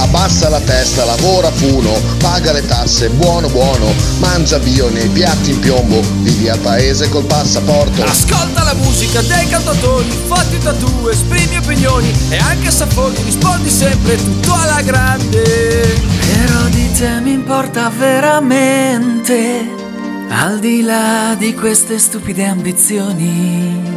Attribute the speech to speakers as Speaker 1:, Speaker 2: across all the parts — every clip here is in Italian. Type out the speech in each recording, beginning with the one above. Speaker 1: Abbassa la testa, lavora funo, paga le tasse, buono buono, mangia bio nei piatti in piombo, vivi al paese col passaporto.
Speaker 2: Ascolta la musica dei cantatori, fatti tatu, esprimi opinioni e anche se affoghi rispondi sempre tutto alla grande.
Speaker 3: Però di te mi importa veramente, al di là di queste stupide ambizioni.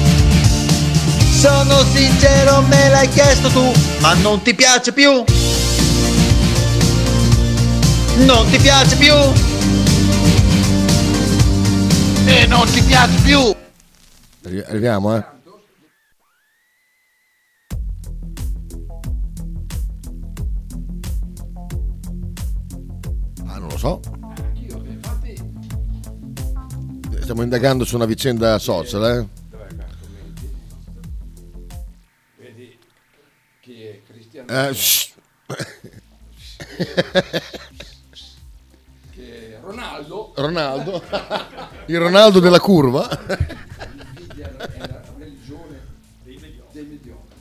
Speaker 4: Sono sincero, me l'hai chiesto tu, ma non ti piace più. Non ti piace più.
Speaker 5: E non ti piace più.
Speaker 1: Arriviamo, eh. Ah, non lo so. Stiamo indagando su una vicenda social, eh. Eh, shh.
Speaker 6: Che Ronaldo.
Speaker 1: Ronaldo. Il Ronaldo della curva.
Speaker 6: Invidia è la religione dei mediocri.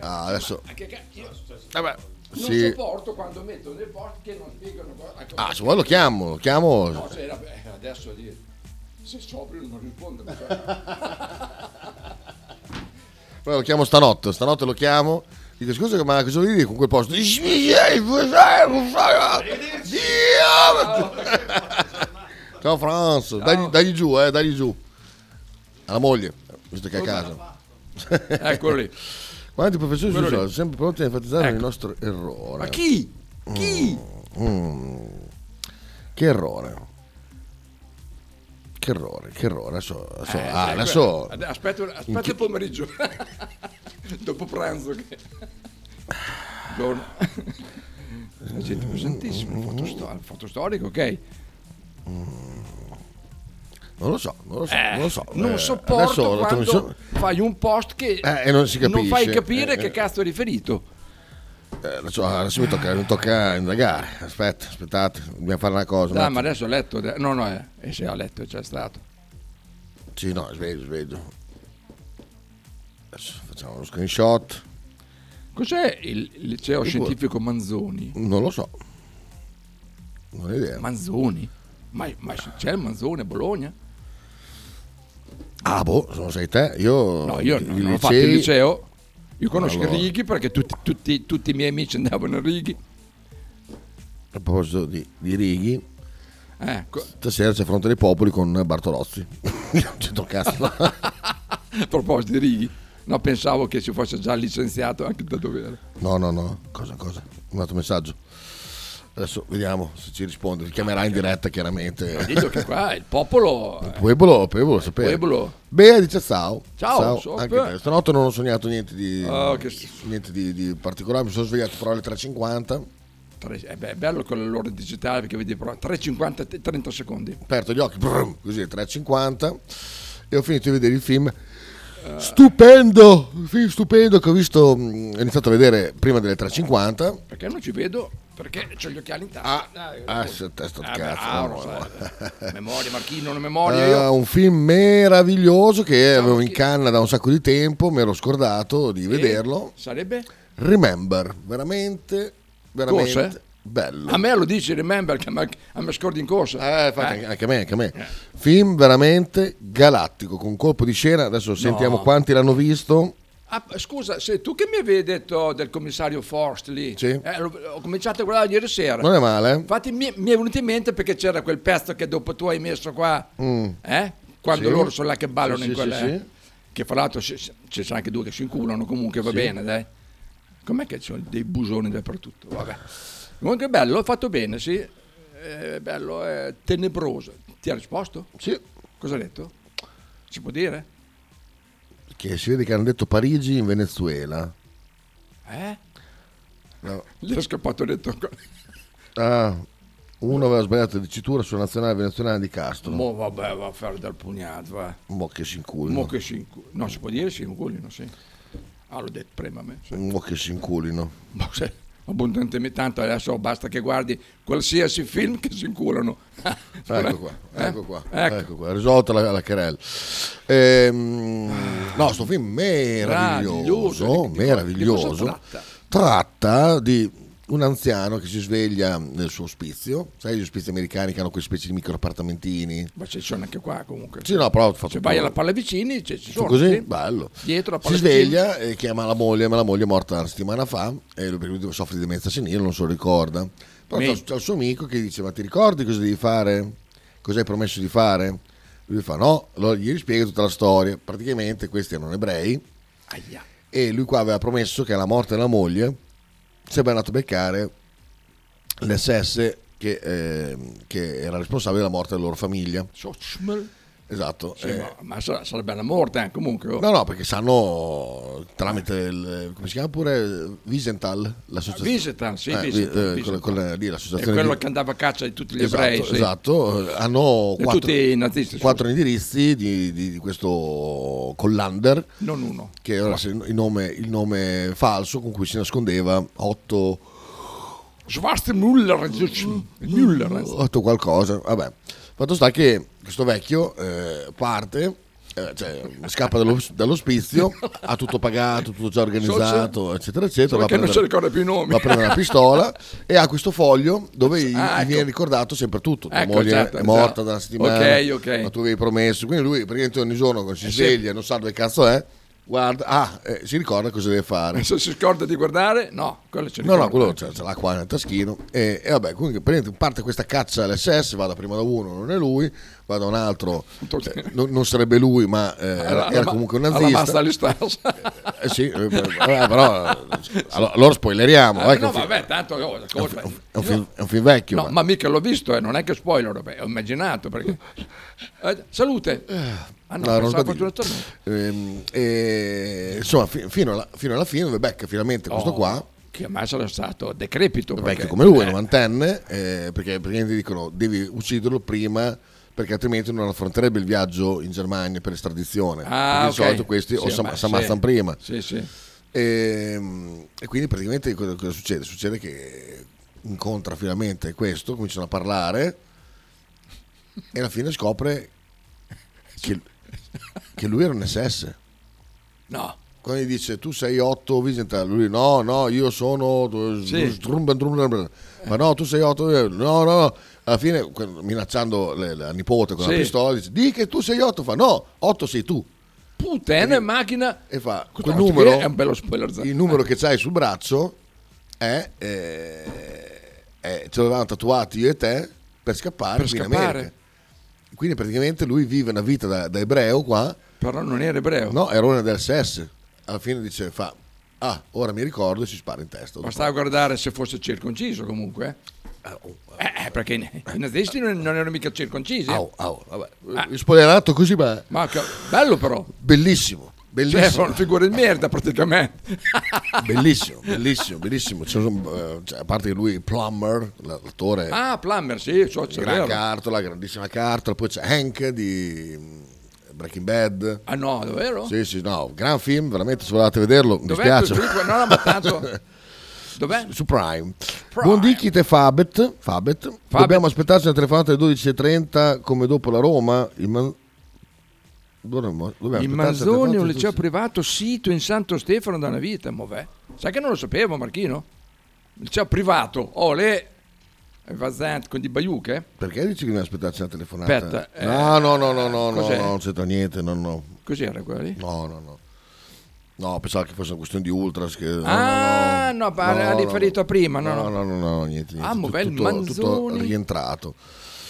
Speaker 1: Ah, adesso.
Speaker 6: Anche che io
Speaker 1: Vabbè.
Speaker 6: non
Speaker 1: Sì.
Speaker 6: sopporto quando mettono dei post che non spiegano cosa. a cosa-
Speaker 1: Ah, se vuoi lo chiamo, lo chiamo.
Speaker 6: No, se era- eh, adesso è lì. Se sobrio non risponde. perché-
Speaker 1: Poi lo chiamo stanotte, stanotte lo chiamo. Dico scusa, ma cosa vuol dire con quel posto? Ciao Franz, dagli, dagli giù, eh, dagli giù. Alla moglie, visto che è a casa.
Speaker 6: Eccolo Ecco lì.
Speaker 1: Quanti professori
Speaker 6: Quello
Speaker 1: sono
Speaker 6: lì.
Speaker 1: stati sempre pronti a enfatizzare
Speaker 6: Ecco.
Speaker 1: il nostro errore?
Speaker 6: Ma chi? Chi?
Speaker 1: Mm. Che errore. Che errore, che errore. Adesso, adesso,
Speaker 6: Eh,
Speaker 1: ah,
Speaker 6: eh,
Speaker 1: adesso
Speaker 6: guarda, Aspetta, aspetta
Speaker 1: chi-
Speaker 6: il pomeriggio. Dopo pranzo che... Buongiorno. La gente pesantissima, il fotosto- il fotostorico, ok?
Speaker 1: Mm. non lo so, non lo so, non lo so.
Speaker 6: Non
Speaker 1: Eh,
Speaker 6: sopporto
Speaker 1: adesso la
Speaker 6: quando
Speaker 1: trasmissione-
Speaker 6: fai un post che
Speaker 1: Eh, e non si capisce.
Speaker 6: fai capire
Speaker 1: Eh,
Speaker 6: che
Speaker 1: eh.
Speaker 6: cazzo è riferito.
Speaker 1: eh, adesso, adesso mi tocca, mi tocca indagare. Aspetta, aspettate, dobbiamo fare una cosa. un
Speaker 6: Ah,
Speaker 1: attimo.
Speaker 6: ma adesso ho letto, ade- no, no, eh, eh, sì, ho letto, c'è stato.
Speaker 1: Sì, no, sveglio, sveglio. Adesso facciamo uno screenshot.
Speaker 6: Cos'è Eh, il il liceo scientifico Manzoni?
Speaker 1: Non lo so. Non ho idea.
Speaker 6: Manzoni? Ma, ma c'è il Manzoni a Bologna?
Speaker 1: Ah, boh, sono sei te. Io,
Speaker 6: No, io
Speaker 1: i
Speaker 6: non ho fatto il
Speaker 1: licei-
Speaker 6: liceo. Io conosco
Speaker 1: Allora.
Speaker 6: Righi perché tutti, tutti- tutti i miei amici andavano a Righi.
Speaker 1: A proposito di, di Righi,
Speaker 6: Eh, co-
Speaker 1: stasera c'è Fronte dei Popoli con Bartolozzi. non c'entro Oh, cazzo.
Speaker 6: a proposito di Righi, no, pensavo che si fosse già licenziato anche da dovere.
Speaker 1: No, no, no. Cosa, cosa? Un altro messaggio. Adesso vediamo se ci risponde. Ti chiamerà in diretta,
Speaker 6: Ha
Speaker 1: chiaramente.
Speaker 6: detto che qua il popolo... eh,
Speaker 1: Pueblo, Pueblo, lo sapere.
Speaker 6: Pueblo.
Speaker 1: Bea dice ciao.
Speaker 6: Ciao, so
Speaker 1: anche
Speaker 6: per-
Speaker 1: te. Stanotte non ho sognato niente di,
Speaker 6: Oh, che-
Speaker 1: niente di, di particolare. Mi sono svegliato però alle 3.50.
Speaker 6: tre- eh, beh, è bello con l'ora digitale perché vedi però 3,50 e 30 secondi.
Speaker 1: aperto gli occhi,
Speaker 6: Eh.
Speaker 1: brum, così 3.50 e ho finito di vedere il film. Stupendo, un film stupendo che ho visto, mh, ho iniziato a vedere prima delle 3.50.
Speaker 6: Perché non ci vedo? Perché ho gli occhiali in
Speaker 1: Ah,
Speaker 6: tasca. Dai,
Speaker 1: ah,
Speaker 6: eh,
Speaker 1: se testa di
Speaker 6: ah, beh,
Speaker 1: cazzo.
Speaker 6: ah,
Speaker 1: no,
Speaker 6: lo
Speaker 1: no.
Speaker 6: so, eh, memoria, Marchino, non memoria.
Speaker 1: Ah,
Speaker 6: io.
Speaker 1: un film meraviglioso che avevo in
Speaker 6: chi-
Speaker 1: canna da un sacco di tempo, mi ero scordato di vederlo.
Speaker 6: E Sarebbe?
Speaker 1: Remember, veramente, veramente
Speaker 6: Cos'è?
Speaker 1: bello.
Speaker 6: eh? A me lo dici, remember, che a me, a me scordi in corsa.
Speaker 1: Eh, infatti, anche a me, anche a me. Film veramente galattico, con colpo di scena. Adesso sentiamo quanti l'hanno visto.
Speaker 6: Ah, scusa, sei tu che mi avevi detto del commissario Forst lì?
Speaker 1: Sì.
Speaker 6: Eh, lo- ho cominciato a guardare ieri sera.
Speaker 1: Non è male, eh?
Speaker 6: Infatti mi, mi è venuto in mente perché c'era quel pezzo che dopo tu hai messo qua,
Speaker 1: Mm.
Speaker 6: eh? Quando
Speaker 1: Sì.
Speaker 6: loro sono là che ballano
Speaker 1: Sì,
Speaker 6: in
Speaker 1: sì,
Speaker 6: quella... eh?
Speaker 1: sì, sì.
Speaker 6: Che fra l'altro ci ci sono anche due che si inculano, comunque va
Speaker 1: Sì.
Speaker 6: bene, dai. Com'è che ci sono dei busoni dappertutto? Vabbè. Comunque bello, l'ho fatto bene, sì. Eh, bello, eh, tenebroso. Ti ha risposto?
Speaker 1: Sì.
Speaker 6: Cosa ha detto? Si può dire?
Speaker 1: Che si vede che hanno detto Parigi in Venezuela.
Speaker 6: Eh?
Speaker 1: No.
Speaker 6: Gli ho scappato detto...
Speaker 1: "Ecco". Ah, uno aveva sbagliato dicitura sulla nazionale venezuelana di Castro.
Speaker 6: Mo vabbè, va a fare dal pugnato, va.
Speaker 1: Mo che si inculino.
Speaker 6: Mo che si incu- No, si può dire si inculino, sì. Ah, l'ho detto prima a me. sì.
Speaker 1: Mo che si inculino.
Speaker 6: Ma se- abbondantemente tanto adesso basta che guardi qualsiasi film che si inculano.
Speaker 1: Ecco qua, ecco qua,
Speaker 6: Ecco.
Speaker 1: ecco qua, risolta la, la querella. Ehm, no, sto film meraviglioso,
Speaker 6: Meraviglioso, di- di- di
Speaker 1: meraviglioso.
Speaker 6: cosa tratta?
Speaker 1: Tratta di un anziano che si sveglia nel suo ospizio, sai gli ospizi americani che hanno quelle specie di micro appartamentini?
Speaker 6: Ma ci sono anche qua comunque.
Speaker 1: Sì, no, però ho fatto
Speaker 6: Se vai alla
Speaker 1: tutto.
Speaker 6: Pallavicini ci ci sono.
Speaker 1: così?
Speaker 6: sì.
Speaker 1: Bello.
Speaker 6: Dietro la
Speaker 1: Si
Speaker 6: Pallavicini.
Speaker 1: sveglia e chiama la moglie, ma la moglie è morta una settimana fa e lui perché lui soffre di demenza senile, non se lo ricorda. Però
Speaker 6: Mi-
Speaker 1: c'è, c'è il suo amico che dice: Ma ti ricordi cosa devi fare? Cosa hai promesso di fare? Lui fa: No, allora gli rispiega tutta la storia. Praticamente questi erano ebrei
Speaker 6: Aia.
Speaker 1: e lui qua aveva promesso che alla morte della moglie sarebbe andato a beccare l'SS che, ehm, che era responsabile della morte della loro famiglia.
Speaker 6: Sochmel.
Speaker 1: Esatto.
Speaker 6: Sì,
Speaker 1: eh.
Speaker 6: ma, ma sa- sarebbe una morte anche comunque. oh.
Speaker 1: No, no, perché sanno tramite il, come si chiama pure Visental, l'associazione.
Speaker 6: Visitan, Ah, sì,
Speaker 1: Eh, vi-
Speaker 6: Visitan,
Speaker 1: eh,
Speaker 6: Visitan.
Speaker 1: quella- quella lì,
Speaker 6: È
Speaker 1: l'associazione.
Speaker 6: quello
Speaker 1: di-
Speaker 6: che andava a caccia di tutti gli
Speaker 1: Esatto,
Speaker 6: ebrei. sì.
Speaker 1: esatto, eh, hanno
Speaker 6: E
Speaker 1: quattro,
Speaker 6: tutti i nazisti,
Speaker 1: quattro indirizzi di, di- di questo Collander,
Speaker 6: Non uno.
Speaker 1: che era se- il nome, il nome falso con cui si nascondeva otto,
Speaker 6: Schwarz Müller, Müller.
Speaker 1: otto qualcosa. Vabbè, fatto sta che questo vecchio eh, parte. eh, cioè, scappa dallo- dall'ospizio, ha tutto pagato, tutto già organizzato, eccetera, eccetera. va a
Speaker 6: Perché non si
Speaker 1: prendere-
Speaker 6: ricorda più i nomi.
Speaker 1: va a prendere una pistola e ha questo foglio dove gli- gli
Speaker 6: Ah, ecco.
Speaker 1: viene ricordato sempre tutto. La
Speaker 6: Ecco,
Speaker 1: moglie
Speaker 6: certo,
Speaker 1: è morta
Speaker 6: certo.
Speaker 1: da una settimana,
Speaker 6: Ok, ok.
Speaker 1: ma tu avevi promesso. Quindi lui praticamente ogni giorno quando si
Speaker 6: Eh, sì.
Speaker 1: sveglia e non sa dove cazzo è, guarda, ah, eh, si ricorda cosa deve fare.
Speaker 6: Se si scorda di guardare, no, quello ce
Speaker 1: No, no, quello ce, ce l'ha qua nel taschino. E, e vabbè, quindi praticamente parte questa caccia all'SS, vada prima da uno, non è lui, va da un altro, eh, non, non sarebbe lui, ma eh, era, era comunque un
Speaker 6: Alla
Speaker 1: nazista.
Speaker 6: basta di Stas.
Speaker 1: Eh, sì, eh, vabbè, però eh, allora, allora spoileriamo.
Speaker 6: Ah,
Speaker 1: eh, che è
Speaker 6: no,
Speaker 1: un fi-
Speaker 6: vabbè, tanto oh, cosa-
Speaker 1: è un film- è un film vecchio.
Speaker 6: No,
Speaker 1: ma-
Speaker 6: ma mica l'ho visto, eh, non è che spoiler, vabbè, ho immaginato perché Eh, salute. Ah no,
Speaker 1: No, non lo dico.
Speaker 6: pensavo fosse una tornata.
Speaker 1: Ehm, e, insomma, fi- fino, alla, fino alla fine, dove becca finalmente questo
Speaker 6: Oh,
Speaker 1: qua,
Speaker 6: che mai sarà stato decrepito
Speaker 1: vecchio
Speaker 6: perché-
Speaker 1: come lui,
Speaker 6: eh,
Speaker 1: novantenne, eh, perché praticamente dicono devi ucciderlo prima perché altrimenti non affronterebbe il viaggio in Germania per estradizione. Perché
Speaker 6: Ah, ok.
Speaker 1: Di solito questi
Speaker 6: Sì,
Speaker 1: o si
Speaker 6: vabbè,
Speaker 1: ammazzano
Speaker 6: sì.
Speaker 1: prima.
Speaker 6: Sì, sì.
Speaker 1: Ehm, E, quindi praticamente cosa, cosa succede? Succede che incontra finalmente questo, cominciano a parlare e alla fine scopre che, che lui era un SS.
Speaker 6: No.
Speaker 1: Quando gli dice tu sei 8 Vicental, lui no, no, io sono...
Speaker 6: Sì.
Speaker 1: strum, brum, brum, brum. Ma no, tu sei 8, no, no, no. Alla fine que- minacciando le- la nipote con
Speaker 6: Sì.
Speaker 1: la pistola dice di che tu sei 8, fa no, 8 sei tu.
Speaker 6: Puttana macchina
Speaker 1: e fa
Speaker 6: Quel
Speaker 1: quel numero
Speaker 6: è un bello spoiler.
Speaker 1: il numero che c'hai sul braccio è, eh, è- ce l'avevamo tatuato io e te per scappare,
Speaker 6: Per
Speaker 1: qui in
Speaker 6: scappare.
Speaker 1: America. Quindi praticamente lui vive una vita da, da ebreo qua.
Speaker 6: Però non era ebreo.
Speaker 1: No, era una del SS. Alla fine dice, fa, ah, ora mi ricordo e si spara in testa.
Speaker 6: Bastava guardare se fosse circonciso comunque.
Speaker 1: Ah, oh,
Speaker 6: Eh, eh, perché i- i nazisti non, non erano mica circoncisi. eh. Ah.
Speaker 1: Au, au, vabbè. Spoilerato così, ma
Speaker 6: Ma che- bello però.
Speaker 1: bellissimo. Bellissimo.
Speaker 6: Cioè, fa una figura di merda praticamente.
Speaker 1: bellissimo, bellissimo, bellissimo. C'è un- eh, cioè, a parte che lui, Plummer, l'attore...
Speaker 6: Ah, Plummer, sì, so, c'è
Speaker 1: Eh. Gran
Speaker 6: vero.
Speaker 1: cartola, grandissima cartola. Poi c'è Hank di mm, Breaking Bad.
Speaker 6: Ah no, davvero?
Speaker 1: Sì, sì, no, gran film, veramente se volevate vederlo, mi
Speaker 6: Dov'è quel
Speaker 1: dispiace.
Speaker 6: film? No, no, ma tanto... Dov'è?
Speaker 1: Su Prime. Buon dichite Fabet, Fabet. Dobbiamo aspettarci una telefonata alle 12.30 come dopo la Roma. Il Man- Dovremmo- dobbiamo aspettarci
Speaker 6: Il
Speaker 1: la
Speaker 6: Manzoni è un
Speaker 1: telefonata
Speaker 6: liceo privato sito in Santo Stefano da una vita, mo vè. Sai che non lo sapevo, Marchino? Liceo privato, oh le... Vazant con di baiuche?
Speaker 1: Perché dici che dobbiamo aspettarci una telefonata?
Speaker 6: Aspetta, eh,
Speaker 1: no, no, no, no, no, no,
Speaker 6: cos'è?
Speaker 1: no, non c'entra niente, no, no.
Speaker 6: Cos'era quella lì?
Speaker 1: No, no, no. No, pensavo che fosse una questione di ultras. Che, no,
Speaker 6: Ah, no,
Speaker 1: no,
Speaker 6: pa- ha riferito a prima, no,
Speaker 1: no,
Speaker 6: no.
Speaker 1: no, no, no, niente, niente.
Speaker 6: Ah,
Speaker 1: Tut-
Speaker 6: Movel
Speaker 1: tutto, tutto
Speaker 6: Manzoni.
Speaker 1: rientrato.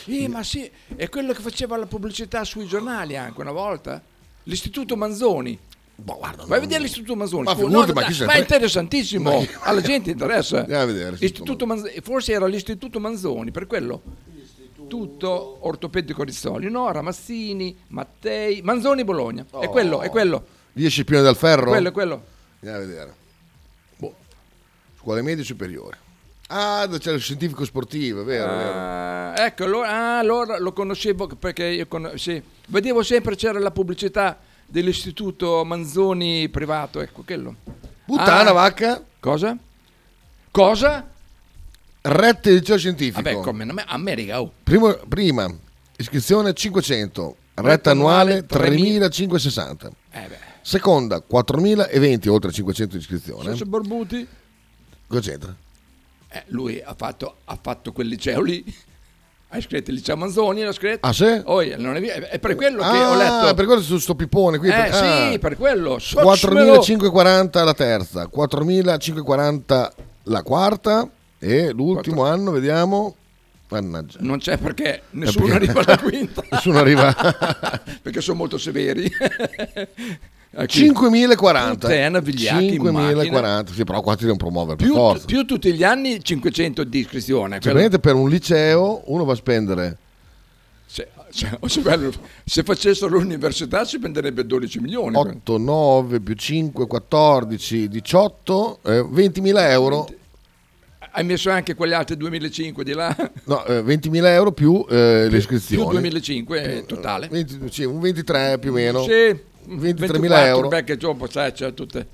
Speaker 6: Eh, ma sì, è quello che faceva la pubblicità sui giornali anche una volta. L'istituto Manzoni. Vai a vedere l'istituto Manzoni.
Speaker 1: Boh, Ma
Speaker 6: Fu- no,
Speaker 1: figurati, ma
Speaker 6: dai,
Speaker 1: chi se ne
Speaker 6: ma è
Speaker 1: frega?
Speaker 6: interessantissimo.
Speaker 1: Ma chi-
Speaker 6: Alla gente interessa.
Speaker 1: Andiamo a vedere l'istituto
Speaker 6: Istituto Manzoni. Forse era l'istituto Manzoni, per quello. Tutto ortopedico Rizzoli, no? Ramazzini, Mattei, Manzoni Bologna. È quello, è quello.
Speaker 1: Via Scipione del Oh. Ferro?
Speaker 6: Quello, è quello.
Speaker 1: Andiamo a vedere. Boh. Scuole medie superiori. Ah, c'è il scientifico sportivo, è vero, è vero.
Speaker 6: Ah, ecco, allora, ah, allora lo conoscevo perché io con- sì, vedevo sempre c'era la pubblicità dell'istituto Manzoni privato, ecco quello.
Speaker 1: Puttana,
Speaker 6: Ah,
Speaker 1: vacca.
Speaker 6: Cosa? Cosa?
Speaker 1: Rette del liceo scientifico.
Speaker 6: Vabbè, come non me- America, oh.
Speaker 1: Primo- prima, iscrizione 500, retta annuale 3560.
Speaker 6: Eh beh,
Speaker 1: Seconda, 4020, oltre 500 iscrizione.
Speaker 6: Socio
Speaker 1: eh.
Speaker 6: Barbuti,
Speaker 1: Cosa c'entra?
Speaker 6: eh, lui ha fatto, ha fatto quel liceo lì. Ha scritto il liceo Manzoni, l'ha scritto.
Speaker 1: Ah, sì?
Speaker 6: Oh, non è, via- è per quello che
Speaker 1: ah,
Speaker 6: Eh, ho letto.
Speaker 1: per quello sto, sto pippone qui.
Speaker 6: eh
Speaker 1: per-
Speaker 6: sì,
Speaker 1: ah.
Speaker 6: per quello.
Speaker 1: 4540 la terza, 4540 la quarta e l'ultimo anno, vediamo. Mannaggia.
Speaker 6: Non c'è perché
Speaker 1: Eh,
Speaker 6: nessuno
Speaker 1: perché-
Speaker 6: arriva alla quinta.
Speaker 1: nessuno arriva.
Speaker 6: perché sono molto severi. Ecco.
Speaker 1: 5040.
Speaker 6: Puttana, vigliacchi in
Speaker 1: 5040, sì, però qua ti devono promuovere per
Speaker 6: Più,
Speaker 1: forza.
Speaker 6: più tutti gli anni 500 di iscrizione.
Speaker 1: Cioè,
Speaker 6: Quello-
Speaker 1: praticamente per un liceo uno va a spendere
Speaker 6: se, se- se bello- se facessero l'università si prenderebbe 12 milioni.
Speaker 1: 8, 9 più 5, 14, 18, eh, 20.000 euro.
Speaker 6: Hai messo anche quegli altri 2005 di là,
Speaker 1: No, eh, 20.000 euro più eh, le iscrizioni.
Speaker 6: più 2005 eh, totale.
Speaker 1: 20, sì, un 23 più o meno.
Speaker 6: Sì,
Speaker 1: 23.000 euro.
Speaker 6: Perché dopo sai, c'è tutte...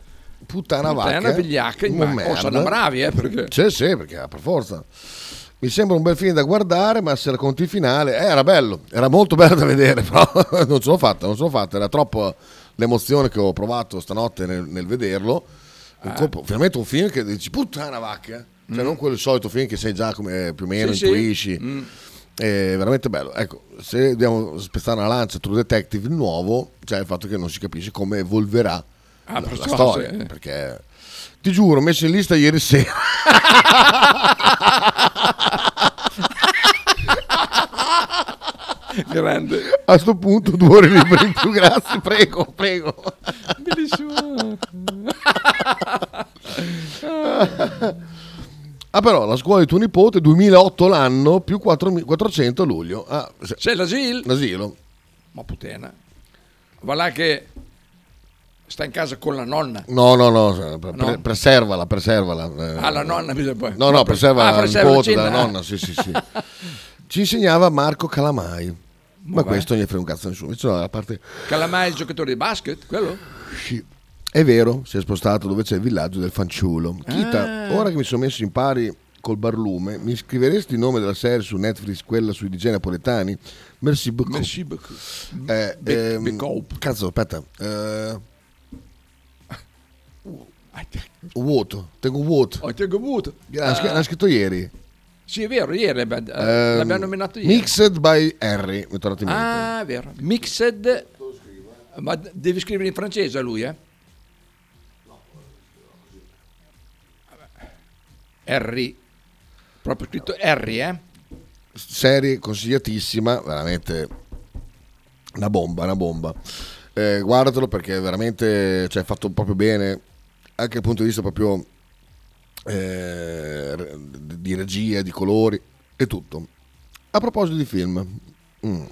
Speaker 1: Puttana
Speaker 6: Puttana
Speaker 1: vacca.
Speaker 6: vigliacca,
Speaker 1: Un
Speaker 6: ma-
Speaker 1: merda.
Speaker 6: oh, sono bravi, eh, perché...
Speaker 1: Sì, sì, perché ah, per forza. Mi sembra un bel film da guardare, ma se racconti il finale, eh, era bello, era molto bello da vedere, però non ce l'ho fatta, non ce l'ho fatta, era troppo l'emozione che ho provato stanotte nel, nel vederlo.
Speaker 6: Eh.
Speaker 1: Un colpo- veramente un film che dici puttana vacca, cioè non quel solito film che sai già come eh, più o meno
Speaker 6: Sì, sì.
Speaker 1: intuisci.
Speaker 6: Mm.
Speaker 1: È veramente bello. Ecco, se dobbiamo spezzare una lancia True Detective il nuovo, cioè il fatto che non si capisce come evolverà
Speaker 6: Ah,
Speaker 1: la, la
Speaker 6: perciò,
Speaker 1: storia,
Speaker 6: sì.
Speaker 1: perché ti giuro, ho messo in lista ieri sera.
Speaker 6: Grande.
Speaker 1: A sto punto due ore libere in più, grazie, prego, prego.
Speaker 6: Bellissimo.
Speaker 1: Ah però, la scuola di tuo nipote, 2008 l'anno, più 4.000 400 a luglio. Ah, se-
Speaker 6: C'è l'asilo?
Speaker 1: l'asilo.
Speaker 6: Ma puttana. Va là che sta in casa con la nonna.
Speaker 1: No, no, no, pre-
Speaker 6: No.
Speaker 1: pre- preservala, preservala. eh.
Speaker 6: Ah, la nonna bisogna poi.
Speaker 1: No, no, preserva
Speaker 6: Ah,
Speaker 1: la
Speaker 6: preserva
Speaker 1: nipote
Speaker 6: la
Speaker 1: della
Speaker 6: cena.
Speaker 1: nonna, sì, sì, sì. Ci insegnava Marco Calamai, ma
Speaker 6: Vabbè.
Speaker 1: questo non gli frega un cazzo a nessuno. Invece no, la parte...
Speaker 6: Calamai è il giocatore di basket, quello?
Speaker 1: Sì. È vero, si è spostato dove c'è il villaggio del fanciullo. Chita,
Speaker 6: Ah.
Speaker 1: ora che mi sono messo in pari col barlume, mi scriveresti il nome della serie su Netflix, quella sui DJ napoletani? Merci beaucoup.
Speaker 6: Merci beaucoup.
Speaker 1: Eh,
Speaker 6: Bec-
Speaker 1: ehm,
Speaker 6: Becaup.
Speaker 1: cazzo, aspetta. eh, vuoto, tengo vuoto.
Speaker 6: Oh, Ah. ti ho avuto.
Speaker 1: L'ha scr- l'ha scritto ieri.
Speaker 6: Sì, è vero, ieri beh, eh,
Speaker 1: Ehm,
Speaker 6: l'abbiamo nominato ieri.
Speaker 1: Mixed by Harry, mi è tornato in mente.
Speaker 6: Ah, è vero. Mixed. Ma d- devi scrivere in francese lui, eh? Harry. Proprio scritto Harry, eh?
Speaker 1: serie consigliatissima, veramente una bomba, una bomba. Eh, guardatelo perché è veramente cioè, è fatto proprio bene, anche dal punto di vista proprio eh, re- di regia, di colori e tutto. A proposito di film, mm.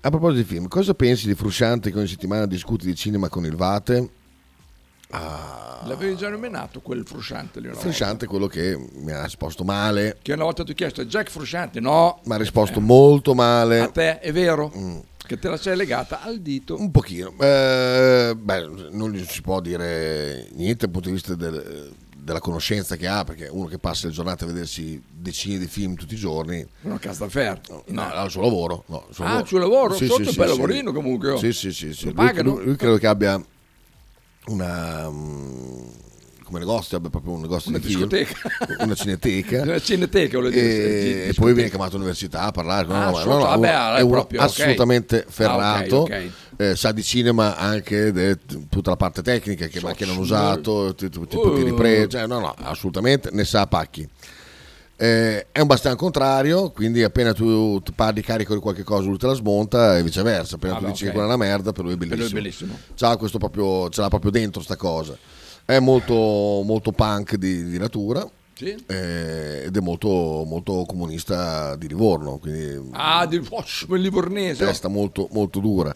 Speaker 1: a proposito di film, cosa pensi di Frusciante che ogni settimana discute di cinema con il Vate? Ah.
Speaker 6: L'avevi già nominato quel frusciante lì una volta.
Speaker 1: Frusciante è quello che mi ha risposto male,
Speaker 6: Che una volta ti ho chiesto, Jack Frusciante, no,
Speaker 1: mi ha risposto molto male.
Speaker 6: a te è vero che te la sei legata al dito.
Speaker 1: Mm. Un pochino. Eh, beh, non gli si può dire niente dal punto di vista del- della conoscenza che ha, perché uno che passa le giornate a vedersi decine di film tutti i giorni,
Speaker 6: Una casa d'affari.
Speaker 1: no, ha il suo lavoro. No, il suo
Speaker 6: Ah, il suo lavoro?
Speaker 1: Sì,
Speaker 6: Sotto
Speaker 1: sì,
Speaker 6: un
Speaker 1: sì,
Speaker 6: bel
Speaker 1: sì.
Speaker 6: lavorino comunque, oh.
Speaker 1: Sì, sì, sì. sì.
Speaker 6: Lo
Speaker 1: Lui,
Speaker 6: pagano?
Speaker 1: lui- lui credo che abbia una... mm, come negozio, abbia proprio un negozio
Speaker 6: Una
Speaker 1: di film,
Speaker 6: discoteca.
Speaker 1: una cineteca.
Speaker 6: Una cineteca, volevo dire, sì,
Speaker 1: E, e
Speaker 6: discoteca.
Speaker 1: poi viene chiamato all'università a parlare. No,
Speaker 6: Ah,
Speaker 1: no, ma
Speaker 6: assolut-
Speaker 1: no, no,
Speaker 6: vabbè,
Speaker 1: uno-
Speaker 6: allora
Speaker 1: è
Speaker 6: è
Speaker 1: uno
Speaker 6: proprio, ok.
Speaker 1: assolutamente
Speaker 6: Ah, ok,
Speaker 1: ferrato.
Speaker 6: ok.
Speaker 1: eh, sa di cinema anche de- tutta la parte tecnica che macchina hanno usato, ti- tu- tipo ti
Speaker 6: Oh.
Speaker 1: riprende, cioè, no, no, assolutamente ne sa a pacchi. Eh, è un bastian contrario, quindi appena tu, tu parli carico di qualche cosa, lui te la smonta e viceversa. Appena
Speaker 6: Ah,
Speaker 1: tu
Speaker 6: beh,
Speaker 1: dici
Speaker 6: ok.
Speaker 1: che quella è una merda, per lui è
Speaker 6: Per
Speaker 1: bellissimo.
Speaker 6: lui è bellissimo.
Speaker 1: C'ha questo proprio, ce l'ha proprio dentro sta cosa. È molto, molto punk di, di natura
Speaker 6: Sì?
Speaker 1: eh, ed è molto, molto comunista di Livorno, quindi
Speaker 6: Ah, di Fosh, quel livornese.
Speaker 1: testa molto, molto dura.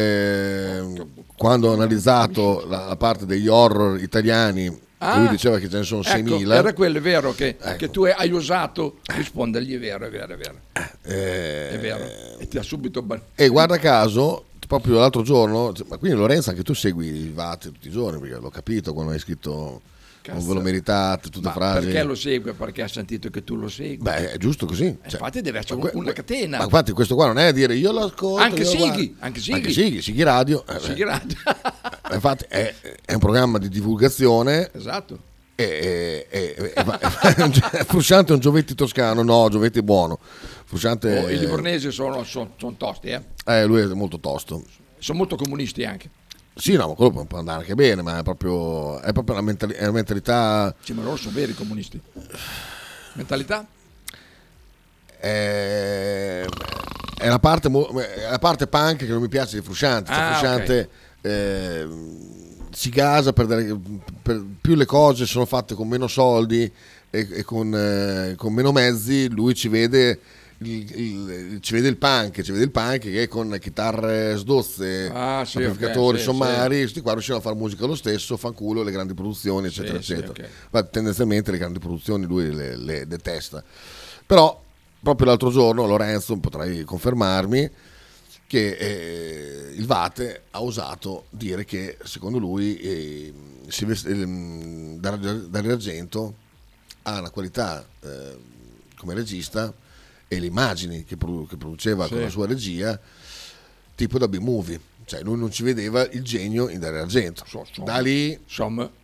Speaker 1: Eh, quando ho analizzato la, la parte degli horror italiani,
Speaker 6: Ah,
Speaker 1: lui diceva che ce ne sono
Speaker 6: Ecco,
Speaker 1: 6.000.
Speaker 6: Era quello, è vero, che,
Speaker 1: Ecco.
Speaker 6: che tu hai usato. Rispondergli, è vero, è vero, è vero.
Speaker 1: Eh, ah,
Speaker 6: È vero. E ti ha subito... ban-
Speaker 1: E guarda caso, proprio l'altro giorno, ma quindi Lorenzo anche tu segui il VAT tutti i giorni, perché l'ho capito quando hai scritto non ve lo meritate, tutte
Speaker 6: Ma
Speaker 1: frasi.
Speaker 6: perché lo segue? Perché ha sentito che tu lo segui. Eh,
Speaker 1: Beh, è giusto così. cioè,
Speaker 6: Infatti deve essere
Speaker 1: que-
Speaker 6: una catena.
Speaker 1: ma infatti questo qua non è dire io lo ascolto.
Speaker 6: Anche
Speaker 1: io lo
Speaker 6: Sighi,
Speaker 1: guardo.
Speaker 6: anche Sighi.
Speaker 1: Anche Sighi, Sighi Radio. eh,
Speaker 6: Sighi Radio.
Speaker 1: beh, Eh, Infatti è, è un programma di divulgazione
Speaker 6: Esatto.
Speaker 1: E, e- e- e fa- Frusciante è un giovetti toscano, no, giovetti è buono. Frusciante
Speaker 6: Oh, I
Speaker 1: è-
Speaker 6: livornesi sono, sono, sono tosti, eh.
Speaker 1: eh, lui è molto tosto.
Speaker 6: sono molto comunisti anche.
Speaker 1: Sì, no, ma quello può- può andare anche bene, ma è proprio, è proprio una, mentali- è una mentalità...
Speaker 6: Sì, ma loro sono veri comunisti. Mentalità?
Speaker 1: È, è la parte, mo- è la parte punk che non mi piace di Frusciante. Cioè,
Speaker 6: Ah,
Speaker 1: Frusciante eh, si gasa per, dare- per- più le cose sono fatte con meno soldi e, e con, eh, con meno mezzi, lui ci vede... Il, il- ci vede il punk, ci vede il punk che con chitarre sdozze,
Speaker 6: Ah, sì,
Speaker 1: amplificatori
Speaker 6: ok, sì,
Speaker 1: sommari,
Speaker 6: sì.
Speaker 1: questi qua riusciranno a fare musica lo stesso, fanculo le grandi produzioni, eccetera,
Speaker 6: Sì, sì,
Speaker 1: eccetera.
Speaker 6: ok.
Speaker 1: Ma tendenzialmente le grandi produzioni lui le, le detesta. Però proprio l'altro giorno, Lorenzo, potrai confermarmi, che eh, il Vate ha osato dire che secondo lui eh, Silvest- ehm, Dario- Dario Argento ha una qualità eh, come regista e le immagini che, produ- che produceva
Speaker 6: Sì.
Speaker 1: con la sua regia tipo da B-movie. Cioè lui non ci vedeva il genio in Dario Argento. Da lì,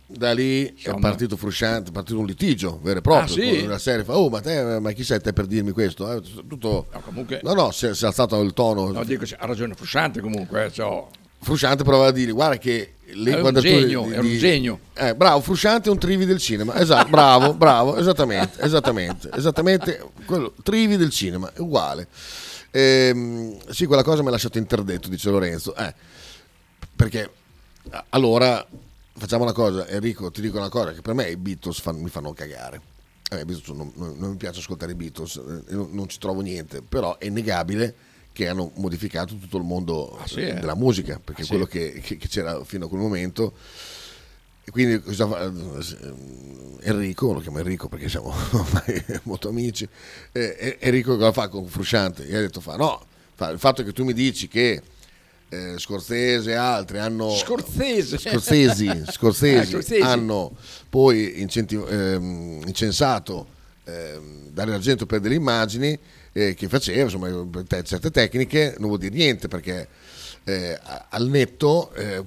Speaker 1: da lì è
Speaker 6: Insomma.
Speaker 1: partito frusciante, è partito un litigio vero e proprio.
Speaker 6: Ah, sì?
Speaker 1: Con La serie fa, oh ma, te, ma chi sei te per dirmi questo? Eh, tutto...
Speaker 6: No, comunque...
Speaker 1: No, no, si è, si è alzato il tono.
Speaker 6: No, dico, cioè, ha ragione Frusciante comunque. eh, cioè,
Speaker 1: Frusciante provava a dire, guarda che le
Speaker 6: Era un
Speaker 1: inquadrature
Speaker 6: genio, era un genio.
Speaker 1: Eh, bravo, Frusciante è un trivi del cinema. Esatto, bravo, bravo, esattamente, esattamente, esattamente quello, trivi del cinema, è uguale. Ehm, sì, quella cosa mi ha lasciato interdetto, dice Lorenzo. Eh, perché a- allora facciamo una cosa, Enrico, ti dico una cosa, che per me i Beatles fan- mi fanno cagare. A me i Beatles non, non- non mi piace ascoltare i Beatles, eh, non, non ci trovo niente, però è innegabile che hanno modificato tutto il mondo
Speaker 6: sì,
Speaker 1: eh,
Speaker 6: eh?
Speaker 1: della musica, perché
Speaker 6: Ah, sì.
Speaker 1: quello che, che- che c'era fino a quel momento. E quindi cosa fa- eh, Enrico, lo chiamo Enrico perché siamo ormai molto amici, eh, eh, Enrico cosa fa con Frusciante? Gli ha detto fa no, fa, il fatto che tu mi dici che eh, Scorsese e altri hanno...
Speaker 6: Scorsese.
Speaker 1: Scorsesi, Scorsesi
Speaker 6: Ah, Scorsese.
Speaker 1: hanno poi incenti- ehm, incensato ehm, Dario Argento per delle immagini eh, che faceva, insomma, per te- certe tecniche, non vuol dire niente perché eh, a- al netto, eh,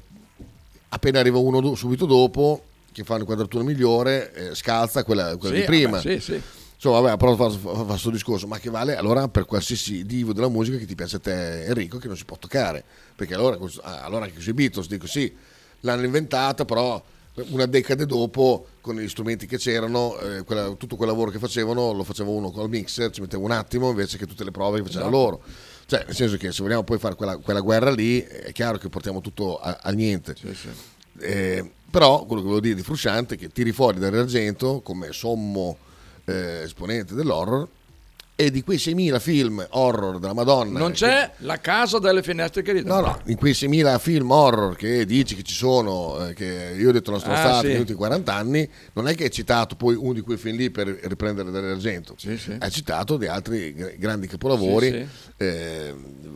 Speaker 1: appena arriva uno do- subito dopo che fa un'inquadratura migliore, eh, scalza quella, quella
Speaker 6: Sì,
Speaker 1: di prima.
Speaker 6: vabbè, sì, sì.
Speaker 1: Insomma, vabbè, però fa, fa, fa sto discorso, ma che vale allora per qualsiasi divo della musica che ti piace a te, Enrico, che non si può toccare. Perché allora, questo- ah, allora anche sui Beatles dico sì, l'hanno inventata, però una decade dopo, con gli strumenti che c'erano, eh, quella- tutto quel lavoro che facevano lo faceva uno col mixer, ci metteva un attimo invece che tutte le prove che facevano
Speaker 6: Esatto.
Speaker 1: loro. Cioè, nel senso che se vogliamo poi fare quella, quella guerra lì, è chiaro che portiamo tutto a- al niente. Eh, però quello che volevo dire di Frusciante è che tiri fuori dall'argento come sommo eh, esponente dell'horror e di quei 6.000 film horror della Madonna
Speaker 6: Non c'è la casa delle finestre che
Speaker 1: Eh, No, no, in quei 6.000 film horror che dici che ci sono, eh, che io ho detto la
Speaker 6: Ah,
Speaker 1: stronzata
Speaker 6: sì.
Speaker 1: negli ultimi 40 anni, non è che hai citato poi uno di quei film lì per riprendere dall'argento, hai citato di altri gr- grandi capolavori,
Speaker 6: Sì,
Speaker 1: eh,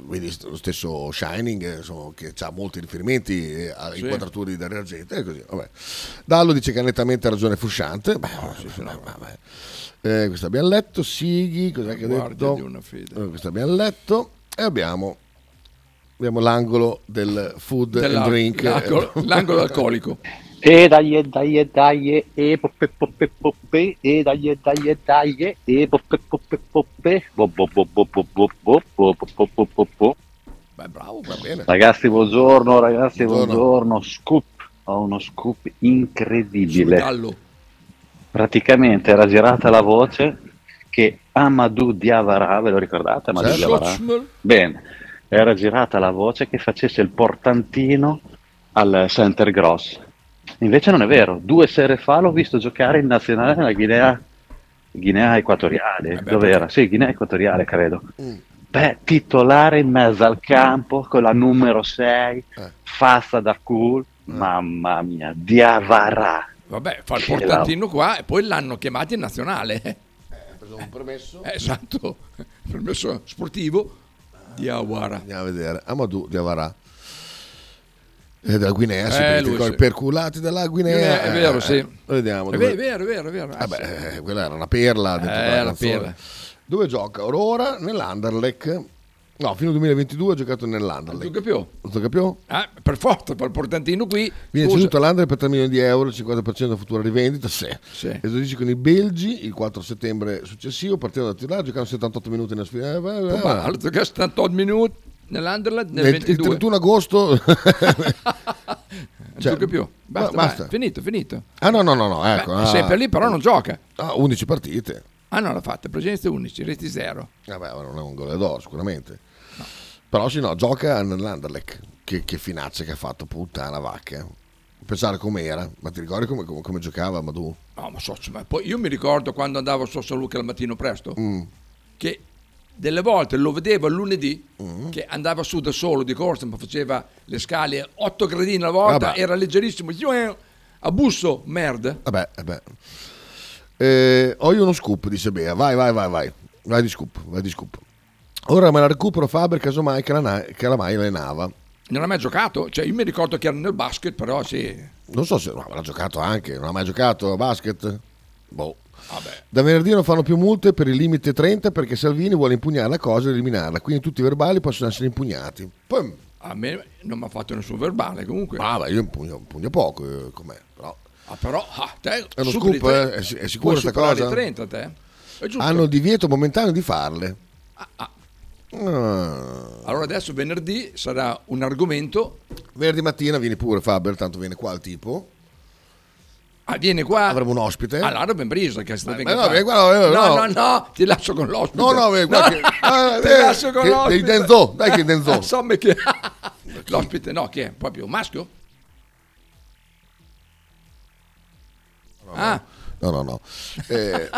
Speaker 1: vedi st- lo stesso Shining, eh, insomma, che ha molti riferimenti eh, alle
Speaker 6: Sì.
Speaker 1: inquadrature di Dario Argento e così, vabbè. Dallo dice che ha nettamente ragione Frusciante, beh, vabbè. Eh, questo abbiamo letto, Sighi, cos'è che ha
Speaker 6: Guardia
Speaker 1: detto?
Speaker 6: di una fede.
Speaker 1: Allora, questo abbiamo letto e abbiamo, abbiamo l'angolo del food
Speaker 6: Della-
Speaker 1: and drink.
Speaker 6: l'angolo- l'angolo alcolico.
Speaker 5: E dai, e dai, e dai, e poppe, poppe, poppe, e dai, e dai, e dai, e poppe, poppe, poppe, bo, bo, bo, bo, bo, bo, bo, bo, bo, bo, bo, bo, bo.
Speaker 6: Beh, bravo,
Speaker 1: va bene.
Speaker 7: Ragazzi, buongiorno, ragazzi,
Speaker 1: Buongiorno.
Speaker 7: buongiorno. Scoop, ho uno scoop incredibile.
Speaker 6: Gallo.
Speaker 7: Praticamente era girata la voce che Amadou Diavara, ve lo ricordate Amadou
Speaker 8: Certo.
Speaker 7: Diawara? Bene, era girata la voce che facesse il portantino al Center Gross. Invece non è vero, due sere fa l'ho visto giocare in nazionale nella Guinea, Guinea Equatoriale, dove era? Sì, Guinea Equatoriale credo. Beh, titolare in mezzo al campo con la numero 6, fassa da cool, mamma mia, Diavara.
Speaker 6: Vabbè, fa il
Speaker 7: Sì,
Speaker 6: portantino qua e poi l'hanno chiamato in nazionale.
Speaker 1: Eh, un permesso.
Speaker 6: Eh, esatto, permesso sportivo di Awara.
Speaker 1: Andiamo a vedere. Amadou Diavara. Eh, della Guinea, sì,
Speaker 6: Eh,
Speaker 1: perché
Speaker 6: lui
Speaker 1: con
Speaker 6: sì.
Speaker 1: i perculati della Guinea.
Speaker 6: Guinea, è vero,
Speaker 1: eh,
Speaker 6: sì.
Speaker 1: lo Vediamo.
Speaker 6: È
Speaker 1: dove-
Speaker 6: vero, è vero, è vero, è vero. Ah,
Speaker 1: Vabbè,
Speaker 6: sì.
Speaker 1: eh, quella era una perla dentro
Speaker 6: Eh,
Speaker 1: quella
Speaker 6: era
Speaker 1: canzone.
Speaker 6: perla.
Speaker 1: Dove gioca? Or Ora nell'Anderlecht. No, fino al 2022 ha giocato nell'Anderlecht.
Speaker 6: Non tocca più.
Speaker 1: Non tocca più?
Speaker 6: Ah, per forza, per il portantino qui.
Speaker 1: Viene
Speaker 6: scusa.
Speaker 1: ceduto all'Andre per 3 milioni di euro, il 50% della futura rivendita. Sì.
Speaker 6: Sì.
Speaker 1: Esordisce con i Belgi il 4 settembre successivo, partendo da titolare, giocando 78 minuti nella sfida. Eh,
Speaker 6: Oh,
Speaker 1: Ah.
Speaker 6: ma ha giocato 78 minuti nell'Anderlet nel
Speaker 1: Nel- il
Speaker 6: 22.
Speaker 1: 31 agosto. Cioè,
Speaker 6: non gioca più. Basta,
Speaker 1: Ma- Cioè, basta.
Speaker 6: vai, finito, finito.
Speaker 1: Ah no, no, no, no, ecco.
Speaker 6: Beh,
Speaker 1: ah.
Speaker 6: sempre lì però non gioca.
Speaker 1: Ah, 11 partite.
Speaker 6: Ah, non l'ha fatta, presenza 11, resti 0.
Speaker 1: Vabbè, ma non è un gol d'oro sicuramente. Però sì, no, gioca nell'Anderlecht. Che, che finaccia che ha fatto, puttana vacca. eh. Pensare com'era, ma ti ricordi come, come- come giocava Madù?
Speaker 6: No, ma socio, ma poi io mi ricordo quando andavo a Sosso Luca al mattino presto,
Speaker 1: Mm,
Speaker 6: che delle volte lo vedevo il lunedì,
Speaker 1: Mm.
Speaker 6: che andava su da solo di corsa, ma faceva le scale 8 gradini alla volta,
Speaker 1: Vabbè.
Speaker 6: era leggerissimo. Io, eh, A busso, merda.
Speaker 1: Vabbè, vabbè. Eh, ho io uno scoop, dice Bea. Vai, vai, vai, vai. Vai di scoop, vai di scoop. Ora me la recupero Faber, casomai Calana- Calamai la nava.
Speaker 6: Non ha mai giocato? Cioè, io mi ricordo che era nel basket, però sì.
Speaker 1: Non so se no, l'ha giocato anche, non ha mai giocato a basket. Boh.
Speaker 6: Vabbè.
Speaker 1: Da venerdì non fanno più multe per il limite 30 perché Salvini vuole impugnare la cosa e eliminarla, quindi tutti i verbali possono essere impugnati. Poi
Speaker 6: A me non mi ha fatto nessun verbale comunque.
Speaker 1: Ah, beh, io impugno, impugno poco, eh, com'è? Però
Speaker 6: Ah, però, ah, te,
Speaker 1: È uno
Speaker 6: superi
Speaker 1: scoop,
Speaker 6: tre.
Speaker 1: eh? È si- è sicura
Speaker 6: Puoi
Speaker 1: sta
Speaker 6: superare
Speaker 1: cosa?
Speaker 6: i 30 te? È giusto. ah.
Speaker 1: hanno il divieto momentaneo di farle. Ah.
Speaker 6: Allora adesso venerdì sarà un argomento.
Speaker 1: Venerdì mattina vieni pure Faber, tanto viene qua il tipo.
Speaker 6: Ah, viene qua. Ah,
Speaker 1: Avremo un ospite.
Speaker 6: Allora ben presa che sta
Speaker 1: ma no, vieni qua, no, eh,
Speaker 6: no,
Speaker 1: no.
Speaker 6: no, ti lascio con l'ospite.
Speaker 1: No, no, vieni qua che-
Speaker 6: ti
Speaker 1: eh,
Speaker 6: lascio con
Speaker 1: che- dei
Speaker 6: l'ospite.
Speaker 1: Denzo, dai che Denzo.
Speaker 6: Insomma che l'ospite no, che è proprio un maschio? ah,
Speaker 1: No, no, no. Eh,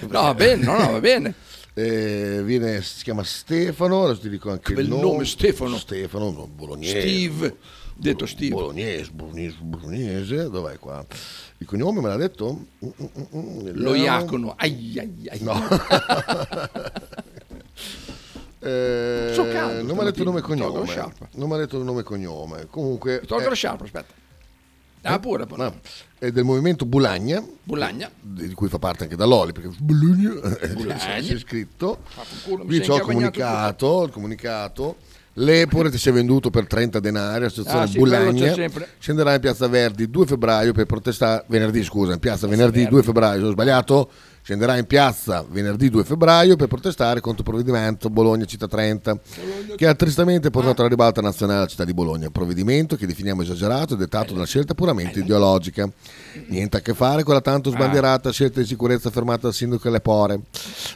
Speaker 6: No, va bene, no, no, va bene.
Speaker 1: Eh, viene, si chiama Stefano, adesso ti dico anche
Speaker 6: Che
Speaker 1: il
Speaker 6: bel
Speaker 1: nome.
Speaker 6: nome, Stefano.
Speaker 1: Stefano, no, bolognese.
Speaker 6: Steve, detto Steve.
Speaker 1: Bolognese, bolognese, bolognese. Dov'è qua? Il cognome me l'ha detto? Mm, mm, mm, mm,
Speaker 6: lo
Speaker 1: vediamo.
Speaker 6: iacono. Ai ai ai.
Speaker 1: No. Eh,
Speaker 6: Sto caldo
Speaker 1: non mi ha detto il
Speaker 6: stamattina.
Speaker 1: nome e
Speaker 6: Tolgo la
Speaker 1: cognome.
Speaker 6: sciarpa.
Speaker 1: Non mi ha detto il nome e cognome. Comunque.
Speaker 6: Tolgo
Speaker 1: eh,
Speaker 6: la sciarpa, aspetta. Ah, pure, pure.
Speaker 1: no, è del movimento Bulagna,
Speaker 6: Bologna.
Speaker 1: di cui fa parte anche da Loli, perché Bologna
Speaker 6: Bologna.
Speaker 1: si è scritto.
Speaker 6: un culo, mi
Speaker 1: Qui
Speaker 6: sei
Speaker 1: c'ho il
Speaker 6: incavagnato
Speaker 1: comunicato, il comunicato. L'Epore ti si è venduto per 30 denari all'associazione
Speaker 6: Ah, sì, quello c'è
Speaker 1: Bulagna.
Speaker 6: sempre.
Speaker 1: Scenderà in piazza Verdi 2 febbraio per protestare. Venerdì, scusa, in piazza venerdì
Speaker 6: Verdi.
Speaker 1: 2 febbraio, se ho sbagliato. Scenderà in piazza venerdì 2 febbraio per protestare contro il provvedimento Bologna Città 30, che ha tristamente
Speaker 6: Ah.
Speaker 1: portato alla ribalta nazionale la città di Bologna. Provvedimento che definiamo esagerato e
Speaker 6: Eh.
Speaker 1: dettato da una scelta puramente ideologica. Niente a che fare con la
Speaker 6: Ah.
Speaker 1: tanto sbandierata scelta di sicurezza fermata dal sindaco Lepore,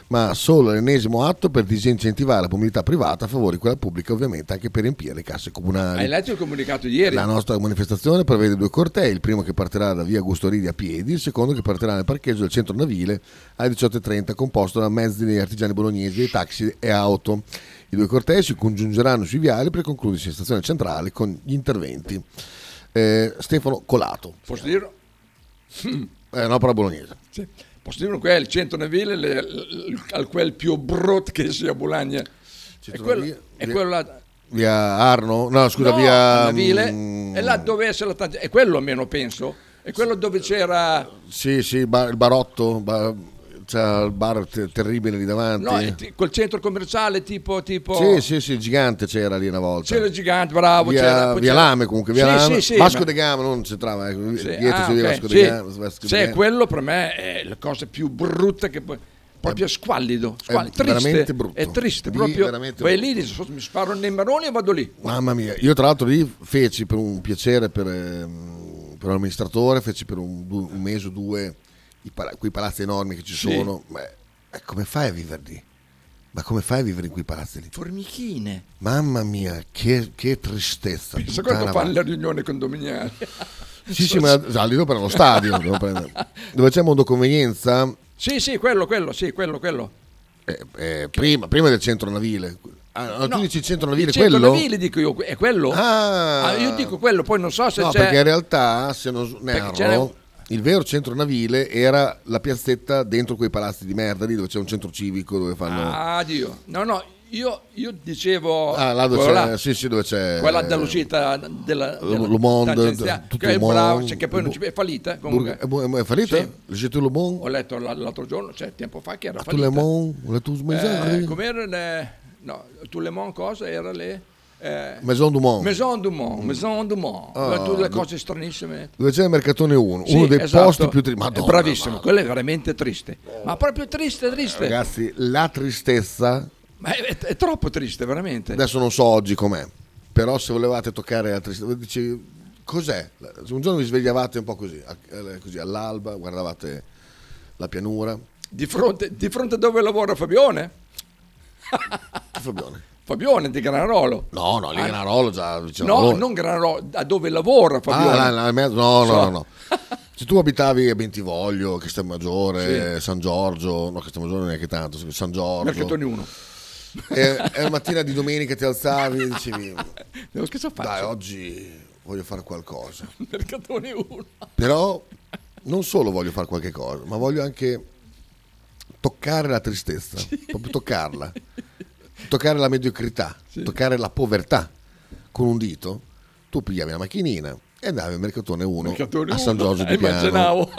Speaker 1: ma solo l'ennesimo atto per disincentivare la mobilità privata a favore di quella pubblica, ovviamente anche per riempire le casse comunali.
Speaker 6: Hai letto il comunicato di ieri?
Speaker 1: La nostra manifestazione prevede due cortei, il primo che partirà da via Gustoridi a piedi, il secondo che partirà nel parcheggio del centro navile alle 18.30, composto da mezzi di artigiani bolognesi, taxi e auto. I due cortei si congiungeranno sui viali per concludersi in stazione centrale con gli interventi. Eh, Stefano Colato,
Speaker 6: Posso dirlo? Mm,
Speaker 1: è un'opera bolognese.
Speaker 6: Sì. Posso dire che è il centro navile le- l- al quel più brut che sia Bologna. È quello, è quello là.
Speaker 1: Via Arno? No, scusa,
Speaker 6: No,
Speaker 1: via...
Speaker 6: Navile,
Speaker 1: mm,
Speaker 6: è là dove c'è la tangente- è quello almeno penso. È quello dove c'era
Speaker 1: Sì, sì, il bar- il barotto, ba- c'è il bar te- terribile lì davanti.
Speaker 6: no, è ti- quel centro commerciale tipo, tipo
Speaker 1: Sì, sì, sì, il gigante c'era lì una volta.
Speaker 6: c'era il gigante, bravo,
Speaker 1: via,
Speaker 6: c'era, poi
Speaker 1: via
Speaker 6: c'era-
Speaker 1: Lame comunque, via
Speaker 6: Sì,
Speaker 1: Lame.
Speaker 6: sì, sì,
Speaker 1: Vasco
Speaker 6: ma-
Speaker 1: de Gama non c'entrava, eh,
Speaker 6: Sì,
Speaker 1: dietro
Speaker 6: ah,
Speaker 1: c'era
Speaker 6: ok,
Speaker 1: Vasco
Speaker 6: sì.
Speaker 1: de Gama. Vasco de
Speaker 6: Sì,
Speaker 1: Gama.
Speaker 6: quello per me è la cosa più brutta che puoi- proprio squallido, squallido
Speaker 1: è
Speaker 6: triste,
Speaker 1: veramente brutto.
Speaker 6: è triste,
Speaker 1: Lì
Speaker 6: proprio,
Speaker 1: veramente
Speaker 6: vai lì, dici, "So- mi sparo nei maroni e vado lì.
Speaker 1: Mamma mia, io tra l'altro lì feci per un piacere per, ehm, per l'amministratore, feci per un, du- un mese o due i pala- quei palazzi enormi che ci
Speaker 6: Sì.
Speaker 1: sono. Ma eh, come fai a vivere lì? Ma come fai a vivere in quei palazzi lì?
Speaker 6: Formichine.
Speaker 1: Mamma mia, che, che tristezza.
Speaker 6: Pensa
Speaker 1: puttana
Speaker 6: quando fanno
Speaker 1: vacca.
Speaker 6: la riunione condominiale.
Speaker 1: Sì, sì, ma ah, lì devo prendere lo stadio. devo prendere. Dove c'è Mondo Convenienza,
Speaker 6: Sì, sì, quello, quello, sì, quello, quello.
Speaker 1: eh, prima, prima del centro navile. Ah, no,
Speaker 6: No,
Speaker 1: tu dici il centro navile,
Speaker 6: Il centro
Speaker 1: quello?
Speaker 6: navile, dico io, è quello? Ah, io dico quello, poi non so se
Speaker 1: No,
Speaker 6: c'è...
Speaker 1: perché in realtà, se non s- ne
Speaker 6: Perché
Speaker 1: erro,
Speaker 6: c'era-
Speaker 1: il vero centro navile era la piazzetta dentro quei palazzi di merda lì dove c'è un centro civico dove fanno.
Speaker 6: Ah, Dio. No, no, io, io dicevo...
Speaker 1: Ah, là dove
Speaker 6: quello
Speaker 1: c'è,
Speaker 6: là,
Speaker 1: sì, sì, dove c'è.
Speaker 6: quella dell'uscita della... della
Speaker 1: Le Eh, Monde, eh,
Speaker 6: tangenziale,
Speaker 1: tutto
Speaker 6: che è
Speaker 1: Le Monde,
Speaker 6: bravo, cioè, che poi non
Speaker 1: Bu-
Speaker 6: ci... è fallita, comunque.
Speaker 1: Burger- È, bu- è fallita?
Speaker 6: Sì.
Speaker 1: Le Jette Le Monde?
Speaker 6: Ho letto l- l'altro giorno, cioè tempo fa, che era
Speaker 1: Tu Le
Speaker 6: fallita.
Speaker 1: Monde? Le Tous
Speaker 6: Eh,
Speaker 1: Maisons?
Speaker 6: com'era le... No, Toulemont cosa? Era le... eh,
Speaker 1: Maison du Monde.
Speaker 6: Maison du Monde, Maison du Monde.
Speaker 1: Ah,
Speaker 6: tutte le
Speaker 1: du-
Speaker 6: cose stranissime.
Speaker 1: Dove c'è il mercatone 1,
Speaker 6: Sì,
Speaker 1: uno dei
Speaker 6: esatto.
Speaker 1: posti più tristi. Madonna,
Speaker 6: Bravissimo,
Speaker 1: ma-
Speaker 6: quello è veramente triste. Ma proprio triste, triste.
Speaker 1: Ragazzi, la tristezza
Speaker 6: Ma è, è troppo triste, veramente.
Speaker 1: Adesso non so oggi com'è, però se volevate toccare la tristezza, dici, cos'è? Se Un giorno vi svegliavate un po' così, a- eh, così, all'alba, guardavate la pianura.
Speaker 6: Di fronte, di fronte a dove lavora Fabione?
Speaker 1: Fabione?
Speaker 6: Fabione di Granarolo.
Speaker 1: No, no, lì
Speaker 6: Ah.
Speaker 1: Granarolo già diceva
Speaker 6: no,
Speaker 1: allora.
Speaker 6: non Granarolo, a dove lavora Fabione.
Speaker 1: Ah, là, là, in mezzo- no, no,
Speaker 6: So.
Speaker 1: no, no. Se tu abitavi a Bentivoglio, Castelmaggiore, San Giorgio, no, Castelmaggiore neanche tanto, San Giorgio.
Speaker 6: Mercatone 1.
Speaker 1: E, e la mattina di domenica ti alzavi e dicevi,
Speaker 6: Devo scherzare faccio.
Speaker 1: dai, oggi voglio fare qualcosa.
Speaker 6: Mercatone 1.
Speaker 1: Però non solo voglio fare qualche cosa, ma voglio anche toccare la tristezza, proprio toccarla, toccare la mediocrità, toccare la povertà. Con un dito tu pigliavi la macchinina e andavi al mercatone 1
Speaker 6: Mercatone
Speaker 1: a San
Speaker 6: uno.
Speaker 1: Giorgio di
Speaker 6: Eh,
Speaker 1: Piano.
Speaker 6: Immaginavo.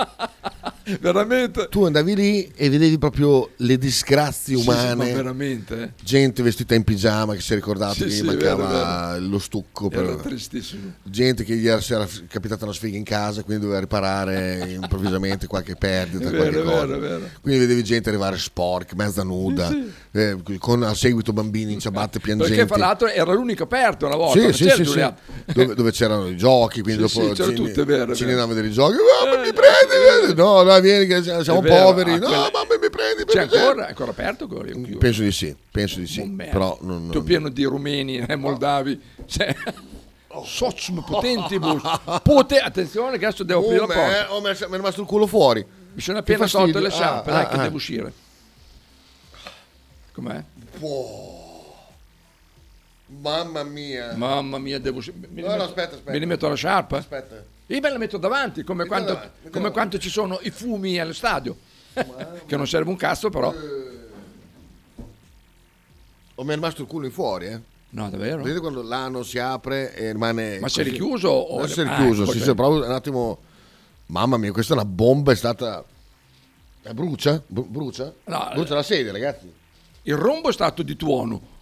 Speaker 6: veramente.
Speaker 1: Tu andavi lì e vedevi proprio le disgrazie
Speaker 6: Sì, sì,
Speaker 1: umane.
Speaker 6: ma veramente. eh.
Speaker 1: Gente vestita in pigiama che si è ricordato
Speaker 6: Sì,
Speaker 1: che gli
Speaker 6: sì,
Speaker 1: mancava
Speaker 6: vero,
Speaker 1: lo stucco. Per...
Speaker 6: Era tristissimo.
Speaker 1: gente che gli era- si era f- capitata una sfiga in casa, quindi doveva riparare improvvisamente qualche perdita,
Speaker 6: È vero,
Speaker 1: qualche
Speaker 6: è
Speaker 1: cosa.
Speaker 6: vero, è vero.
Speaker 1: Quindi vedevi gente arrivare sporca, mezza nuda,
Speaker 6: Sì,
Speaker 1: eh, con al seguito bambini in ciabatte piangenti.
Speaker 6: Perché fra l'altro era l'unico aperto una volta.
Speaker 1: Sì,
Speaker 6: non
Speaker 1: sì,
Speaker 6: c'era
Speaker 1: sì, sì.
Speaker 6: Giuliano.
Speaker 1: Dove, dove c'erano i giochi, quindi
Speaker 6: Sì,
Speaker 1: dopo
Speaker 6: sì, c'era
Speaker 1: ci-
Speaker 6: tutto, è vero, è
Speaker 1: ci
Speaker 6: vero.
Speaker 1: andavano a vedere i giochi. "Mamma, mi prendi, vieni!" no, dai, vieni, che siamo siamo
Speaker 6: Eh, È vero,
Speaker 1: poveri.
Speaker 6: ah,
Speaker 1: no,
Speaker 6: quella-
Speaker 1: mamma, mi prendi.
Speaker 6: C'è
Speaker 1: per piacere."
Speaker 6: ancora, è ancora aperto? quello? Io chiudo.
Speaker 1: Penso di sì, penso di
Speaker 6: Oh,
Speaker 1: sì.
Speaker 6: merda.
Speaker 1: Però non,
Speaker 6: Tutto pieno di rumeni e moldavi. Cioè,
Speaker 1: Oh.
Speaker 6: Socium potentibus. Pote- attenzione, che adesso devo aprire la
Speaker 1: Oh, me-
Speaker 6: porta.
Speaker 1: oh, me- mi è rimasto il culo fuori.
Speaker 6: Mi sono appena
Speaker 1: Che fastidio.
Speaker 6: tolto le sciarpe,
Speaker 1: Ah,
Speaker 6: dai,
Speaker 1: ah,
Speaker 6: che
Speaker 1: ah.
Speaker 6: devo uscire. Com'è?
Speaker 1: Mamma mia.
Speaker 6: Mamma mia, devo uscire. Mi
Speaker 1: Eh. No, no, aspetta, aspetta.
Speaker 6: Me li metto la sciarpa?
Speaker 1: Aspetta.
Speaker 6: Io me la metto davanti, come, quanto,
Speaker 1: davanti,
Speaker 6: come quanto ci sono i fumi allo stadio. che non serve un cazzo, però.
Speaker 1: O mi è rimasto il culo in fuori, eh?
Speaker 6: No, davvero?
Speaker 1: Vedete quando l'ano si apre e rimane.
Speaker 6: Ma
Speaker 1: così?
Speaker 6: si è richiuso o-
Speaker 1: No, si è
Speaker 6: ah,
Speaker 1: richiuso,
Speaker 6: ecco,
Speaker 1: sì,
Speaker 6: cioè.
Speaker 1: sì, proprio un attimo. Mamma mia, questa è una bomba, è stata. Eh, brucia? Bru- brucia?
Speaker 6: No,
Speaker 1: brucia la sedia, ragazzi.
Speaker 6: Il rombo è stato di tuono.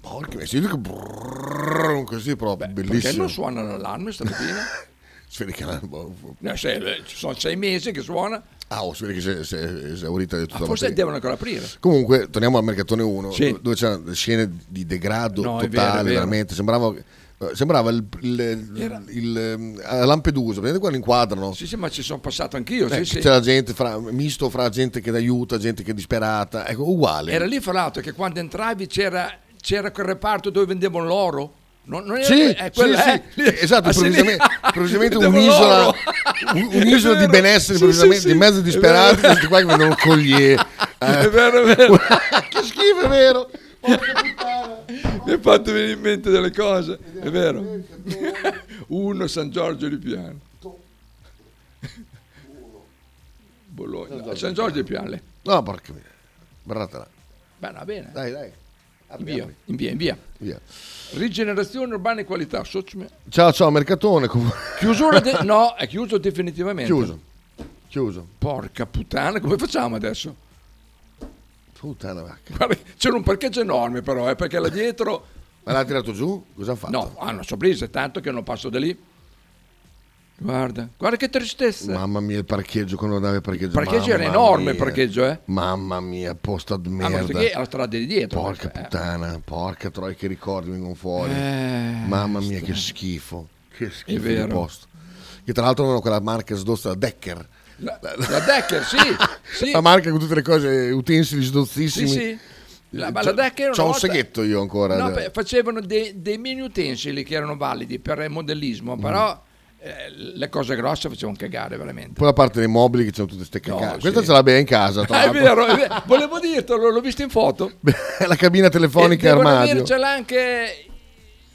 Speaker 1: Porca mia, Eh, si vede che brrrr, così proprio,
Speaker 6: Perché
Speaker 1: bellissimo.
Speaker 6: non suona l'allarme stamattina?
Speaker 1: Si vede che l'albo-
Speaker 6: No, se- eh, ci sono sei mesi che suona.
Speaker 1: Ah, oh, si vede che si è- si è esaurita di tutta la
Speaker 6: Ah, Forse
Speaker 1: materia.
Speaker 6: devono ancora aprire.
Speaker 1: Comunque, torniamo al mercatone 1,
Speaker 6: Sì.
Speaker 1: dove c'erano scene di degrado
Speaker 6: No, è
Speaker 1: totale,
Speaker 6: vero, è vero.
Speaker 1: veramente. Sembrava, eh, sembrava il, il-
Speaker 6: Era-
Speaker 1: il, ehm, a Lampedusa, vedete quando inquadrano?
Speaker 6: Sì, sì, ma ci sono passato anch'io.
Speaker 1: Eh,
Speaker 6: sì, sì.
Speaker 1: C'era gente fra- misto fra gente che ti aiuta, gente che è disperata, ecco, uguale.
Speaker 6: Era lì, fra l'altro, che quando entravi c'era, c'era quel reparto dove vendevano l'oro. Non, non era
Speaker 1: Sì,
Speaker 6: eh, quello,
Speaker 1: sì,
Speaker 6: eh,
Speaker 1: sì.
Speaker 6: lì-
Speaker 1: Esatto,
Speaker 6: ah, sì, lì-
Speaker 1: improvvisamente- improvvisamente
Speaker 6: vendevano
Speaker 1: un'isola-
Speaker 6: l'oro.
Speaker 1: Un- Un'isola
Speaker 6: È
Speaker 1: di
Speaker 6: vero.
Speaker 1: benessere,
Speaker 6: Sì,
Speaker 1: improvvisamente,
Speaker 6: sì, sì.
Speaker 1: in mezzo ai
Speaker 6: È
Speaker 1: disperati,
Speaker 6: vero.
Speaker 1: questi qua che vengono collier.
Speaker 6: È vero, è vero.
Speaker 1: che schifo, Eh. è vero.
Speaker 6: Mi hai fatto venire in mente delle cose, è vero. Uno San Giorgio di Piano. Bologna. San Giorgio di Piano. lei.
Speaker 1: No, porca mia. Guardatela.
Speaker 6: Beh, va bene.
Speaker 1: Dai, dai. Apri,
Speaker 6: Invia,
Speaker 1: apri.
Speaker 6: invia, invia.
Speaker 1: Via.
Speaker 6: Rigenerazione urbana e qualità. Socimi-
Speaker 1: Ciao, ciao, mercatone. comunque.
Speaker 6: Chiusura de- no, è chiuso definitivamente.
Speaker 1: Chiuso. Chiuso.
Speaker 6: Porca puttana, come facciamo adesso?
Speaker 1: Puttana vacca.
Speaker 6: Guarda, c'era un parcheggio enorme però, eh, perché là dietro... ah,
Speaker 1: Ma l'ha tirato giù? Cosa ha fatto?
Speaker 6: No, hanno sorpresa, tanto che non passo da lì. Guarda, guarda che tristezza.
Speaker 1: Mamma mia, il parcheggio quando andava il parcheggio.
Speaker 6: Il parcheggio era
Speaker 1: Mamma
Speaker 6: enorme, il
Speaker 1: mia.
Speaker 6: parcheggio, eh.
Speaker 1: Mamma mia, posta di
Speaker 6: Ah,
Speaker 1: merda.
Speaker 6: ma perché è la strada di dietro?
Speaker 1: Porca
Speaker 6: questa, eh.
Speaker 1: puttana, porca troia che ricordi vengono fuori.
Speaker 6: Eh,
Speaker 1: Mamma mia, che schifo. Che schifo di
Speaker 6: vero.
Speaker 1: posto. Che tra l'altro avevano quella marca sdozza da Decker.
Speaker 6: La, la Decker, sì, sì.
Speaker 1: La marca con tutte le cose, utensili
Speaker 6: Sì,
Speaker 1: sdozzissimi.
Speaker 6: sì. La, ma
Speaker 1: C'ho-
Speaker 6: la Decker una
Speaker 1: C'ho un
Speaker 6: volta-
Speaker 1: seghetto io ancora.
Speaker 6: No, beh, facevano dei, dei mini utensili che erano validi per il
Speaker 1: Mm.
Speaker 6: modellismo, però eh, le cose grosse facevano cagare veramente.
Speaker 1: Poi la parte dei mobili che c'hanno tutte ste
Speaker 6: No,
Speaker 1: cacate.
Speaker 6: sì.
Speaker 1: Questa ce l'abbiamo in casa. tra
Speaker 6: è
Speaker 1: l'altro.
Speaker 6: vero, è vero. volevo dirtelo, l'ho visto in foto.
Speaker 1: la cabina telefonica
Speaker 6: e devono
Speaker 1: armadio.
Speaker 6: avercela anche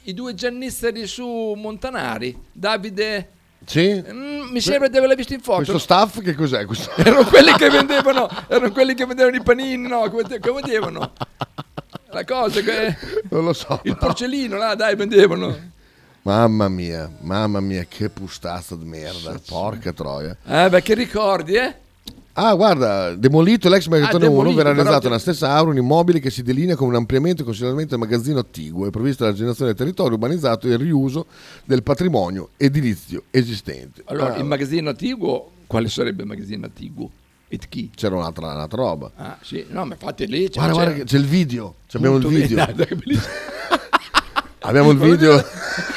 Speaker 6: i due giannizzeri su Montanari, Davide.
Speaker 1: Sì?
Speaker 6: Mm, mi sembra di averla visto in foto.
Speaker 1: Questo staff che cos'è? Questo...
Speaker 6: erano quelli che vendevano erano quelli che vendevano i panini no come, come dicevano la cosa che
Speaker 1: non lo so
Speaker 6: il porcellino là dai vendevano
Speaker 1: Mamma mia, mamma mia, che pustazza di merda. Porca troia.
Speaker 6: eh beh che ricordi eh
Speaker 1: Ah, guarda, demolito l'ex Megatone 1
Speaker 6: Ah, demolito,
Speaker 1: verrà
Speaker 6: però-
Speaker 1: realizzato nella stessa aura un immobile che si delinea come un ampliamento e consideramento del magazzino attiguo e previsto la generazione del territorio urbanizzato e il riuso del patrimonio edilizio esistente.
Speaker 6: allora
Speaker 1: Ah,
Speaker 6: il magazzino attiguo quale sarebbe il magazzino attiguo e chi
Speaker 1: C'era un'altra, un'altra roba.
Speaker 6: ah sì no ma infatti lì c'è,
Speaker 1: guarda, guarda, che c'è il video. C'è abbiamo il
Speaker 6: Punto
Speaker 1: video.
Speaker 6: bene, dai, che bellissimo.
Speaker 1: Abbiamo il video.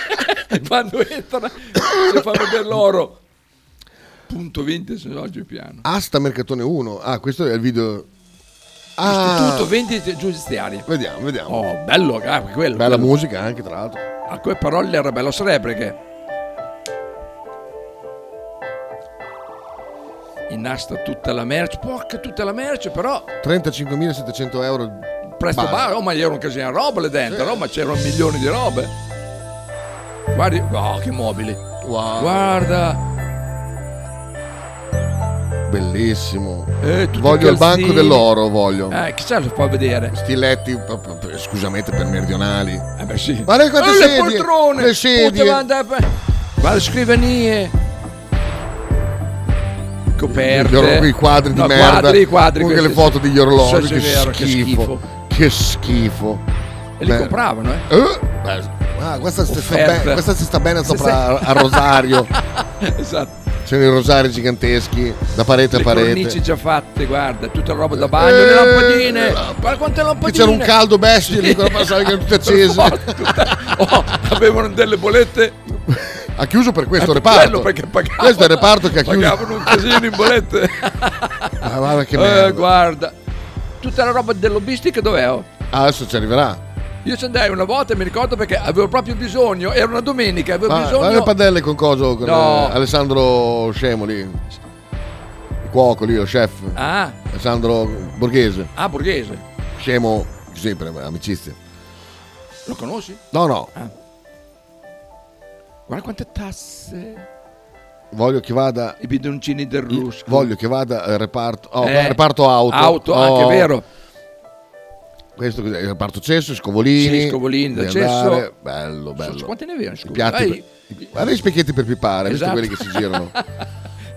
Speaker 6: quando entra si fa vedere l'oro punto 20 se no giù piano
Speaker 1: Asta Mercatone 1. Ah, questo è il video. Ah,
Speaker 6: istituto 20 giudiziari
Speaker 1: vediamo, vediamo.
Speaker 6: oh bello ah, quello
Speaker 1: Bella
Speaker 6: bello.
Speaker 1: musica anche, tra l'altro.
Speaker 6: A quelle parole era bello sarebbe che Innasta tutta la merce, porca tutta la merce, però
Speaker 1: 35.700 euro.
Speaker 6: presto
Speaker 1: base.
Speaker 6: bar, oh ma gli era un casino di roba lì dentro, oh, ma c'erano milioni di robe. Guardi, oh che mobili.
Speaker 1: Wow.
Speaker 6: Guarda,
Speaker 1: Bellissimo.
Speaker 6: Eh, tutti
Speaker 1: voglio il banco
Speaker 6: calzini.
Speaker 1: dell'oro, voglio.
Speaker 6: eh, chissà se fa vedere.
Speaker 1: Stiletti, p- p- p- scusamente, per meridionali.
Speaker 6: Eh beh sì.
Speaker 1: Guarda quante
Speaker 6: Eh,
Speaker 1: sedie,
Speaker 6: le poltrone,
Speaker 1: le sedie.
Speaker 6: poteva andare per- guarda scrivanie.
Speaker 1: Gli
Speaker 6: Coperte.
Speaker 1: or- I quadri di
Speaker 6: No,
Speaker 1: merda.
Speaker 6: Quadri, quadri.
Speaker 1: Comunque le
Speaker 6: questi,
Speaker 1: foto degli orologi.
Speaker 6: Sì, sì,
Speaker 1: che,
Speaker 6: è vero,
Speaker 1: schifo, Che schifo.
Speaker 6: E li compravano, eh.
Speaker 1: Eh, beh, ah, questa, si sta
Speaker 6: Offerte.
Speaker 1: bene- questa si sta bene
Speaker 6: Sì,
Speaker 1: sopra
Speaker 6: sì.
Speaker 1: a- a Rosario.
Speaker 6: esatto.
Speaker 1: C'erano i rosari giganteschi da parete
Speaker 6: le
Speaker 1: a parete.
Speaker 6: cornici già fatte, guarda, tutta roba da bagno,
Speaker 1: Eh,
Speaker 6: le lampadine, guarda quante
Speaker 1: Che
Speaker 6: lampadine.
Speaker 1: c'era un caldo bestia lì con la passata che era tutta accesa.
Speaker 6: Oh, avevano delle bollette.
Speaker 1: Ha chiuso per questo
Speaker 6: Eh,
Speaker 1: reparto.
Speaker 6: quello perché pagavano.
Speaker 1: Questo è il reparto che ha chiuso.
Speaker 6: Pagavano un casino in bollette.
Speaker 1: Ah, guarda che
Speaker 6: Eh,
Speaker 1: merda.
Speaker 6: guarda. Tutta la roba del lobbistica dov'è? oh?
Speaker 1: Ah, adesso ci arriverà.
Speaker 6: Io ci andai una volta, mi ricordo perché avevo proprio bisogno, era una domenica, avevo
Speaker 1: Ma, guarda
Speaker 6: bisogno.
Speaker 1: le padelle con coso con
Speaker 6: No.
Speaker 1: eh, Alessandro Scemo lì. Il cuoco lì, lo chef.
Speaker 6: Ah,
Speaker 1: Alessandro Borghese.
Speaker 6: ah, Borghese,
Speaker 1: Scemo sempre, amicizia.
Speaker 6: lo conosci?
Speaker 1: No, no,
Speaker 6: Ah. Guarda quante tasse.
Speaker 1: voglio che vada
Speaker 6: I bidoncini del rusco.
Speaker 1: voglio che vada al reparto oh,
Speaker 6: Eh,
Speaker 1: reparto auto.
Speaker 6: auto,
Speaker 1: Oh,
Speaker 6: anche vero.
Speaker 1: Questo cos'è? il reparto cesso, scovolini.
Speaker 6: Sì, scovolini da
Speaker 1: devi
Speaker 6: cesso.
Speaker 1: andare. Bello, bello.
Speaker 6: Quanti ne avevano? scusa?
Speaker 1: I piatti
Speaker 6: Dai,
Speaker 1: per- Guarda gli specchietti per pipare,
Speaker 6: Esatto.
Speaker 1: visto quelli che si girano.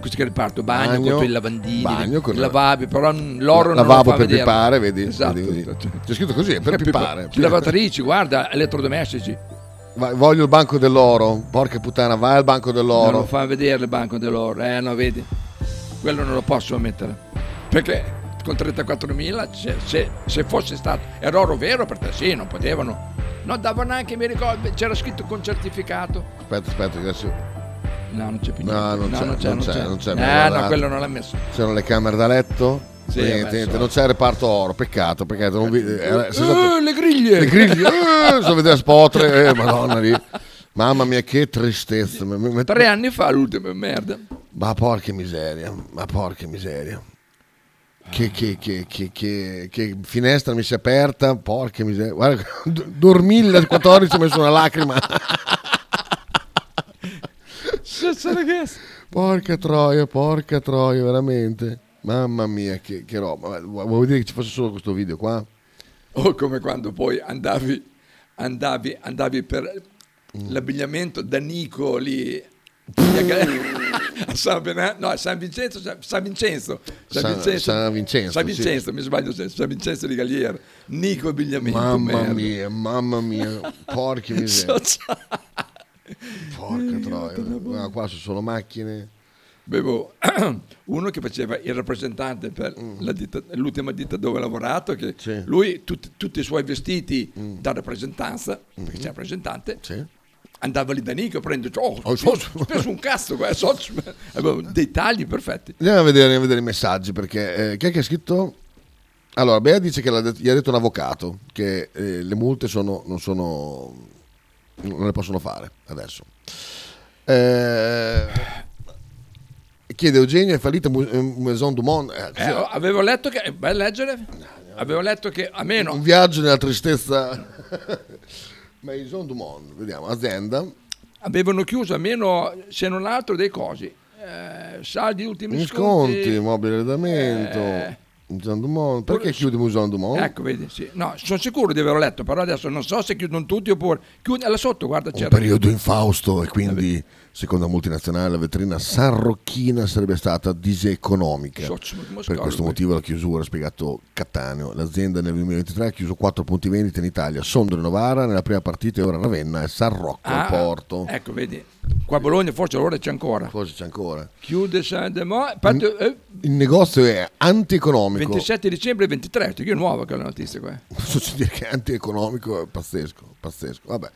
Speaker 6: Questo che riparto, bagno,
Speaker 1: Bagno,
Speaker 6: con i lavandini,
Speaker 1: bagno con
Speaker 6: i
Speaker 1: la-
Speaker 6: lavabili, però mm, l'oro non lo
Speaker 1: Lavabo
Speaker 6: fa
Speaker 1: per
Speaker 6: vedere.
Speaker 1: pipare, vedi?
Speaker 6: Esatto.
Speaker 1: Vedi, vedi. C'è scritto così, è per pipare.
Speaker 6: Ci lavatrici, guarda, elettrodomestici.
Speaker 1: Va- Voglio il banco dell'oro. Porca puttana, vai al banco
Speaker 6: Non
Speaker 1: dell'oro.
Speaker 6: lo fa vedere il banco dell'oro. Eh no, vedi. Quello non lo posso mettere. Perché con 34.000, se, se- se fosse stato... Era oro vero per te, sì, non potevano. Non davano neanche, mi ricordo, c'era scritto con certificato.
Speaker 1: Aspetta, aspetta, che adesso-
Speaker 6: No, non c'è più niente.
Speaker 1: No, non c'è, non c'è, non c'è.
Speaker 6: Eh,
Speaker 1: abbiamo guardato.
Speaker 6: no, quello non l'ha messo.
Speaker 1: C'erano le camere da letto?
Speaker 6: Sì,
Speaker 1: Niente,
Speaker 6: vabbè,
Speaker 1: niente,
Speaker 6: so.
Speaker 1: non c'è il reparto oro, peccato, peccato. Non vi... era- se stato-
Speaker 6: Eh, le griglie!
Speaker 1: Le griglie, eh, so vedere spotre, eh, madonna lì. Mamma mia, che tristezza. Mi- mi-
Speaker 6: Tre anni fa l'ultima merda.
Speaker 1: Ma porca miseria, ma porca miseria. Che, che- che- che- che- che finestra mi si è aperta, porca miseria. Guarda, d- dormì alle 14 ho messo una lacrima. Porca troia, porca troia, veramente. Mamma mia, che, che roba. Vu- Vuoi dire che ci fosse solo questo video qua?
Speaker 6: O come quando poi andavi, andavi, andavi per l'abbigliamento da Nico lì a San, Bena- no, a San Vincenzo, San San Vincenzo,
Speaker 1: San- San Vincenzo,
Speaker 6: San
Speaker 1: sì.
Speaker 6: Vincenzo, mi sbaglio, se- San Vincenzo di Galliera, Nico abbigliamento,
Speaker 1: Mamma
Speaker 6: merda.
Speaker 1: mia, mamma mia, porca miseria.
Speaker 6: So-
Speaker 1: Porca troia, guarda qua ci sono macchine.
Speaker 6: Bevo uno che faceva il rappresentante per
Speaker 1: Mm.
Speaker 6: la ditta- l'ultima ditta dove ha lavorato, che lui tut- tutti i suoi vestiti
Speaker 1: Mm.
Speaker 6: da rappresentanza,
Speaker 1: Mm-hmm.
Speaker 6: perché c'è rappresentante, andava lì da Nico a prendere, oh, ho speso un cazzo, guarda, so- avevo dei tagli perfetti.
Speaker 1: Andiamo a vedere, andiamo a vedere i messaggi perché eh, chi è che ha scritto? Allora, Bea dice che l'ha det- gli ha detto un avvocato che eh, le multe sono, non sono. non le possono fare adesso. Eh, chiede Eugenio: è fallita Mu- eh, Maison du Monde? Eh,
Speaker 6: Eh, avevo letto che, vai a leggere, avevo letto che a meno
Speaker 1: Un viaggio nella tristezza. Maison du Monde, vediamo, azienda.
Speaker 6: avevano chiuso a meno, se non altro, dei cosi. Eh, saldi ultimi
Speaker 1: Mi
Speaker 6: sconti.
Speaker 1: sconti, mobile arredamento.
Speaker 6: Eh.
Speaker 1: Maison du Monde. Perché chiude Maison du Monde?
Speaker 6: Ecco, vedi, sì. No, sono sicuro di averlo letto, però adesso non so se chiudono tutti oppure... Chiude là sotto, guarda,
Speaker 1: un
Speaker 6: c'era...
Speaker 1: periodo infausto e quindi, secondo la multinazionale, la vetrina sarrocchina sarebbe stata diseconomica.
Speaker 6: Socio, ma
Speaker 1: Per
Speaker 6: scordo,
Speaker 1: questo motivo la chiusura, ha spiegato Cattaneo. L'azienda nel 2023 ha chiuso 4 punti vendita in Italia, Sondrio e Novara nella prima partita e ora Ravenna e Sarrocco
Speaker 6: Ah,
Speaker 1: al Porto.
Speaker 6: Ecco, vedi. Qua a Bologna forse allora c'è ancora.
Speaker 1: Forse c'è ancora.
Speaker 6: Chiude San Demo... infatti, eh,
Speaker 1: Il negozio è antieconomico.
Speaker 6: 27 dicembre 23, che è nuova quella notizia qua. eh.
Speaker 1: Posso dire che è antieconomico è pazzesco, pazzesco. Vabbè.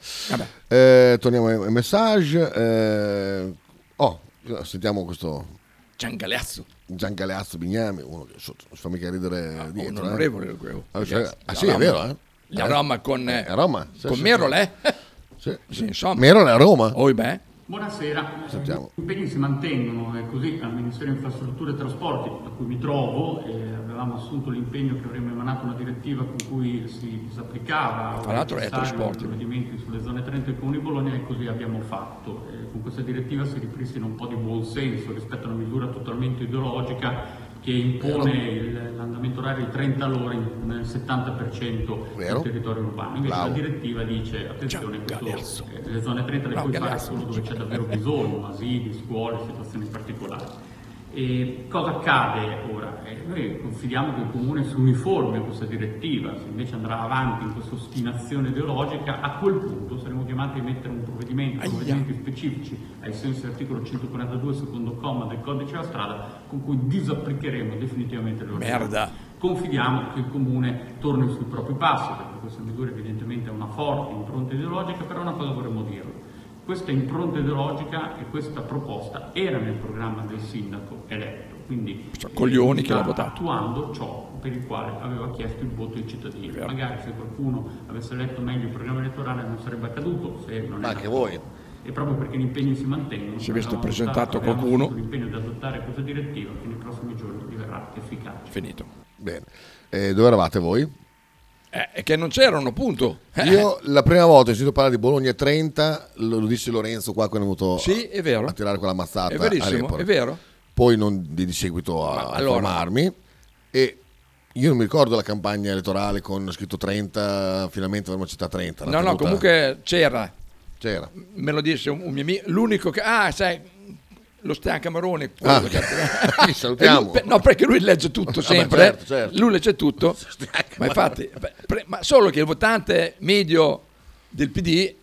Speaker 1: Eh, torniamo ai ai messaggi. Eh, oh, sentiamo questo
Speaker 6: Giangaleazzo.
Speaker 1: Giangaleazzo Bignami, uno che so- non si fa mica ridere dietro.
Speaker 6: Ah, un
Speaker 1: eh.
Speaker 6: onorevole quello.
Speaker 1: Ah, cioè, ah,
Speaker 6: La
Speaker 1: sì, è
Speaker 6: Roma.
Speaker 1: vero, eh?
Speaker 6: La
Speaker 1: Eh,
Speaker 6: Roma con... eh,
Speaker 1: a Roma, sì,
Speaker 6: con
Speaker 1: sì,
Speaker 6: Merole, eh?
Speaker 1: Sì,
Speaker 6: sì, insomma.
Speaker 1: Merole a Roma?
Speaker 6: Oh, beh.
Speaker 9: Buonasera.
Speaker 1: Sentiamo.
Speaker 9: Gli impegni si mantengono e così al Ministero Infrastrutture e Trasporti, a cui mi trovo, eh, avevamo assunto l'impegno che avremmo emanato una direttiva con cui si disapplicava
Speaker 6: Tra l'altro è
Speaker 9: necessario
Speaker 6: trasporti.
Speaker 9: i provvedimenti sulle zone 30 e comune di Bologna e così abbiamo fatto. Eh, con questa direttiva si ripristina un po' di buon senso rispetto a una misura totalmente ideologica che impone il- l'andamento orario di 30 all'ora in- nel 70%
Speaker 1: Vero.
Speaker 9: del territorio urbano. Invece
Speaker 1: Bravo.
Speaker 9: la direttiva dice, attenzione, questo, eh, le zone 30 le
Speaker 6: Bravo,
Speaker 9: puoi fare
Speaker 6: Galeazzo.
Speaker 9: solo dove c'è davvero bisogno, asili, scuole, situazioni particolari. E cosa accade ora? Eh, noi confidiamo che il Comune si uniformi a questa direttiva, se invece andrà avanti in questa ostinazione ideologica, a quel punto saremo chiamati a mettere un provvedimento,
Speaker 6: Aia.
Speaker 9: provvedimenti specifici ai sensi dell'articolo 142 secondo comma del codice della strada con cui disapplicheremo definitivamente le ordinanze.
Speaker 6: Merda.
Speaker 9: Confidiamo che il Comune torni sui propri passi, perché questa misura evidentemente ha una forte impronta ideologica, però una cosa vorremmo dirlo. Questa impronta ideologica e questa proposta era nel programma del sindaco eletto, quindi
Speaker 6: Cioè, coglioni
Speaker 9: eh,
Speaker 6: che l'ha
Speaker 9: sta
Speaker 6: votato.
Speaker 9: attuando ciò per il quale aveva chiesto il voto ai cittadini. Magari se qualcuno avesse letto meglio il programma elettorale non sarebbe accaduto, se non è anche voi. E proprio perché gli impegni si mantengono,
Speaker 6: Se aveste
Speaker 9: avevamo
Speaker 6: presentato
Speaker 9: adottato- avevamo
Speaker 6: qualcuno-
Speaker 9: assunto l'impegno di adottare questa direttiva che nei prossimi giorni diverrà efficace.
Speaker 6: Finito.
Speaker 1: Bene. Eh, dove eravate voi?
Speaker 6: Eh, è che non c'erano, punto. Eh,
Speaker 1: Io la prima volta che ho sentito parlare di Bologna 30, lo, lo disse Lorenzo qua quando è venuto
Speaker 6: Sì, è vero.
Speaker 1: a tirare quella mazzata.
Speaker 6: È
Speaker 1: a
Speaker 6: verissimo,
Speaker 1: Report.
Speaker 6: è vero.
Speaker 1: Poi non di, di seguito a, a
Speaker 6: allora-
Speaker 1: informarmi. E io non mi ricordo la campagna elettorale con scritto 30, finalmente avremo città 30.
Speaker 6: No, no, comunque c'era,
Speaker 1: C'era.
Speaker 6: me lo disse un, un mio amico, l'unico che... Ah, sai, lo Stan Camarone.
Speaker 1: Ah,
Speaker 6: quello
Speaker 1: ok. Li
Speaker 6: E
Speaker 1: salutiamo.
Speaker 6: lui- per- no, perché lui legge tutto
Speaker 1: Vabbè,
Speaker 6: sempre.
Speaker 1: certo, certo.
Speaker 6: Lui legge tutto. ma infatti, beh, pre- ma solo che il votante medio del PD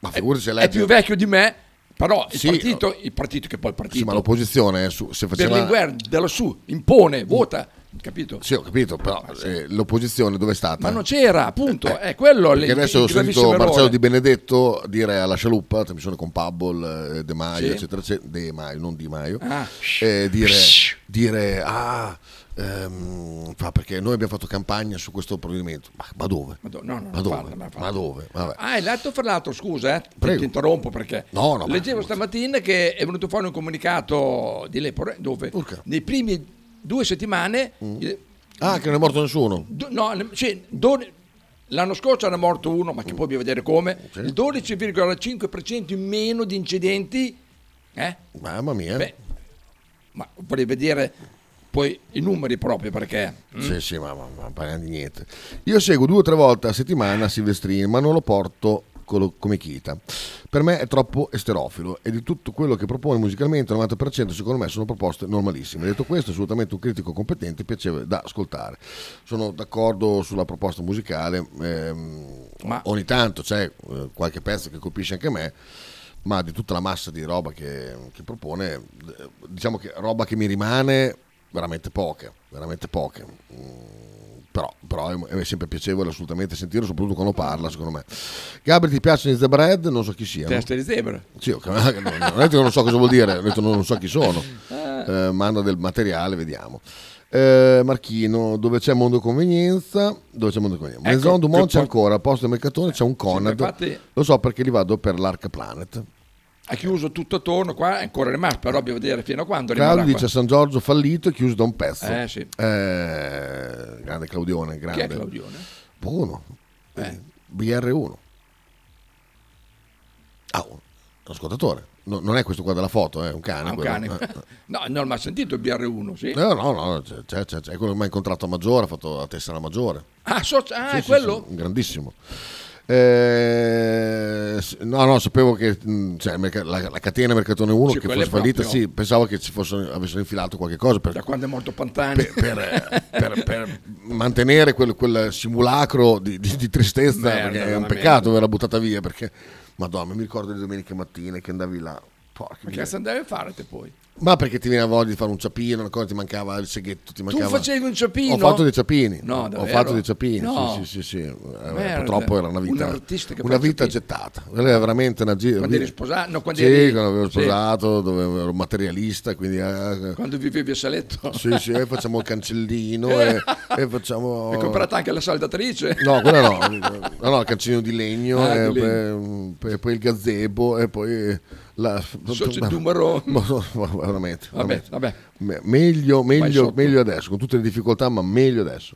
Speaker 6: è,
Speaker 1: se
Speaker 6: è
Speaker 1: legge-
Speaker 6: più vecchio di me, però il,
Speaker 1: Sì,
Speaker 6: partito, il partito che poi il partito...
Speaker 1: Sì, ma l'opposizione, eh, su- se faceva...
Speaker 6: Berlinguer, da lassù, impone, vota, capito?
Speaker 1: Sì, ho capito, però eh, l'opposizione dove è stata?
Speaker 6: Ma non c'era, appunto, è quello
Speaker 1: Perché
Speaker 6: il-
Speaker 1: adesso ho
Speaker 6: il
Speaker 1: sentito
Speaker 6: gravissimo errore.
Speaker 1: Marcello Di Benedetto dire alla scialuppa, trasmissione con Pabble, eh, De Maio,
Speaker 6: Sì.
Speaker 1: eccetera, eccetera, De Maio, non Di Maio,
Speaker 6: Ah.
Speaker 1: eh, dire, dire, ah, ehm, fa perché noi abbiamo fatto campagna su questo provvedimento, ma, ma dove?
Speaker 6: Ma do- no, no, non
Speaker 1: ma dove?
Speaker 6: farla, non farla.
Speaker 1: ma dove? Vabbè.
Speaker 6: Ah, hai letto fra l'altro, scusa, eh, ti-
Speaker 1: Prego.
Speaker 6: ti interrompo perché
Speaker 1: No, no, ma-
Speaker 6: leggevo stamattina che è venuto fuori un comunicato di Lepore dove nei primi due settimane, eh,
Speaker 1: Ah, che non è morto nessuno.
Speaker 6: do- no, ne- sì, doni- l'anno scorso era morto uno, ma che poi bisogna vedere come, il 12,5% in meno di incidenti, eh?
Speaker 1: Mamma mia.
Speaker 6: Beh, ma vorrei vedere poi i numeri proprio perché... mm?
Speaker 1: Sì, sì, ma, ma, ma parliamo di niente. Io seguo due o tre volte a settimana Silvestrini, ma non lo porto colo- come chita. Per me è troppo esterofilo e di tutto quello che propone musicalmente, il 90% secondo me sono proposte normalissime. Detto questo, è assolutamente un critico competente e piacevole da ascoltare. Sono d'accordo sulla proposta musicale, ehm, ogni tanto c'è eh, qualche pezzo che colpisce anche me. ma di tutta la massa di roba che, che propone, eh, diciamo che roba che mi rimane veramente poca, veramente poca. Mm, Però, però è, è sempre piacevole assolutamente sentire, soprattutto quando parla, secondo me. Gabri, ti piacciono i Zebred? Non so chi siano.
Speaker 6: Teste di zebra.
Speaker 1: Sì, ho cap- non ho detto che non so cosa vuol dire, ho detto non so chi sono. Eh, manda del materiale, vediamo. Eh, Marchino, dove c'è Mondo Convenienza, dove c'è Mondo Convenienza.
Speaker 6: Ecco,
Speaker 1: Maison Dumont
Speaker 6: che
Speaker 1: c'è
Speaker 6: po-
Speaker 1: ancora, a posto del Mercatone c'è un Conad.
Speaker 6: infatti-
Speaker 1: Lo so perché li vado per l'Arca Planet.
Speaker 6: Ha chiuso tutto attorno qua, è ancora rimasto, però bisogna vedere fino a quando rimarrà
Speaker 1: Claudio
Speaker 6: qua.
Speaker 1: dice a San Giorgio fallito e chiuso da un pezzo.
Speaker 6: Eh, sì.
Speaker 1: Eh, grande Claudione, grande.
Speaker 6: Chi è Claudione? Eh.
Speaker 1: Buono. BR1. Ah, un un ascoltatore. No, non è questo qua della foto, eh, è un cane.
Speaker 6: Ah, un
Speaker 1: quello.
Speaker 6: cane.
Speaker 1: Eh, eh.
Speaker 6: no, non l'ha sentito il BR1, sì.
Speaker 1: No, no, no, c'è, c'è- c'è- c'è quello che mi ha incontrato a Maggiore, ha fatto la tessera a Maggiore.
Speaker 6: Ah, so- ah,
Speaker 1: Sì,
Speaker 6: è
Speaker 1: sì,
Speaker 6: quello?
Speaker 1: sì, grandissimo. Eh, s- no, no, sapevo che mh, cioè, il merca- la, la catena Mercatone 1
Speaker 6: Sì,
Speaker 1: che
Speaker 6: quella
Speaker 1: fosse
Speaker 6: è
Speaker 1: fallita,
Speaker 6: proprio-
Speaker 1: sì, pensavo che ci fossero, avessero infilato qualche cosa per,
Speaker 6: Da quando è morto Pantani.
Speaker 1: Per, eh, per- per mantenere quel, quel simulacro di, di- di tristezza
Speaker 6: Merda,
Speaker 1: perché è un
Speaker 6: veramente.
Speaker 1: peccato averla buttata via perché madonna mi ricordo le domeniche mattine che andavi là porca
Speaker 6: Ma che
Speaker 1: miseria.
Speaker 6: cazzo andavi a fare te poi?
Speaker 1: ma perché ti veniva voglia di fare un ciapino una cosa ti mancava il seghetto ti mancava
Speaker 6: facevi un ciapino?
Speaker 1: ho fatto dei ciapini
Speaker 6: No,
Speaker 1: ho
Speaker 6: davvero?
Speaker 1: fatto dei ciapini
Speaker 6: No.
Speaker 1: sì sì sì, sì. Eh,
Speaker 6: Merda.
Speaker 1: purtroppo era una
Speaker 6: Un
Speaker 1: vita
Speaker 6: artista che
Speaker 1: una
Speaker 6: fa i
Speaker 1: vita
Speaker 6: ciapini.
Speaker 1: gettata quella era veramente una gi-
Speaker 6: Quando eri sposato? No, quando
Speaker 1: sì
Speaker 6: eri-
Speaker 1: quando avevo
Speaker 6: sì.
Speaker 1: sposato dove ero materialista quindi eh,
Speaker 6: Quando vivevi a Saletto?
Speaker 1: sì, sì, eh, facciamo il cancellino e, e facciamo...
Speaker 6: Hai comprato anche la saldatrice?
Speaker 1: No, quella no, no, no, il cancellino di legno,
Speaker 6: Ah,
Speaker 1: e
Speaker 6: di
Speaker 1: poi- e poi il gazebo e poi la...
Speaker 6: Socio numero-
Speaker 1: Ma- ma- ma- veramente,
Speaker 6: Vabbè,
Speaker 1: veramente.
Speaker 6: vabbè.
Speaker 1: Me- Meglio,
Speaker 6: Vai
Speaker 1: meglio,
Speaker 6: sotto.
Speaker 1: meglio adesso, con tutte le difficoltà, ma meglio adesso.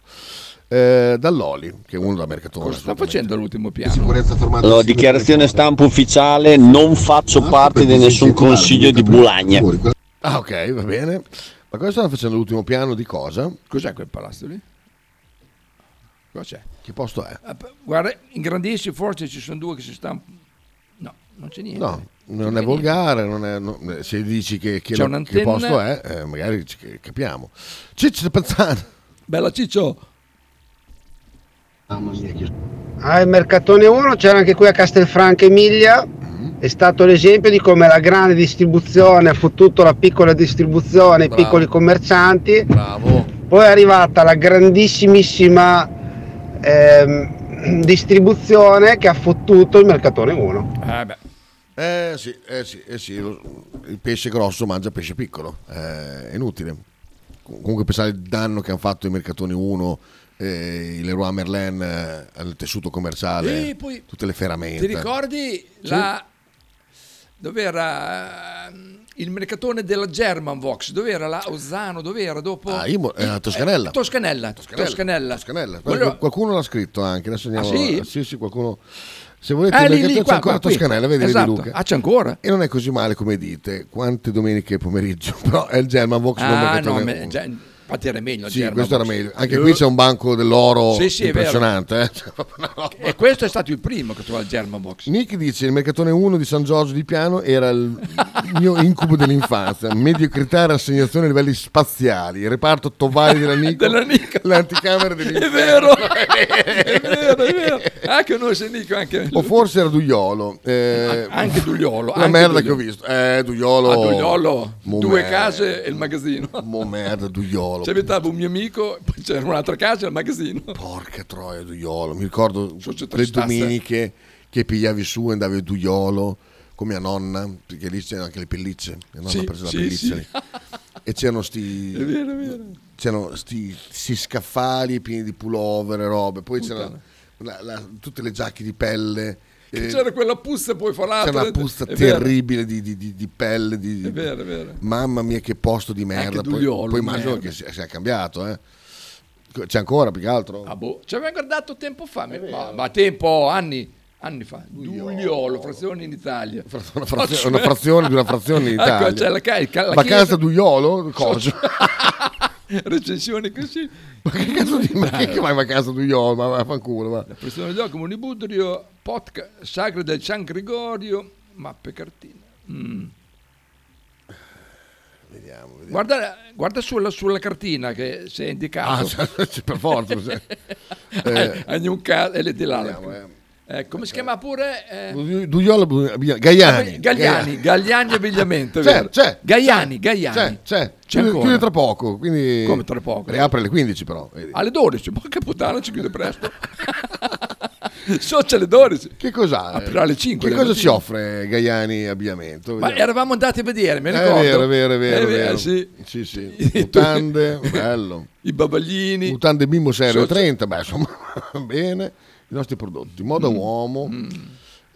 Speaker 1: Eh, Dall'Oli, che è uno da Mercatone.
Speaker 6: Cosa sta
Speaker 1: assolutamente.
Speaker 6: facendo l'ultimo piano?
Speaker 10: Allora, dichiarazione stampa ufficiale, non faccio parte di nessun consiglio di Bologna.
Speaker 1: Ah, ok, va bene. Ma cosa stanno facendo l'ultimo piano di cosa?
Speaker 6: Cos'è quel palazzo lì? Cosa c'è?
Speaker 1: Che posto è?
Speaker 6: Ah, p- Guarda, in grandissimi forse ci sono due che si stanno... No, non c'è niente.
Speaker 1: No, non è volgare, non è- non- se dici che, che-
Speaker 6: C'è
Speaker 1: che
Speaker 6: un'antenna.
Speaker 1: posto è, eh, magari ci- che- capiamo. Ciccio di Panzana.
Speaker 6: Bella Ciccio.
Speaker 11: Al Mercatone 1 c'era anche qui a Castelfranco Emilia,
Speaker 1: Mm.
Speaker 11: è stato l'esempio di come la grande distribuzione ha fottuto la piccola distribuzione, i
Speaker 12: Bravo.
Speaker 11: piccoli commercianti,
Speaker 1: Bravo.
Speaker 11: poi è arrivata la grandissimissima ehm, distribuzione che ha fottuto il Mercatone 1.
Speaker 6: Eh beh.
Speaker 1: Eh sì, eh sì, eh sì, lo- il pesce grosso mangia pesce piccolo, eh, è inutile. Com- Comunque pensare al danno che hanno fatto i Mercatoni 1, eh, il Leroy Merlin eh, al tessuto commerciale,
Speaker 6: E poi-
Speaker 1: tutte le ferramenta.
Speaker 6: Ti ricordi la... Dove era il mercatone della Germanvox? Dove era la Ozzano? Dove era dopo?
Speaker 1: Ah, io mo- eh, a Toscanella.
Speaker 6: Toscanella. Toscanella. Toscanella.
Speaker 1: Guarda,
Speaker 6: Quello-
Speaker 1: Qualcuno l'ha scritto anche, adesso andiamo
Speaker 6: Ah, sì?
Speaker 1: sì, sì, qualcuno... Se volete,
Speaker 6: Ah,
Speaker 1: il
Speaker 6: lì, lì,
Speaker 1: Mercatone c'è
Speaker 6: qua,
Speaker 1: ancora
Speaker 6: qua, qui.
Speaker 1: Toscanella, vedi, vedi
Speaker 6: Esatto.
Speaker 1: Luca.
Speaker 6: Ah, c'è ancora?
Speaker 1: E non è così male come dite, quante domeniche pomeriggio, però è il German Vox non
Speaker 6: Ah, no,
Speaker 1: Mercatone
Speaker 6: me-
Speaker 1: uno.
Speaker 6: già- infatti era meglio. il
Speaker 1: Sì,
Speaker 6: German
Speaker 1: questo era
Speaker 6: Box.
Speaker 1: meglio. Anche
Speaker 6: Eh,
Speaker 1: qui c'è un banco dell'oro
Speaker 6: Sì, sì, è vero.
Speaker 1: impressionante. eh.
Speaker 6: E questo è stato il primo che trovava il German Box.
Speaker 1: Nick dice il mercatone 1 di San Giorgio di Piano era il mio incubo dell'infanzia, mediocrità e rassegnazione a livelli spaziali, il reparto Tovagli della Nico, l'anticamera dell'inferno.
Speaker 6: È vero, è vero, è vero. Anche noi se dico anche...
Speaker 1: O forse era Dugliolo. eh,
Speaker 6: Anche Dugliolo.
Speaker 1: La
Speaker 6: anche
Speaker 1: merda che ho
Speaker 6: Dugliolo.
Speaker 1: visto. Eh, Dugliolo.
Speaker 6: A Dugliolo,
Speaker 1: Mo
Speaker 6: due
Speaker 1: merda,
Speaker 6: case e il magazzino.
Speaker 1: Mo merda, Dugliolo.
Speaker 6: Ci abitava un mio amico, poi c'era un'altra casa e il magazzino.
Speaker 1: Porca troia, Dugliolo. Mi ricordo le
Speaker 6: tristasse.
Speaker 1: domeniche che pigliavi su e andavi a Dugliolo con mia nonna, perché lì c'erano anche le pellicce. Mia nonna
Speaker 6: Sì,
Speaker 1: ha preso
Speaker 6: sì,
Speaker 1: la pelliccia
Speaker 6: sì.
Speaker 1: lì. E c'erano sti.
Speaker 6: È vero, è vero.
Speaker 1: C'erano sti, sti scaffali pieni di pullover e robe. Poi c'erano la- la- tutte le giacche di pelle. eh,
Speaker 6: C'era quella puzza poi forata.
Speaker 1: c'è una puzza
Speaker 6: È vero,
Speaker 1: terribile di, di- di- di pelle. Di,
Speaker 6: È vero, è vero.
Speaker 1: Mamma mia, che posto di merda. Poi,
Speaker 6: Dugliolo,
Speaker 1: poi immagino
Speaker 6: merda.
Speaker 1: che sia, sia cambiato. eh. C'è ancora più che altro.
Speaker 6: Ah, boh. Ci avevamo guardato tempo fa, mi- ma, ma tempo, anni, anni fa. Dugliolo, frazione in Italia.
Speaker 1: Una, frazio- una frazione di una frazione in Italia.
Speaker 6: Cioè, Ecco, c'è la, ca- il ca- la
Speaker 1: Vacanza
Speaker 6: chiesa. Cioè,
Speaker 1: Dugliolo? Cosa?
Speaker 6: recensioni così.
Speaker 1: Ma che cazzo di ma che, che mai vacanza Dugliolo? Ma vaffanculo. Ma.
Speaker 6: Persone d'Oca, Monibudrio, Potca, Sacre del San Gregorio, mappe cartine. Mm.
Speaker 1: Vediamo, vediamo.
Speaker 6: Guarda, guarda sulla, sulla cartina che si è indicato.
Speaker 1: Ah, cioè, per forza. cioè.
Speaker 6: Eh, ogni un caso e le di là.
Speaker 1: Vediamo, eh.
Speaker 6: Eh, come si chiama pure? eh,
Speaker 1: Du- Dugliola Bu- Abbigliani- Gaiani.
Speaker 6: Gagliani, Gagliani abbigliamento. è
Speaker 1: C'è,
Speaker 6: vero.
Speaker 1: c'è. C'è,
Speaker 6: Gaiani, Gaiani.
Speaker 1: C'è, c'è.
Speaker 6: C'è
Speaker 1: Chiude,
Speaker 6: ancora.
Speaker 1: chiude tra poco. Quindi
Speaker 6: Come tra poco?
Speaker 1: Riapre Eh, alle 15 però. vedi.
Speaker 6: Alle 12, porca puttana, ci chiude presto. so c'è alle 12.
Speaker 1: Che cos'ha?
Speaker 6: Aprirà alle 5.
Speaker 1: Che
Speaker 6: del
Speaker 1: cosa ci
Speaker 6: mattino.
Speaker 1: offre Gaiani abbigliamento?
Speaker 6: Ma
Speaker 1: Vediamo.
Speaker 6: eravamo andati a vedere, mi
Speaker 1: Eh,
Speaker 6: ricordo.
Speaker 1: vero, vero, vero,
Speaker 6: Eh,
Speaker 1: vero.
Speaker 6: Sì.
Speaker 1: Sì, sì. Mutande, bello.
Speaker 6: I babaglini.
Speaker 1: Mutande bimbo serio
Speaker 6: So-
Speaker 1: 30, beh, insomma, bene. I nostri prodotti, moda uomo,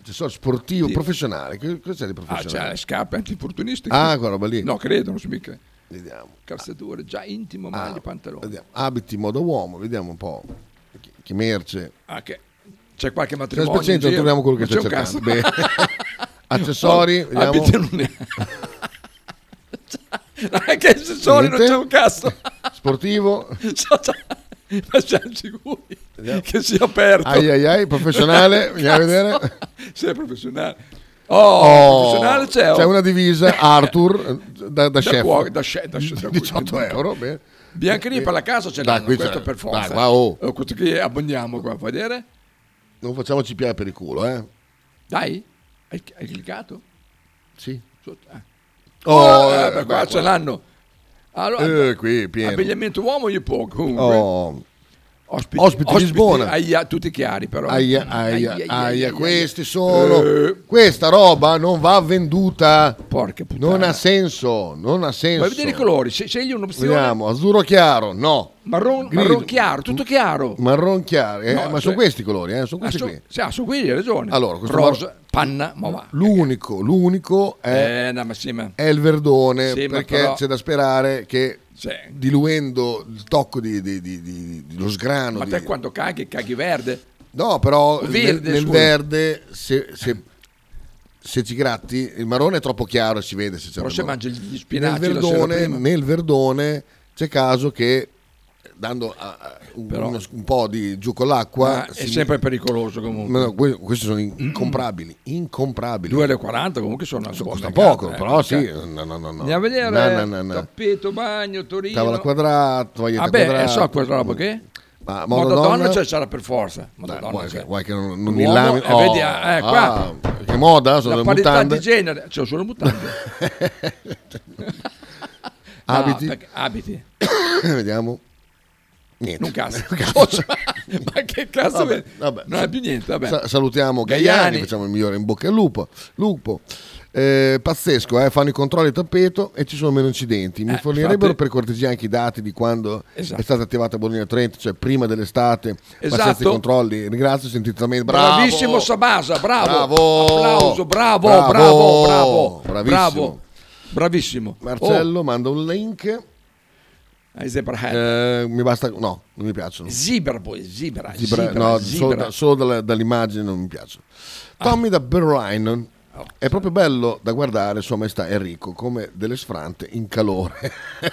Speaker 1: accessorio sportivo,
Speaker 6: Mm. Sì.
Speaker 1: professionale. Che cosa c'è di
Speaker 6: Ah,
Speaker 1: professionale?
Speaker 6: c'è scarpe antinfortunistiche.
Speaker 1: Ah, quella roba lì.
Speaker 6: No, credo, non so mica.
Speaker 1: Vediamo. Ah,
Speaker 6: Calzature, già intimo, maglie, pantaloni.
Speaker 1: Abiti moda uomo, vediamo un po' che, che merce.
Speaker 6: Ah, che c'è qualche
Speaker 1: C'è
Speaker 6: matrimonio. in
Speaker 1: spezzetto,
Speaker 6: giro?
Speaker 1: troviamo quello che
Speaker 6: Ma
Speaker 1: sta
Speaker 6: c'è un
Speaker 1: cercando. Bene.
Speaker 6: cazzo.
Speaker 1: Accessori,
Speaker 6: Oh,
Speaker 1: vediamo.
Speaker 6: abiti non ne- Anche accessori non
Speaker 1: Niente.
Speaker 6: c'è un cazzo.
Speaker 1: Sportivo.
Speaker 6: So- so- Ma siamo sicuri che sia aperto.
Speaker 1: Ai ai ai, professionale, andiamo a
Speaker 6: Cazzo.
Speaker 1: vedere.
Speaker 6: Sei professionale. Oh, professionale c'è. oh.
Speaker 1: una divisa Arthur eh, da, da,
Speaker 6: Da
Speaker 1: chef.
Speaker 6: cuoco, da chef, da chef, da
Speaker 1: 18
Speaker 6: cuoco.
Speaker 1: euro. Bene.
Speaker 6: Biancheria per la casa ce l'hanno,
Speaker 1: qui
Speaker 6: questo
Speaker 1: c'è-
Speaker 6: per forza.
Speaker 1: dai, qua, oh.
Speaker 6: Eh, Questo che abbondiamo qua, fai vedere?
Speaker 1: Non facciamoci piare per il culo, eh?
Speaker 6: Dai, hai, hai cliccato?
Speaker 1: Sì.
Speaker 6: Sotto, eh.
Speaker 1: Oh,
Speaker 6: Oh, eh,
Speaker 1: eh,
Speaker 6: beh,
Speaker 1: beh,
Speaker 6: qua
Speaker 1: qua.
Speaker 6: ce l'hanno. Allora,
Speaker 1: Eh, qui, pieno.
Speaker 6: abbigliamento uomo gli può comunque.
Speaker 1: Oh.
Speaker 6: Ospiti,
Speaker 1: Ospiti di Lisbona.
Speaker 6: Aia, tutti chiari però. Ah,
Speaker 1: Aia,
Speaker 6: Aia,
Speaker 1: aia,
Speaker 6: aia,
Speaker 1: aia,
Speaker 6: aia. Eh.
Speaker 1: questi sono. Questa roba non va venduta. Porca puttana. Non ha senso, non ha senso.
Speaker 6: Vai a vedere i colori, sce- scegli un'opzione.
Speaker 1: Vediamo, azzurro chiaro, no.
Speaker 6: Marron,
Speaker 1: Grigio.
Speaker 6: marron chiaro, tutto chiaro.
Speaker 1: Marron chiaro, eh,
Speaker 6: No,
Speaker 1: ma
Speaker 6: cioè-
Speaker 1: sono questi i colori, eh, sono
Speaker 6: Ah,
Speaker 1: questi
Speaker 6: su,
Speaker 1: qui.
Speaker 6: sì, ah, su quelli hai ragione.
Speaker 1: Allora, questo
Speaker 6: Rosa,
Speaker 1: mar-
Speaker 6: panna, ma va.
Speaker 1: L'unico, l'unico è,
Speaker 6: Eh, no, ma sì, ma...
Speaker 1: è il verdone,
Speaker 6: Sì, ma
Speaker 1: perché
Speaker 6: però-
Speaker 1: c'è da sperare che
Speaker 6: Sì.
Speaker 1: diluendo il tocco di, di- di- di- di- lo sgrano.
Speaker 6: Ma
Speaker 1: di-
Speaker 6: te quando caghi, caghi verde.
Speaker 1: No, però
Speaker 6: O verde,
Speaker 1: nel, nel
Speaker 6: scusa.
Speaker 1: verde, se, se- se ci gratti, il marrone è troppo chiaro e si vede se c'è
Speaker 6: Però
Speaker 1: il
Speaker 6: se
Speaker 1: marrone.
Speaker 6: mangi gli spinaci
Speaker 1: nel
Speaker 6: la sera
Speaker 1: verdone,
Speaker 6: prima.
Speaker 1: nel verdone c'è caso che dando a- a- un,
Speaker 6: Però-
Speaker 1: uno- un po' di giù con
Speaker 6: Ma
Speaker 1: l'acqua
Speaker 6: è
Speaker 1: si-
Speaker 6: sempre pericoloso comunque.
Speaker 1: Ma no, que- questi sono in- incomprabili incomprabili
Speaker 6: 2,40 comunque sono...
Speaker 1: Insomma, costa
Speaker 6: mercato,
Speaker 1: poco
Speaker 6: eh,
Speaker 1: però sì
Speaker 6: mercato.
Speaker 1: no, no, no, no.
Speaker 6: Andiamo a vedere.
Speaker 1: No, no, no, no.
Speaker 6: Tappeto, bagno, Torino.
Speaker 1: tavola quadrata toglietta
Speaker 6: Ah, beh,
Speaker 1: quadrata
Speaker 6: eh, so quella roba che...
Speaker 1: ma
Speaker 6: Moda
Speaker 1: Madonna,
Speaker 6: donna c'è, c'era per forza.
Speaker 1: Dai,
Speaker 6: Madonna
Speaker 1: vuoi,
Speaker 6: c'è.
Speaker 1: che, vuoi che non, non mi
Speaker 6: L'uomo,
Speaker 1: lami
Speaker 6: eh, vedi, eh, qua.
Speaker 1: ah, che moda sono
Speaker 6: la
Speaker 1: le
Speaker 6: parità
Speaker 1: mutande
Speaker 6: di genere, c'è solo mutande. No,
Speaker 1: Abiti?
Speaker 6: perché- abiti.
Speaker 1: vediamo niente
Speaker 6: Non cazzo. ma che cazzo
Speaker 1: Vabbè,
Speaker 6: vedi?
Speaker 1: vabbè.
Speaker 6: Non è più niente, vabbè.
Speaker 1: Sa- salutiamo Gaiani,
Speaker 6: Gaiani.
Speaker 1: facciamo il migliore in bocca al lupo. lupo. Eh, pazzesco, eh, fanno i controlli a tappeto e ci sono meno incidenti. Mi
Speaker 6: Eh,
Speaker 1: fornirebbero
Speaker 6: infatti-
Speaker 1: per cortesia anche i dati di quando
Speaker 6: Esatto.
Speaker 1: è stata attivata Bologna 30, cioè prima dell'estate, ma senza
Speaker 6: Esatto.
Speaker 1: i controlli. Ringrazio sentitamente. Bravo,
Speaker 6: Bravissimo Sabasa, bravo.
Speaker 1: Bravo.
Speaker 6: Applauso, bravo,
Speaker 1: Bravo.
Speaker 6: bravo, bravo.
Speaker 1: Bravissimo.
Speaker 6: Bravo. Bravissimo.
Speaker 1: Marcello, manda un link.
Speaker 6: Oh, Zebrahead.
Speaker 1: Eh, mi basta, no, non mi piacciono.
Speaker 6: Zibra poi, Zibra.
Speaker 1: Zibra-
Speaker 6: Zibra,
Speaker 1: no,
Speaker 6: Zibra.
Speaker 1: solo, da- solo dalla- dall'immagine non mi piace. Tommy da Berlin è proprio bello da guardare, sua maestà Enrico, come delle sfrante in calore.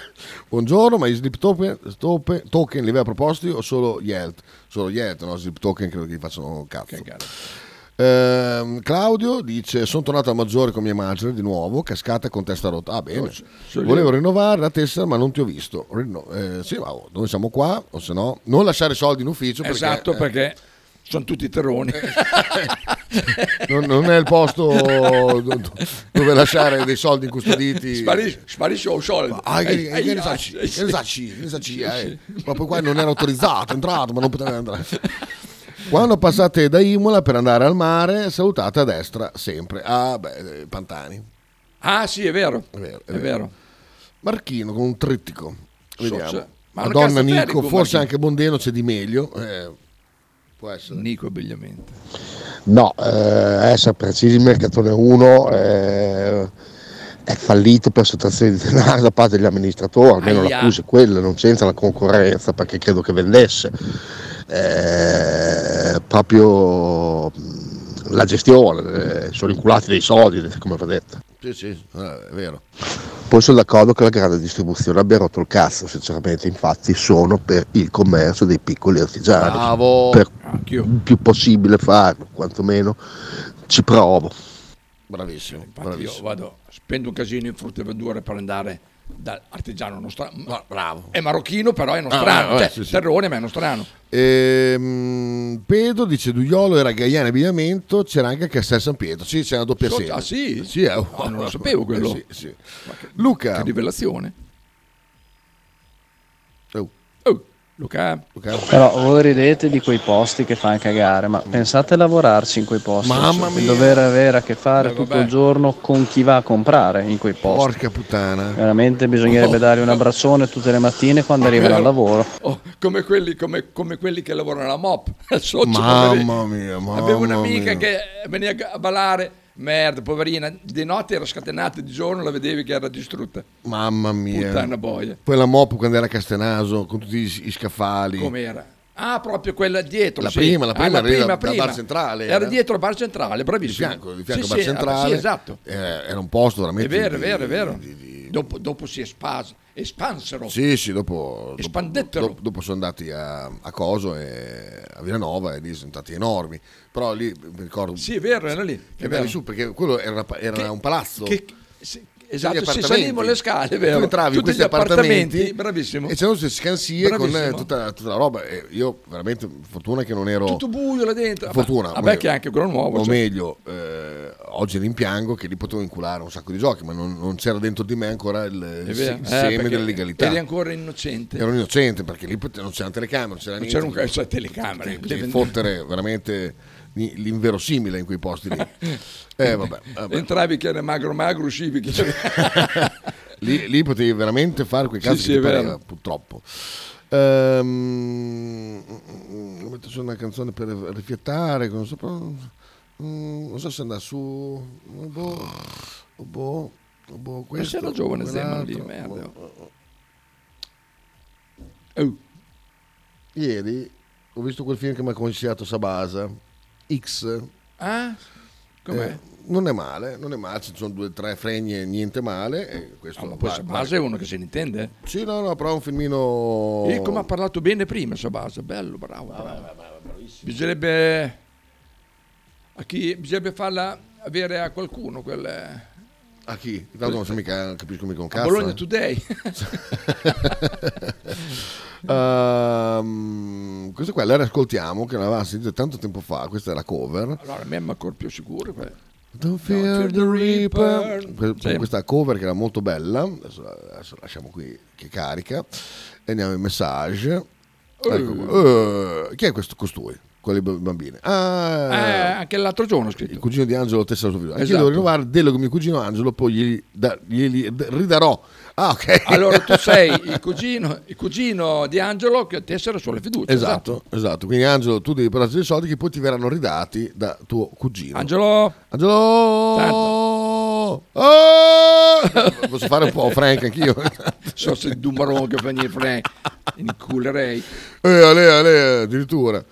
Speaker 1: Buongiorno, ma gli slip token, tope- token li aveva proposti o solo gli ELT? Solo gli ELT, no, slip token credo che gli facciano un cazzo. Ehm, Claudio dice: Sono tornato a Maggiore con mia madre di nuovo, cascata con testa rotta. Ah, bene.
Speaker 6: Oh, so- so io.
Speaker 1: Volevo rinnovare la tessera, ma non ti ho visto. Rinno- eh, sì, ma oh, noi siamo qua, o se no, non lasciare soldi in ufficio. Perché,
Speaker 6: Esatto,
Speaker 1: eh,
Speaker 6: perché sono tutti terroni.
Speaker 1: Eh. non, non è il posto do- do- dove lasciare dei soldi incustoditi.
Speaker 6: Sparisce, sparisce un soldo.
Speaker 1: Ah, che-
Speaker 6: Ehi,
Speaker 1: che
Speaker 6: ehi,
Speaker 1: ne
Speaker 6: ah,
Speaker 1: sacci,
Speaker 6: sì,
Speaker 1: che ne
Speaker 6: sì.
Speaker 1: sacci, che ne sacci, eh. Proprio qua non era autorizzato, è entrato, ma non poteva entrare. Quando passate da Imola per andare al mare, salutate a destra sempre. Ah, beh, eh, Pantani.
Speaker 6: Ah, sì, è vero.
Speaker 1: È vero,
Speaker 6: È vero.
Speaker 1: Marchino con un trittico.
Speaker 6: So,
Speaker 1: Vediamo.
Speaker 6: c'è- ma una
Speaker 1: Madonna
Speaker 6: cazzo
Speaker 1: Nico,
Speaker 6: Ferrico,
Speaker 1: forse
Speaker 6: Marchino.
Speaker 1: anche Bondeno c'è di meglio. Eh, può essere.
Speaker 6: Nico abbigliamento.
Speaker 12: No, eh, essere precisi, il mercatone 1 eh, è fallito per sottrazione di denaro da parte degli amministratori, almeno
Speaker 13: Aia.
Speaker 12: l'accusa è quella, non c'entra la concorrenza perché credo che vendesse. Eh, proprio mh, la gestione, eh, sono inculati dei soldi, come va detto.
Speaker 1: Sì, sì, eh, è vero.
Speaker 12: Poi sono d'accordo che la grande distribuzione abbia rotto il cazzo, sinceramente, infatti sono per il commercio dei piccoli artigiani.
Speaker 1: Bravo.
Speaker 12: Per il più possibile farlo, quantomeno ci provo.
Speaker 1: Bravissimo.
Speaker 6: Infatti io vado, spendo un casino in frutta e verdura per andare da artigiano nostrano.
Speaker 1: bravo.
Speaker 6: È marocchino, però è
Speaker 1: Ah,
Speaker 6: nostrano.
Speaker 1: vabbè,
Speaker 6: cioè,
Speaker 1: sì, sì.
Speaker 6: Terrone, ma è nostrano.
Speaker 1: Ehm, Pedro dice Duiolo era Gaiano abbigliamento, c'era anche a Castel San Pietro. Sì, c'è una doppia
Speaker 6: So-
Speaker 1: sede.
Speaker 6: ah, sì?
Speaker 1: Sì, è-
Speaker 6: Ah, non lo sapevo quello.
Speaker 1: Eh, sì, sì. Luca.
Speaker 6: Che rivelazione.
Speaker 1: Oh.
Speaker 6: Luca.
Speaker 13: Però voi ridete di quei posti che fanno cagare, ma pensate a lavorarci in quei posti.
Speaker 1: Mamma
Speaker 13: cioè,
Speaker 1: mia.
Speaker 13: Dover avere a che fare
Speaker 1: Eh,
Speaker 13: tutto
Speaker 1: vabbè.
Speaker 13: il giorno con chi va a comprare in quei posti.
Speaker 1: Porca puttana.
Speaker 13: Veramente bisognerebbe
Speaker 6: Oh.
Speaker 13: dargli un abbraccione tutte le mattine quando arrivano al
Speaker 6: Vero.
Speaker 13: lavoro.
Speaker 6: Oh, come, quelli, come, come quelli che lavorano alla MOP. al socio, poveri.
Speaker 1: Mamma mia, mamma
Speaker 6: Avevo un'amica
Speaker 1: mia.
Speaker 6: che veniva a ballare, merda, poverina, di notte era scatenata, di giorno la vedevi che era distrutta.
Speaker 1: Mamma mia.
Speaker 6: Puttana boia.
Speaker 1: Poi la mop quando era a Castenaso con tutti gli, gli scaffali.
Speaker 6: Com'era? Ah, proprio quella dietro.
Speaker 1: La
Speaker 6: sì.
Speaker 1: prima, la
Speaker 6: Ah,
Speaker 1: prima era da- da Bar Centrale,
Speaker 6: Era
Speaker 1: era?
Speaker 6: dietro al bar centrale, bravissimo.
Speaker 1: Di fianco, di fianco
Speaker 6: Sì, ah,
Speaker 1: al bar
Speaker 6: sì, era-
Speaker 1: centrale.
Speaker 6: sì, esatto.
Speaker 1: Eh, era un posto
Speaker 6: È
Speaker 1: veramente.
Speaker 6: vero, è
Speaker 1: di-
Speaker 6: vero, è vero. Dopo, dopo si espas- espansero.
Speaker 1: Sì, sì, dopo, dopo,
Speaker 6: Espandettero.
Speaker 1: dopo- dopo sono andati a, a Coso e a Villanova e lì sono stati enormi. Però lì mi ricordo.
Speaker 6: Sì, è vero, era lì.
Speaker 1: Che
Speaker 6: è
Speaker 1: andavi
Speaker 6: vero.
Speaker 1: su perché quello era, una pa- era
Speaker 6: Che-
Speaker 1: un palazzo.
Speaker 6: che- sì, esatto,
Speaker 1: Gli
Speaker 6: si
Speaker 1: appartamenti.
Speaker 6: salivano le scale, è vero.
Speaker 1: Tu entravi in
Speaker 6: Tutti
Speaker 1: questi
Speaker 6: gli appartamenti,
Speaker 1: appartamenti,
Speaker 6: bravissimo.
Speaker 1: e c'erano queste scansie con eh,
Speaker 6: Bravissimo.
Speaker 1: tutta, tutta la roba. E io veramente fortuna che non ero.
Speaker 6: Tutto buio là dentro. Ah,
Speaker 1: Fortuna.
Speaker 6: Vabbè, vabbè, che anche quello nuovo.
Speaker 1: O
Speaker 6: cioè.
Speaker 1: meglio, eh, oggi rimpiango che lì potevo inculare un sacco di giochi, ma non, non c'era dentro di me ancora il,
Speaker 6: È
Speaker 1: il
Speaker 6: vero, eh,
Speaker 1: seme
Speaker 6: perché
Speaker 1: della legalità.
Speaker 6: Eri ancora innocente.
Speaker 1: Ero un innocente perché lì pote- non c'era telecamera, non c'era
Speaker 6: Non
Speaker 1: niente.
Speaker 6: c'era un cazzo di telecamere.
Speaker 1: Potevi fottere veramente ni- l'inverosimile in quei posti lì. Eh, vabbè, vabbè.
Speaker 6: Entravi che era magro magro, uscivi che
Speaker 1: Lì, lì potevi veramente fare quei
Speaker 6: Sì,
Speaker 1: cazzi
Speaker 6: sì,
Speaker 1: che
Speaker 6: è
Speaker 1: ti pareva,
Speaker 6: vero.
Speaker 1: purtroppo. Ehm, metto su una canzone per rifiatare, non so, mm, non so se andrà su... Boh, boh, boh, questo,
Speaker 6: c'era giovane Zeman lì,
Speaker 1: quell'altro. oh,
Speaker 6: merda.
Speaker 1: Oh. Ieri ho visto quel film che mi ha consigliato Sabasa, X.
Speaker 6: Ah, com'è?
Speaker 1: Eh, non è male, non è male, ci sono due o tre fregne, niente male. e questo
Speaker 6: Ah, ma poi
Speaker 1: va-
Speaker 6: Sabasa è uno che se ne intende.
Speaker 1: Sì, no, no, però è un filmino... Ah,
Speaker 6: E come ha parlato bene prima Sabasa, bello, bravo. bravo. Bisognerebbe a chi bisognerebbe farla avere a qualcuno quel
Speaker 1: A chi? Tanto non so mica, non capisco mica un
Speaker 6: a
Speaker 1: cazzo.
Speaker 6: Bologna
Speaker 1: eh.
Speaker 6: Today.
Speaker 1: Ehm, questa qua la riascoltiamo, che l'avevamo sentita tanto tempo fa, questa è la cover.
Speaker 6: allora a me mi ancora più sicuro. que-
Speaker 1: Don't fear the
Speaker 6: Reaper.
Speaker 1: Que-
Speaker 6: Sì.
Speaker 1: Questa cover che era molto bella, adesso, adesso la lasciamo qui che carica e andiamo in message. Ecco qua. Eh, chi è questo costui? Con le b- bambine. Ah,
Speaker 6: Eh, anche l'altro giorno ho
Speaker 1: il
Speaker 6: scritto.
Speaker 1: cugino di Angelo testa sul video. Anche io
Speaker 6: Esatto.
Speaker 1: devo rinnovare, delego mio cugino Angelo, poi glieli, da- glieli d- ridarò. Ah, ok.
Speaker 6: Allora tu sei il cugino, il cugino di Angelo che tessera sulle fiducie.
Speaker 1: Esatto, esatto. Quindi Angelo, tu devi portarci dei soldi che poi ti verranno ridati da tuo cugino.
Speaker 6: Angelo.
Speaker 1: Angelo. Oh! Posso fare un po' Frank anch'io?
Speaker 6: So se Dumarone che fa niente Frank, inculerei.
Speaker 1: Eh, ale, ale, addirittura.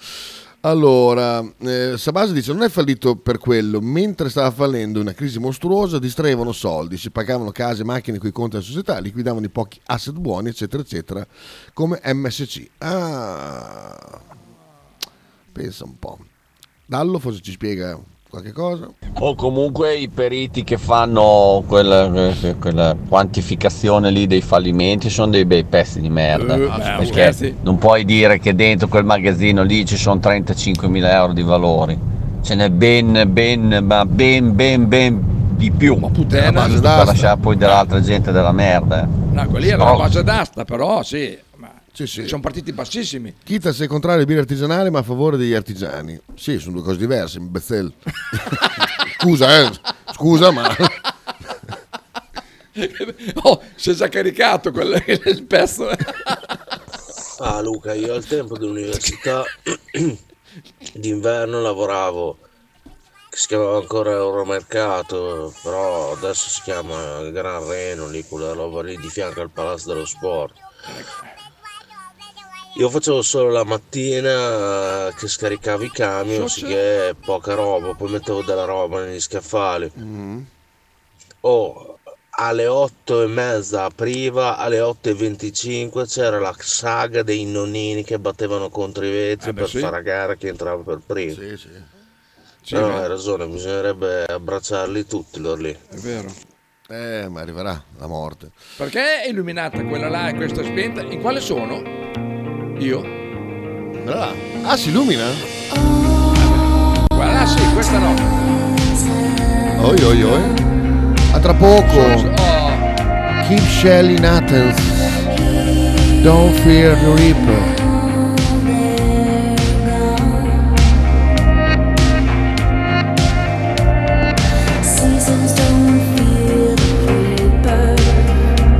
Speaker 1: Allora, eh, Sabasi dice non è fallito per quello, mentre stava fallendo una crisi mostruosa distraevano soldi, si pagavano case, macchine coi conti della società, liquidavano i pochi asset buoni eccetera eccetera come MSC. Ah, pensa un po'. Dallo forse ci spiega qualche cosa.
Speaker 10: O comunque i periti che fanno quella, eh, quella quantificazione lì dei fallimenti sono dei bei pezzi di merda.
Speaker 6: Eh, beh,
Speaker 10: perché
Speaker 6: scherzi.
Speaker 10: non puoi dire che dentro quel magazzino lì ci sono 35.000 euro di valori. Ce n'è ben, ben, ma ben, ben, ben di più. Ma
Speaker 6: puttana.
Speaker 10: Ma giusto per lasciare poi dell'altra gente della merda. eh.
Speaker 6: No, quelli era
Speaker 10: No.
Speaker 6: la base d'asta, però sì. Ma
Speaker 1: sì.
Speaker 6: Sono partiti bassissimi.
Speaker 1: Chita se è contrario ai birre artigianali ma a favore degli artigiani. Sì, sono due cose diverse, Bezzell. scusa, eh, scusa ma...
Speaker 6: Oh, si è già caricato quel, il pezzo.
Speaker 14: Ah Luca, io al tempo dell'università d'inverno lavoravo, che si chiamava ancora Euromercato, però adesso si chiama Gran Reno, lì quella roba lì di fianco al Palazzo dello Sport. Io facevo solo la mattina eh, che scaricavo i camion, sicché poca roba, poi mettevo della roba negli scaffali.
Speaker 1: Mm.
Speaker 14: Oh, alle 8 e mezza apriva, alle 8 e 25 c'era la saga dei nonnini che battevano contro i vetri
Speaker 1: Eh beh,
Speaker 14: per
Speaker 1: sì.
Speaker 14: fare a gara chi entrava per primo.
Speaker 1: Sì, sì.
Speaker 14: No,
Speaker 1: Sì,
Speaker 14: hai ragione, bisognerebbe abbracciarli tutti loro lì.
Speaker 6: È vero.
Speaker 1: Eh, ma arriverà la morte.
Speaker 6: Perché è illuminata quella là e questa è spenta? In quale sono? Io?
Speaker 1: Allora, ah, si illumina?
Speaker 6: Guarda, sì, questa no.
Speaker 1: Oi, oi, oi. A tra poco. Keep Shell in Athens. Don't fear the Reaper.
Speaker 8: Seasons don't feel the paper,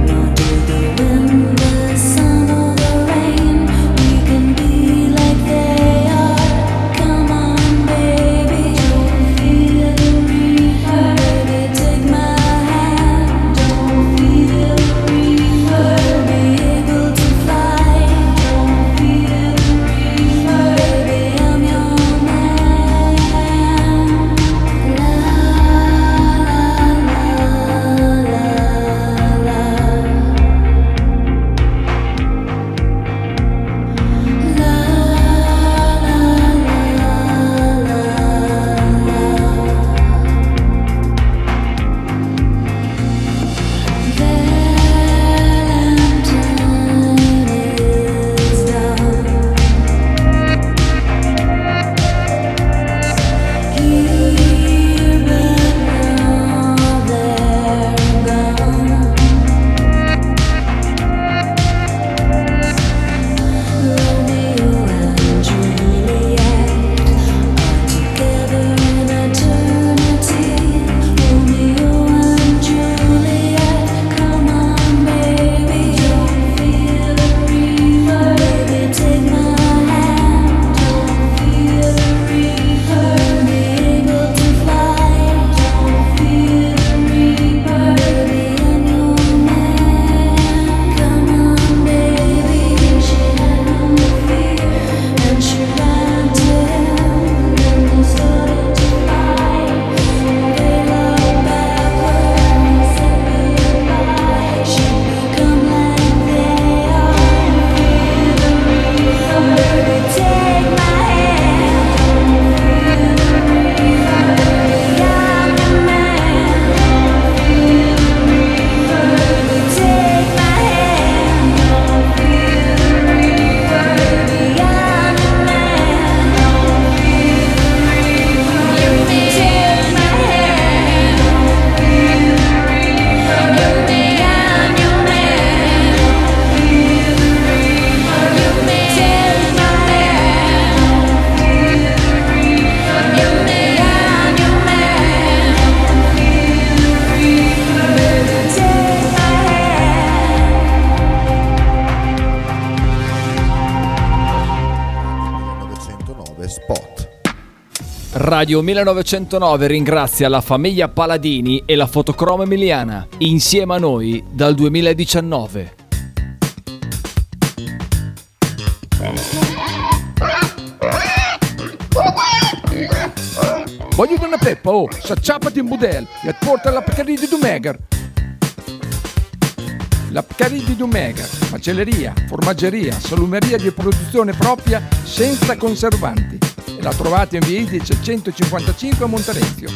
Speaker 8: nor do the wind, the sun, or the rain. We can be like they are. Come on, baby, don't feel the reaper. Baby, take my hand. Don't feel the reaper. Be able to fly. Don't feel the reaper. Baby, I'm your man. oh,
Speaker 1: spot.
Speaker 15: Radio 1909 ringrazia la famiglia Paladini e la fotocromo emiliana, insieme a noi dal 2019.
Speaker 6: Voglio una peppa, oh, s'acciappati in budel e porta la Pcaridi di Dumegar. La Pcaridi di Dumegar, macelleria, formaggeria, salumeria di produzione propria senza conservanti. E la trovate in via Idice 155 a Monterezio.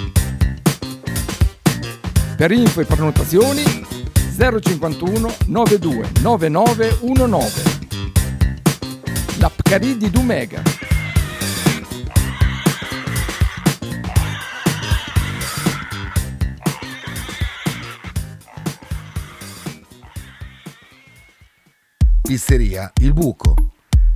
Speaker 6: Per info e prenotazioni 051 92 9919. La Pcaridi di Dumegar.
Speaker 1: Pizzeria Il Buco.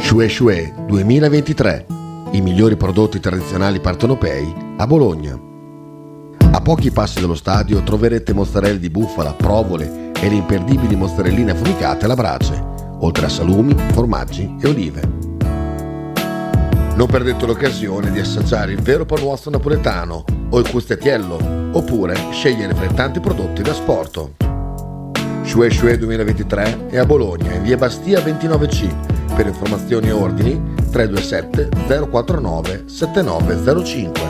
Speaker 1: Shue Shue 2023. I migliori prodotti tradizionali partenopei a Bologna. A pochi passi dallo stadio troverete mozzarella di bufala, provole e le imperdibili mozzarelline affumicate alla brace, oltre a salumi, formaggi e olive. Non perdete l'occasione di assaggiare il vero panuozzo napoletano o il custettiello, oppure scegliere fra i tanti prodotti da sport. Shue Shue 2023 è a Bologna, in via Bastia 29C. Per informazioni e ordini 327 049 7905.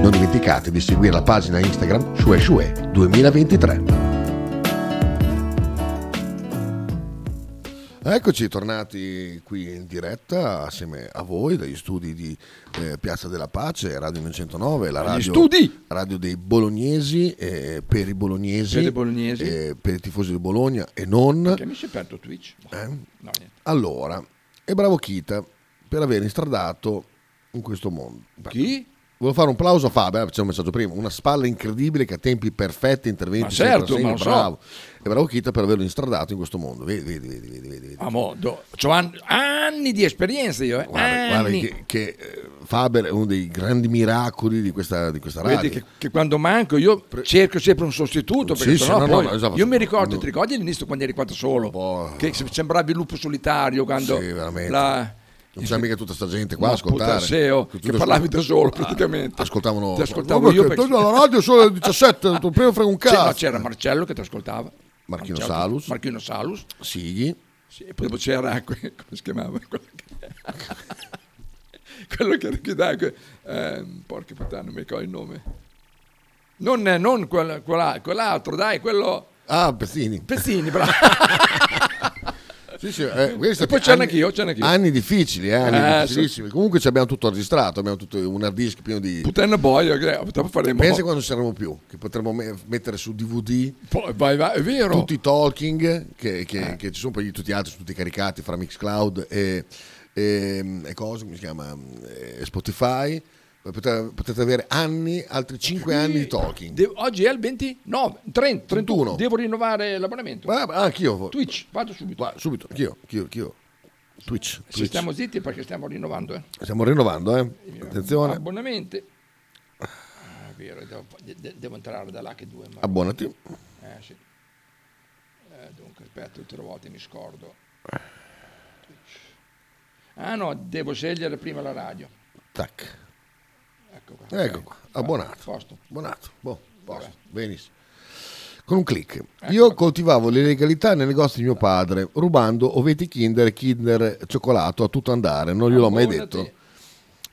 Speaker 1: Non dimenticate di seguire la pagina Instagram Shue Shue 2023. Eccoci tornati qui in diretta assieme a voi dagli studi di eh, Piazza della Pace, Radio 909, la radio,
Speaker 6: studi!
Speaker 1: radio dei bolognesi, eh, per i bolognesi,
Speaker 6: Per i bolognesi.
Speaker 1: eh, per i tifosi di Bologna e non.
Speaker 6: Che mi si è aperto Twitch? No, niente.
Speaker 1: Allora, e bravo Kita per aver instradato in questo mondo. Chi? Volevo fare un plauso a Fabio, eh, c'è un messaggio prima, una spalla incredibile che ha tempi perfetti, interventi,
Speaker 6: Ma
Speaker 1: sempre
Speaker 6: certo,
Speaker 1: a segno,
Speaker 6: ma lo so.
Speaker 1: bravo. E bravo Kita per averlo instradato in questo mondo. Vedi, vedi, vedi, vedi, vedi. vedi.
Speaker 6: Ah, mo, do- c'ho an- anni di esperienza io, eh.
Speaker 1: Guarda, guarda
Speaker 6: anni.
Speaker 1: che, che, eh, Faber è uno dei grandi miracoli di questa, di questa radio.
Speaker 6: Vedi che, che quando manco io cerco sempre un sostituto
Speaker 1: Sì,
Speaker 6: perché
Speaker 1: sì,
Speaker 6: sennò
Speaker 1: no, no,
Speaker 6: poi-
Speaker 1: no, esatto.
Speaker 6: io mi ricordo, ti ricordi all'inizio quando eri qua da solo che se- sembravi il lupo solitario quando
Speaker 1: Sì, veramente.
Speaker 6: la-
Speaker 1: Non c'è mica tutta sta gente qua a
Speaker 6: Ma
Speaker 1: ascoltare.
Speaker 6: puttana seo,
Speaker 1: Tutte
Speaker 6: che
Speaker 1: le-
Speaker 6: parlavi da
Speaker 1: Ah.
Speaker 6: solo praticamente.
Speaker 1: Ascoltavano.
Speaker 6: Ti ascoltavo
Speaker 1: Ma
Speaker 6: io
Speaker 1: perché?
Speaker 6: perché-
Speaker 1: Tu alla radio sono le 17, non prima frega un
Speaker 6: Sì, certo. no,
Speaker 1: cazzo.
Speaker 6: c'era Marcello che ti ascoltava
Speaker 1: Marchino
Speaker 6: Marcello-
Speaker 1: Salus.
Speaker 6: Marchino Salus
Speaker 1: Sighi.
Speaker 6: Sì, e poi c'era que- come si chiamava quello che, quello che era chiudato ehm, porca puttana non mi ricordo il nome non, non quel- quella- quell'altro dai quello
Speaker 1: Ah, Pezzini.
Speaker 6: Pezzini bravo
Speaker 1: Sì, sì, eh, questi
Speaker 6: Mm. e
Speaker 1: stati
Speaker 6: poi c'era
Speaker 1: anni-
Speaker 6: anch'io c'era anch'io
Speaker 1: Anni difficili, eh, anni
Speaker 6: Eh,
Speaker 1: difficilissimi. Comunque ci abbiamo tutto registrato, abbiamo tutto un hard disk pieno di...
Speaker 6: puttana boia che dopo faremo
Speaker 1: Pensa quando ci saremo più, che potremmo me- mettere su DVD
Speaker 6: Poi vai, vai, è vero. Eh.
Speaker 1: tutti i talking che, che- che ci sono, poi tutti gli altri sono tutti caricati fra Mixcloud e, e, e cosa, come si chiama, e Spotify. Potete, potete avere anni, altri 5 anni di talking.
Speaker 6: De- oggi è il 29 30, 31 devo rinnovare l'abbonamento
Speaker 1: Ah, anch'io.
Speaker 6: Twitch vado subito
Speaker 1: subito anch'io, anch'io, anch'io. Twitch,
Speaker 6: se
Speaker 1: Twitch.
Speaker 6: stiamo zitti perché stiamo rinnovando eh.
Speaker 1: Stiamo rinnovando, eh. Attenzione,
Speaker 6: abbonamenti Ah, è vero devo, de- de- devo entrare da là che due ma-
Speaker 1: abbonati.
Speaker 6: Eh, sì. Eh, dunque, aspetta, tutte le volte mi scordo. Ah no, devo scegliere prima la radio.
Speaker 1: Tac.
Speaker 6: Ecco Ah. qua.
Speaker 1: Ecco qua, abbonato.
Speaker 6: Posto.
Speaker 1: Abbonato. Boh, posto. Benissimo. Con un click.
Speaker 6: Ecco
Speaker 1: Io coltivavo l'illegalità nei negozi di
Speaker 6: Ah.
Speaker 1: mio padre, rubando oveti Kinder e Kinder cioccolato a tutto andare. Non gliel'ho mai detto.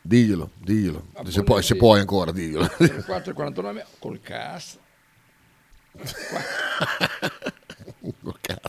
Speaker 1: Diglielo, diglielo. Se puoi, se puoi ancora, diglielo.
Speaker 6: 4,49 col CAS.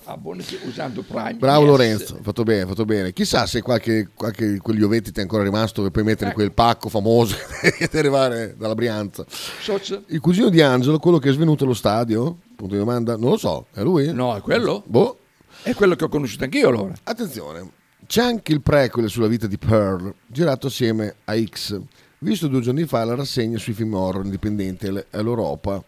Speaker 6: Abbonati usando Prime.
Speaker 1: Bravo
Speaker 6: Yes.
Speaker 1: Lorenzo, fatto bene, fatto bene. Chissà se qualche, qualche di quegli ovetti ti è ancora rimasto che puoi mettere
Speaker 6: Eh.
Speaker 1: in quel pacco famoso che ti arrivare dalla Brianza.
Speaker 6: Socia-
Speaker 1: Il cugino di Angelo, quello che è svenuto allo stadio? Punto di domanda. Non lo so, è lui?
Speaker 6: No, è quello?
Speaker 1: Boh.
Speaker 6: È quello che ho conosciuto anch'io allora.
Speaker 1: Attenzione, c'è anche il prequel sulla vita di Pearl, girato assieme a X, visto due giorni fa alla rassegna sui film horror indipendenti all- all'Europa,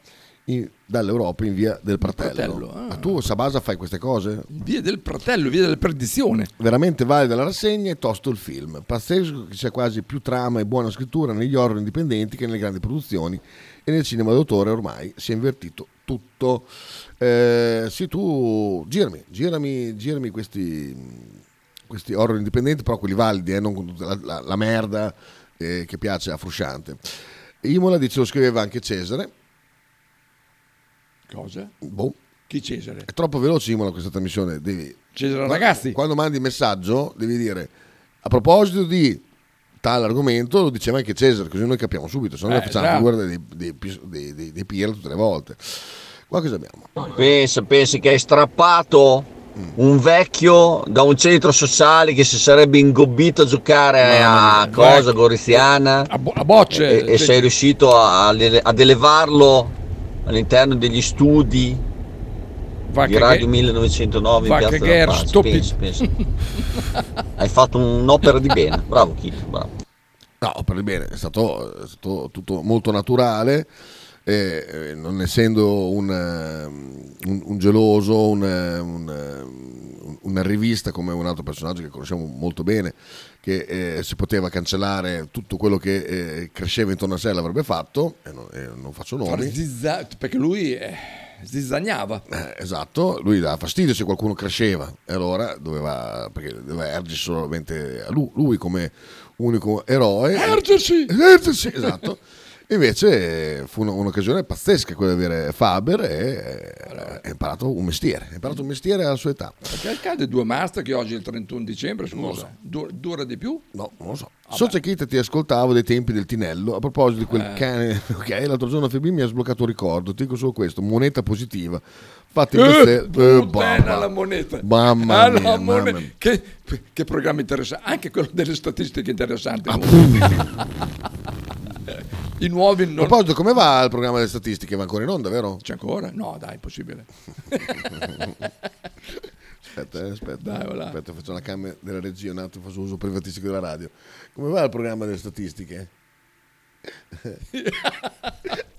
Speaker 1: in- dall'Europa in via del Pratello.
Speaker 6: Pratello,
Speaker 1: Ma tu, Sabasa, fai queste cose?
Speaker 6: Via del Pratello, via della perdizione.
Speaker 1: Veramente valida la rassegna e tosto il film. Pazzesco che c'è quasi più trama e buona scrittura negli horror indipendenti che nelle grandi produzioni e nel cinema d'autore ormai si è invertito tutto. Eh, sì, tu girami, girami, girami questi, questi horror indipendenti, però quelli validi, eh, non con tutta la, la- la merda eh, che piace a Frusciante. Imola dice, lo scriveva anche Cesare.
Speaker 6: Cosa?
Speaker 1: Boh.
Speaker 6: Chi Cesare?
Speaker 1: È troppo veloce Imola questa trasmissione. Devi...
Speaker 6: Cesare
Speaker 1: Quando-
Speaker 6: Ragazzi.
Speaker 1: Quando mandi messaggio devi dire a proposito di tale argomento lo diceva anche Cesare, così noi capiamo subito, se no
Speaker 16: Eh,
Speaker 1: noi facciamo
Speaker 16: esatto.
Speaker 1: figura dei, dei, pis- dei, dei- dei pirla tutte le volte. Qua cosa abbiamo?
Speaker 16: Pensa, pensi che hai strappato
Speaker 6: Mm.
Speaker 16: un vecchio da un centro sociale che si sarebbe ingobbito a giocare a cosa goriziana a,
Speaker 6: bocce
Speaker 16: e, e sei riuscito a- ad elevarlo all'interno degli studi di
Speaker 6: che-
Speaker 16: Radio 1909 in
Speaker 6: va
Speaker 16: Piazza
Speaker 6: che
Speaker 16: della
Speaker 6: ger-
Speaker 16: Pace.
Speaker 6: stoppi-
Speaker 16: Pensa, pensa. hai fatto un'opera di bene, bravo Chito, bravo.
Speaker 1: No, per il bene, è stato, è stato tutto molto naturale, eh, eh, non essendo un, eh, un- un geloso, un, eh, un, eh, un- una rivista come un altro personaggio che conosciamo molto bene, che eh, si poteva cancellare tutto quello che eh, cresceva intorno a sé l'avrebbe fatto, e non, e non faccio nomi.
Speaker 6: Far zizza- perché lui è zizzagnava.
Speaker 1: esatto, lui dava fastidio se qualcuno cresceva e allora doveva, perché doveva ergersi solamente a lui, lui come unico eroe.
Speaker 6: Ergersi!
Speaker 1: Ergersi, esatto. Invece eh, fu un- un'occasione pazzesca quella di avere Faber e eh, ha imparato un mestiere, ha imparato un mestiere alla sua età.
Speaker 6: Perché accade due master che oggi è il 31 dicembre, scusa. Dura, dura di più?
Speaker 1: No, non lo so. Socia Kit ti ascoltavo dei tempi del Tinello. A proposito di quel
Speaker 6: Ah, Eh.
Speaker 1: cane, ok, l'altro giorno Febì mi ha sbloccato un ricordo. Ti dico solo questo: moneta positiva. Fatti
Speaker 6: Eh,
Speaker 1: queste.
Speaker 6: puttana la moneta. Ah,
Speaker 1: Mamma mia,
Speaker 6: Alla
Speaker 1: eh, mamma
Speaker 6: mone-
Speaker 1: mia.
Speaker 6: Che, che programma interessante, anche quello delle statistiche interessanti.
Speaker 1: Ah,
Speaker 6: I nuovi
Speaker 1: A proposito, come va il programma delle statistiche? Va ancora in onda, vero?
Speaker 6: C'è ancora? No, dai, impossibile.
Speaker 1: Aspetta, eh, aspetta,
Speaker 6: Dai, voilà.
Speaker 1: aspetta, faccio la camera della regia un attimo, faccio uso privatistico della radio. Come va il programma delle statistiche?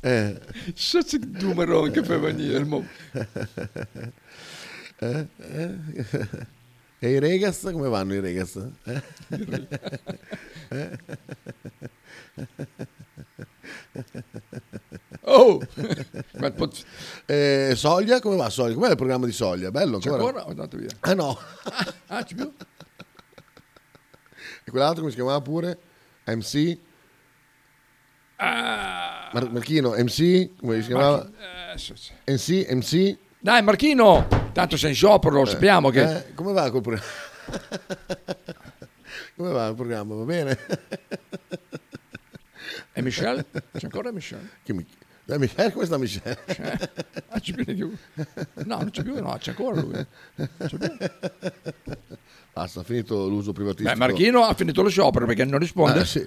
Speaker 1: eh.
Speaker 6: Soci numero che fa venire il mo-
Speaker 1: Eh, eh. E i Regas, come vanno i Regas? Eh?
Speaker 6: Oh!
Speaker 1: Eh, Soglia, come va Soglia? Com'è il programma di Soglia? Bello
Speaker 6: C'è
Speaker 1: ancora?
Speaker 6: ancora? Ho andato via.
Speaker 1: Ah no,
Speaker 6: Ah, c'è più?
Speaker 1: e quell'altro come si chiamava pure? MC?
Speaker 6: Ah.
Speaker 1: Mar- Marchino, MC? Come si chiamava?
Speaker 6: Eh, so- so.
Speaker 1: MC, MC?
Speaker 6: Dai, Marchino! Tanto sei in sciopero, lo sappiamo che...
Speaker 1: Eh, come va col programma? come va il programma? Va bene?
Speaker 6: E Michel? C'è ancora Michel?
Speaker 1: Che mi... Dai, Michele, come sta Michele?
Speaker 6: Ah, c'è più di più. No, non c'è più, no, c'è ancora lui. C'è più.
Speaker 1: Basta, ha finito l'uso privatistico.
Speaker 6: Beh, Marchino ha finito lo sciopero perché non risponde.
Speaker 1: Ah, sì.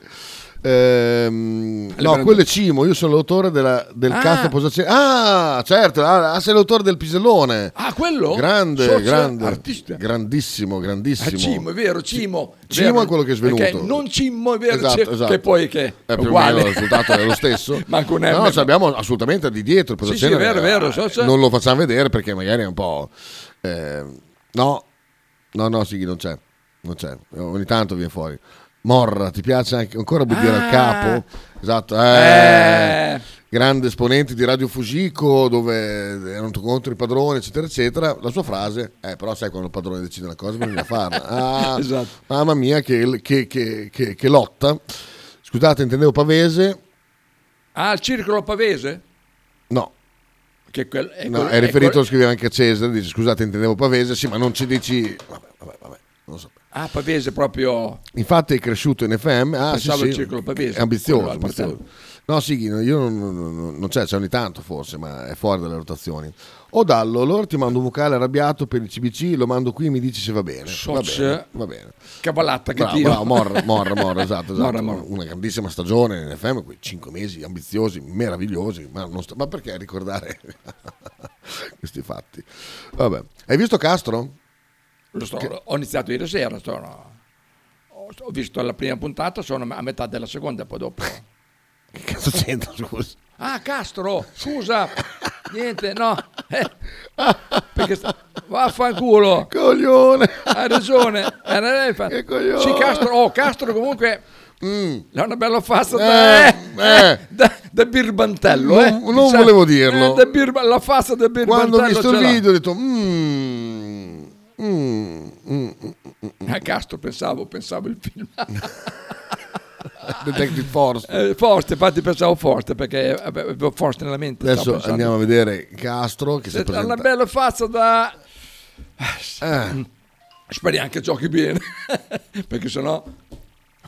Speaker 1: Ehm,
Speaker 6: Alle
Speaker 1: no,
Speaker 6: brand-
Speaker 1: quello è Cimo, io sono l'autore della- del
Speaker 6: Ah.
Speaker 1: cazzo Posacene. Ah, certo, ah, ah, sei l'autore del pisellone.
Speaker 6: Ah, quello?
Speaker 1: Grande,
Speaker 6: Socio-
Speaker 1: grande.
Speaker 6: artista.
Speaker 1: Grandissimo,
Speaker 6: Ah,
Speaker 1: grandissimo.
Speaker 6: Cimo, è vero, Cimo.
Speaker 1: Cimo
Speaker 6: vero.
Speaker 1: è quello che è svenuto.
Speaker 6: Perché non Cimo è vero,
Speaker 1: Esatto,
Speaker 6: Cimo,
Speaker 1: esatto.
Speaker 6: che poi che è,
Speaker 1: Eh, più o
Speaker 6: uguale.
Speaker 1: meno il risultato è lo stesso.
Speaker 6: Manco un
Speaker 1: No,
Speaker 6: M.
Speaker 1: no, ci abbiamo assolutamente di dietro. il
Speaker 6: Sì, sì,
Speaker 1: Posacene,
Speaker 6: è vero, è vero, so- so.
Speaker 1: Non lo facciamo vedere perché magari è un po'... ehm, no, no, no, sì, non c'è. Non c'è. Ogni tanto viene fuori. Morra, ti piace anche ancora Budire al capo? Esatto. eh. Grande esponente di Radio Fusico, dove erano contro i padroni, eccetera, eccetera. La sua frase, eh, però sai quando il padrone decide una cosa bisogna farla. Ah,
Speaker 6: Esatto.
Speaker 1: Mamma mia, che, che- che- che- che lotta. Scusate, intendevo Pavese.
Speaker 6: Ah, il circolo pavese?
Speaker 1: No,
Speaker 6: Che quel- è,
Speaker 1: no,
Speaker 6: quel-
Speaker 1: è riferito, lo
Speaker 6: quel-
Speaker 1: scriveva anche a Cesare, dice scusate, intendevo Pavese, sì, ma non ci dici... Vabbè, vabbè, vabbè, non so.
Speaker 6: Ah, pavese proprio...
Speaker 1: Infatti è cresciuto in FM, ah, sì,
Speaker 6: Pensavo
Speaker 1: sì,
Speaker 6: al circolo pavese,
Speaker 1: è ambizioso.
Speaker 6: quello al
Speaker 1: ambizioso.
Speaker 6: Partenopeo.
Speaker 1: No, sì, io non, non- non- non c'è, c'è ogni tanto forse, ma è fuori dalle rotazioni. O Dallo, allora ti mando un vocale arrabbiato per il CBC, lo mando qui e mi dici se va bene. Va
Speaker 6: Soc-
Speaker 1: bene, va bene.
Speaker 6: Cavallata che
Speaker 1: Bravo,
Speaker 6: tiro.
Speaker 1: bravo, Morra, Morra, Morra, esatto, esatto.
Speaker 6: Morra, Morra.
Speaker 1: Una grandissima stagione in FM, quei 5 mesi ambiziosi, meravigliosi, ma, non sta- ma perché ricordare questi fatti? Vabbè. Hai visto Castro?
Speaker 6: Lo sto-
Speaker 1: Che-
Speaker 6: Ho iniziato ieri sera, sono- ho, ho visto la prima puntata, sono a metà della seconda, poi dopo...
Speaker 1: Che cazzo c'entra, scusa?
Speaker 6: Ah, Castro, scusa, niente, no. eh, perché sta... Vaffanculo.
Speaker 1: Coglione.
Speaker 6: Hai ragione. hai ragione.
Speaker 1: Che coglione. Mm.
Speaker 6: Sì, Castro, oh, Castro comunque... Ha una bella fassa da,
Speaker 1: Eh,
Speaker 6: eh,
Speaker 1: eh.
Speaker 6: da- da birbantello. eh,
Speaker 1: Non- non
Speaker 6: diciamo,
Speaker 1: volevo dirlo.
Speaker 6: eh, da birba- la fassa da
Speaker 1: Quando
Speaker 6: birbantello.
Speaker 1: ho visto il
Speaker 6: Eh, ce l'ha.
Speaker 1: video ho detto... "Mm, mm, mm, mm, mm, mm".
Speaker 6: A Castro pensavo, pensavo il film.
Speaker 1: Detective Force.
Speaker 6: Eh, Forte, infatti pensavo Forte perché ave- avevo Forte nella mente. stavo
Speaker 1: Adesso
Speaker 6: pensando. Eh,
Speaker 1: andiamo a vedere Castro che si è
Speaker 6: Ha una
Speaker 1: presentato.
Speaker 6: bella faccia da...
Speaker 1: Eh.
Speaker 6: Speriamo mm, che giochi bene, perché sennò...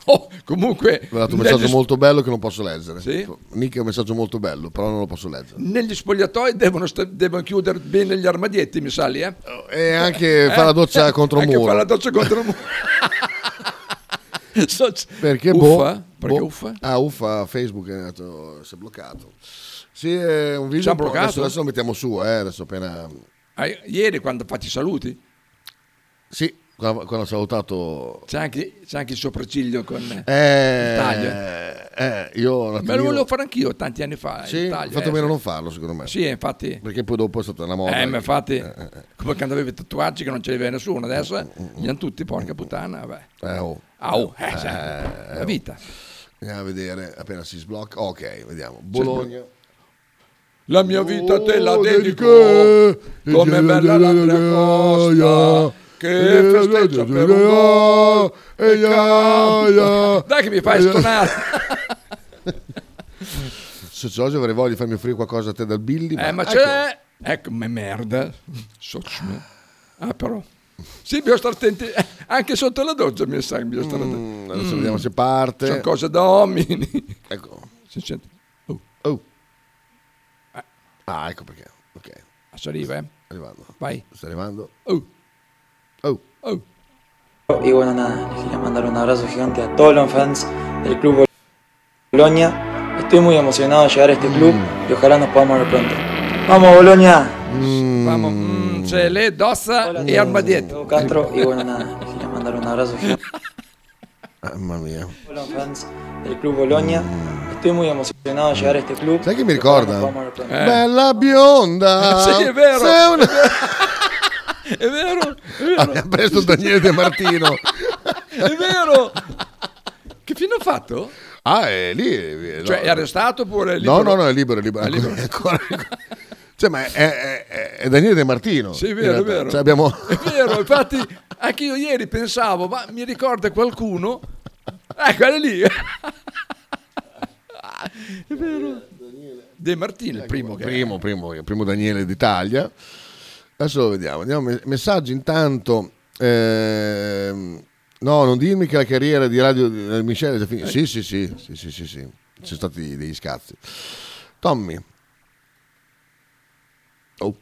Speaker 6: Oh, comunque...
Speaker 1: Mi ha dato un
Speaker 6: negli
Speaker 1: messaggio
Speaker 6: sp-
Speaker 1: molto bello che non posso leggere.
Speaker 6: Sì?
Speaker 1: Nick è un messaggio molto bello, però non lo posso leggere.
Speaker 6: Negli spogliatoi devono, sta- devono chiudere bene gli armadietti, mi sa lì, eh?
Speaker 1: E anche fare la doccia contro il
Speaker 6: Anche
Speaker 1: muro.
Speaker 6: fare la doccia contro il muro. So-
Speaker 1: Perché
Speaker 6: Uffa?
Speaker 1: boh,
Speaker 6: Perché
Speaker 1: boh.
Speaker 6: uffa?
Speaker 1: Ah, uffa, Facebook è andato- si è bloccato. Sì, è un
Speaker 6: Ci
Speaker 1: video.
Speaker 6: ha
Speaker 1: un po'-
Speaker 6: bloccato?
Speaker 1: Adesso, adesso lo mettiamo su, eh, adesso appena.
Speaker 6: Ah, Ieri quando fatti i saluti
Speaker 1: Sì, quando, quando ha salutato.
Speaker 6: c'è anche, c'è anche il sopracciglio con eh,
Speaker 1: Eh,
Speaker 6: il taglio.
Speaker 1: eh, io un
Speaker 6: Me lo
Speaker 1: attimino-
Speaker 6: volevo fare anch'io tanti anni fa.
Speaker 1: Sì,
Speaker 6: il
Speaker 1: ho
Speaker 6: taglio,
Speaker 1: fatto
Speaker 6: eh,
Speaker 1: bene a
Speaker 6: sì.
Speaker 1: non farlo, secondo me.
Speaker 6: Sì, infatti.
Speaker 1: Perché poi dopo è stata una moda.
Speaker 6: Eh, ma
Speaker 1: che-
Speaker 6: infatti,
Speaker 1: eh, eh, Mm,
Speaker 6: come quando avevi i tatuaggi che non ce li aveva nessuno, adesso eh, li hanno tutti, porca puttana, vabbè.
Speaker 1: eh, oh.
Speaker 6: Ah, oh, eh, sai,
Speaker 1: Eh,
Speaker 6: la
Speaker 1: oh.
Speaker 6: vita.
Speaker 1: Andiamo a vedere appena si sblocca. Ok, vediamo. Bologna.
Speaker 6: Cioè, La mia vita te
Speaker 1: Oh,
Speaker 6: la dedico, come bella la mia costa, che festeggia per un gol e ya, ya. Dai che mi fai stonare.
Speaker 1: Sociologio avrei voglia di farmi offrire qualcosa a te dal Billy.
Speaker 6: Eh, ma c'è... Ecco, ma merda. Socio. Ah, però. Sì, bisogna stare attenti. eh, Anche sotto la doccia mi sa che bisogna stare attenti.
Speaker 1: adesso
Speaker 6: Mm.
Speaker 1: vediamo se parte.
Speaker 6: Sono cose da uomini.
Speaker 1: Ecco.
Speaker 6: Si sente. Oh.
Speaker 1: Ah, ecco perché. Ok.
Speaker 6: Adesso arriva, eh.
Speaker 1: Arrivando.
Speaker 6: Vai.
Speaker 1: Sta arrivando.
Speaker 6: Oh.
Speaker 1: Oh.
Speaker 6: Oh.
Speaker 17: Y bueno, nada, les quería mandar un abrazo gigante a todos los fans del Club Bolonia. Estoy muy emocionado de llegar a este club y ojalá nos podamos ver pronto. ¡Vamos, Bolonia!
Speaker 6: Vamos. Mm, c'è le dossa e armadietto.
Speaker 17: Castro, y bueno, nada, les quería mandar un abrazo gigante
Speaker 1: Ah, Mamma mia.
Speaker 17: a todos los fans del Club Bolonia. Estoy muy emocionado de llegar a este club.
Speaker 1: Sai che mi ricorda?
Speaker 17: Eh.
Speaker 1: Bella bionda.
Speaker 17: Sì, è vero.
Speaker 1: Sei una-
Speaker 6: È vero, è
Speaker 1: Abbiamo preso Daniele De Martino.
Speaker 6: Eh, È vero. Che fine ha fatto?
Speaker 1: Ah, è lì. è- no.
Speaker 6: Cioè, è arrestato oppure è
Speaker 1: No,
Speaker 6: libero?
Speaker 1: no, no, è libero, è libero. Ancora- ancora- Cioè, ma è, è- è- è Daniele De Martino.
Speaker 6: Sì, è
Speaker 1: in
Speaker 6: vero, è
Speaker 1: realtà.
Speaker 6: vero.
Speaker 1: Cioè, abbiamo...
Speaker 6: È vero, infatti anche io ieri pensavo, ma mi ricorda qualcuno? Ecco, era lì. È vero. De Martino, il primo che
Speaker 1: primo, primo, il primo Daniele d'Italia. Adesso lo vediamo. Andiamo, a me- messaggio intanto. ehm, no, non dirmi che la carriera di Radio eh, Michele è già finita. Sì, sì, sì, sì, sì, sì, sì. Ci sono stati degli scazzi. Tommy. Oh,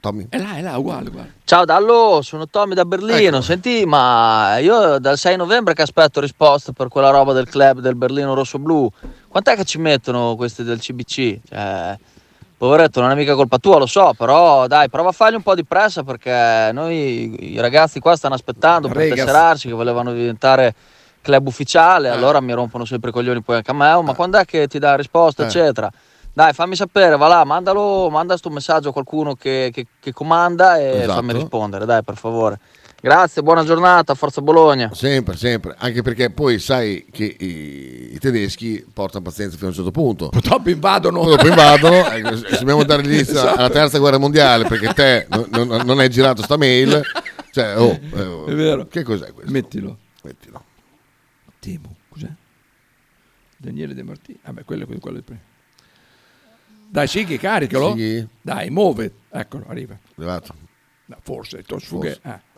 Speaker 1: Tommy.
Speaker 6: Ah, È là, è là, uguale, uguale. Ecco.
Speaker 18: Ciao Dallo, sono Tommy da Berlino. Senti, ma io dal 6 novembre che aspetto risposta per quella roba del club del Berlino rosso-blu. Quant'è che ci mettono questi del CBC? Cioè, poveretto, non è mica colpa tua, lo so, però dai, prova a fargli un po' di pressa perché noi, i ragazzi qua stanno aspettando per
Speaker 19: Regas.
Speaker 18: tesserarci, che volevano diventare club
Speaker 6: Eh.
Speaker 18: ufficiale, allora mi rompono sempre i coglioni poi anche a me, "Oh, ma quando è che ti dà risposta,
Speaker 19: Eh.
Speaker 18: eccetera. Dai, fammi sapere, va là, mandalo, manda sto messaggio a qualcuno che, che- che comanda e
Speaker 1: Esatto.
Speaker 18: fammi rispondere, dai, per favore. Grazie, buona giornata, Forza Bologna.
Speaker 1: Sempre, sempre. Anche perché poi sai che i, i tedeschi portano pazienza fino a un certo punto.
Speaker 6: Purtroppo invadono.
Speaker 1: Dopo invadono, eh, se dobbiamo dare l'inizio
Speaker 6: Esatto.
Speaker 1: alla terza guerra mondiale perché te non, non- non hai girato sta mail. Cioè, oh, eh,
Speaker 6: È vero.
Speaker 1: Che cos'è questo?
Speaker 6: Mettilo.
Speaker 1: Mettilo.
Speaker 6: Temo, cos'è? Daniele De Martini. Vabbè, quello, quello, quello è il primo. Dai, Sighi, caricalo.
Speaker 1: Sighi?
Speaker 6: Dai, muove. Eccolo, arriva.
Speaker 1: Arrivato.
Speaker 6: No, forse, Tosfughe.
Speaker 20: Forse.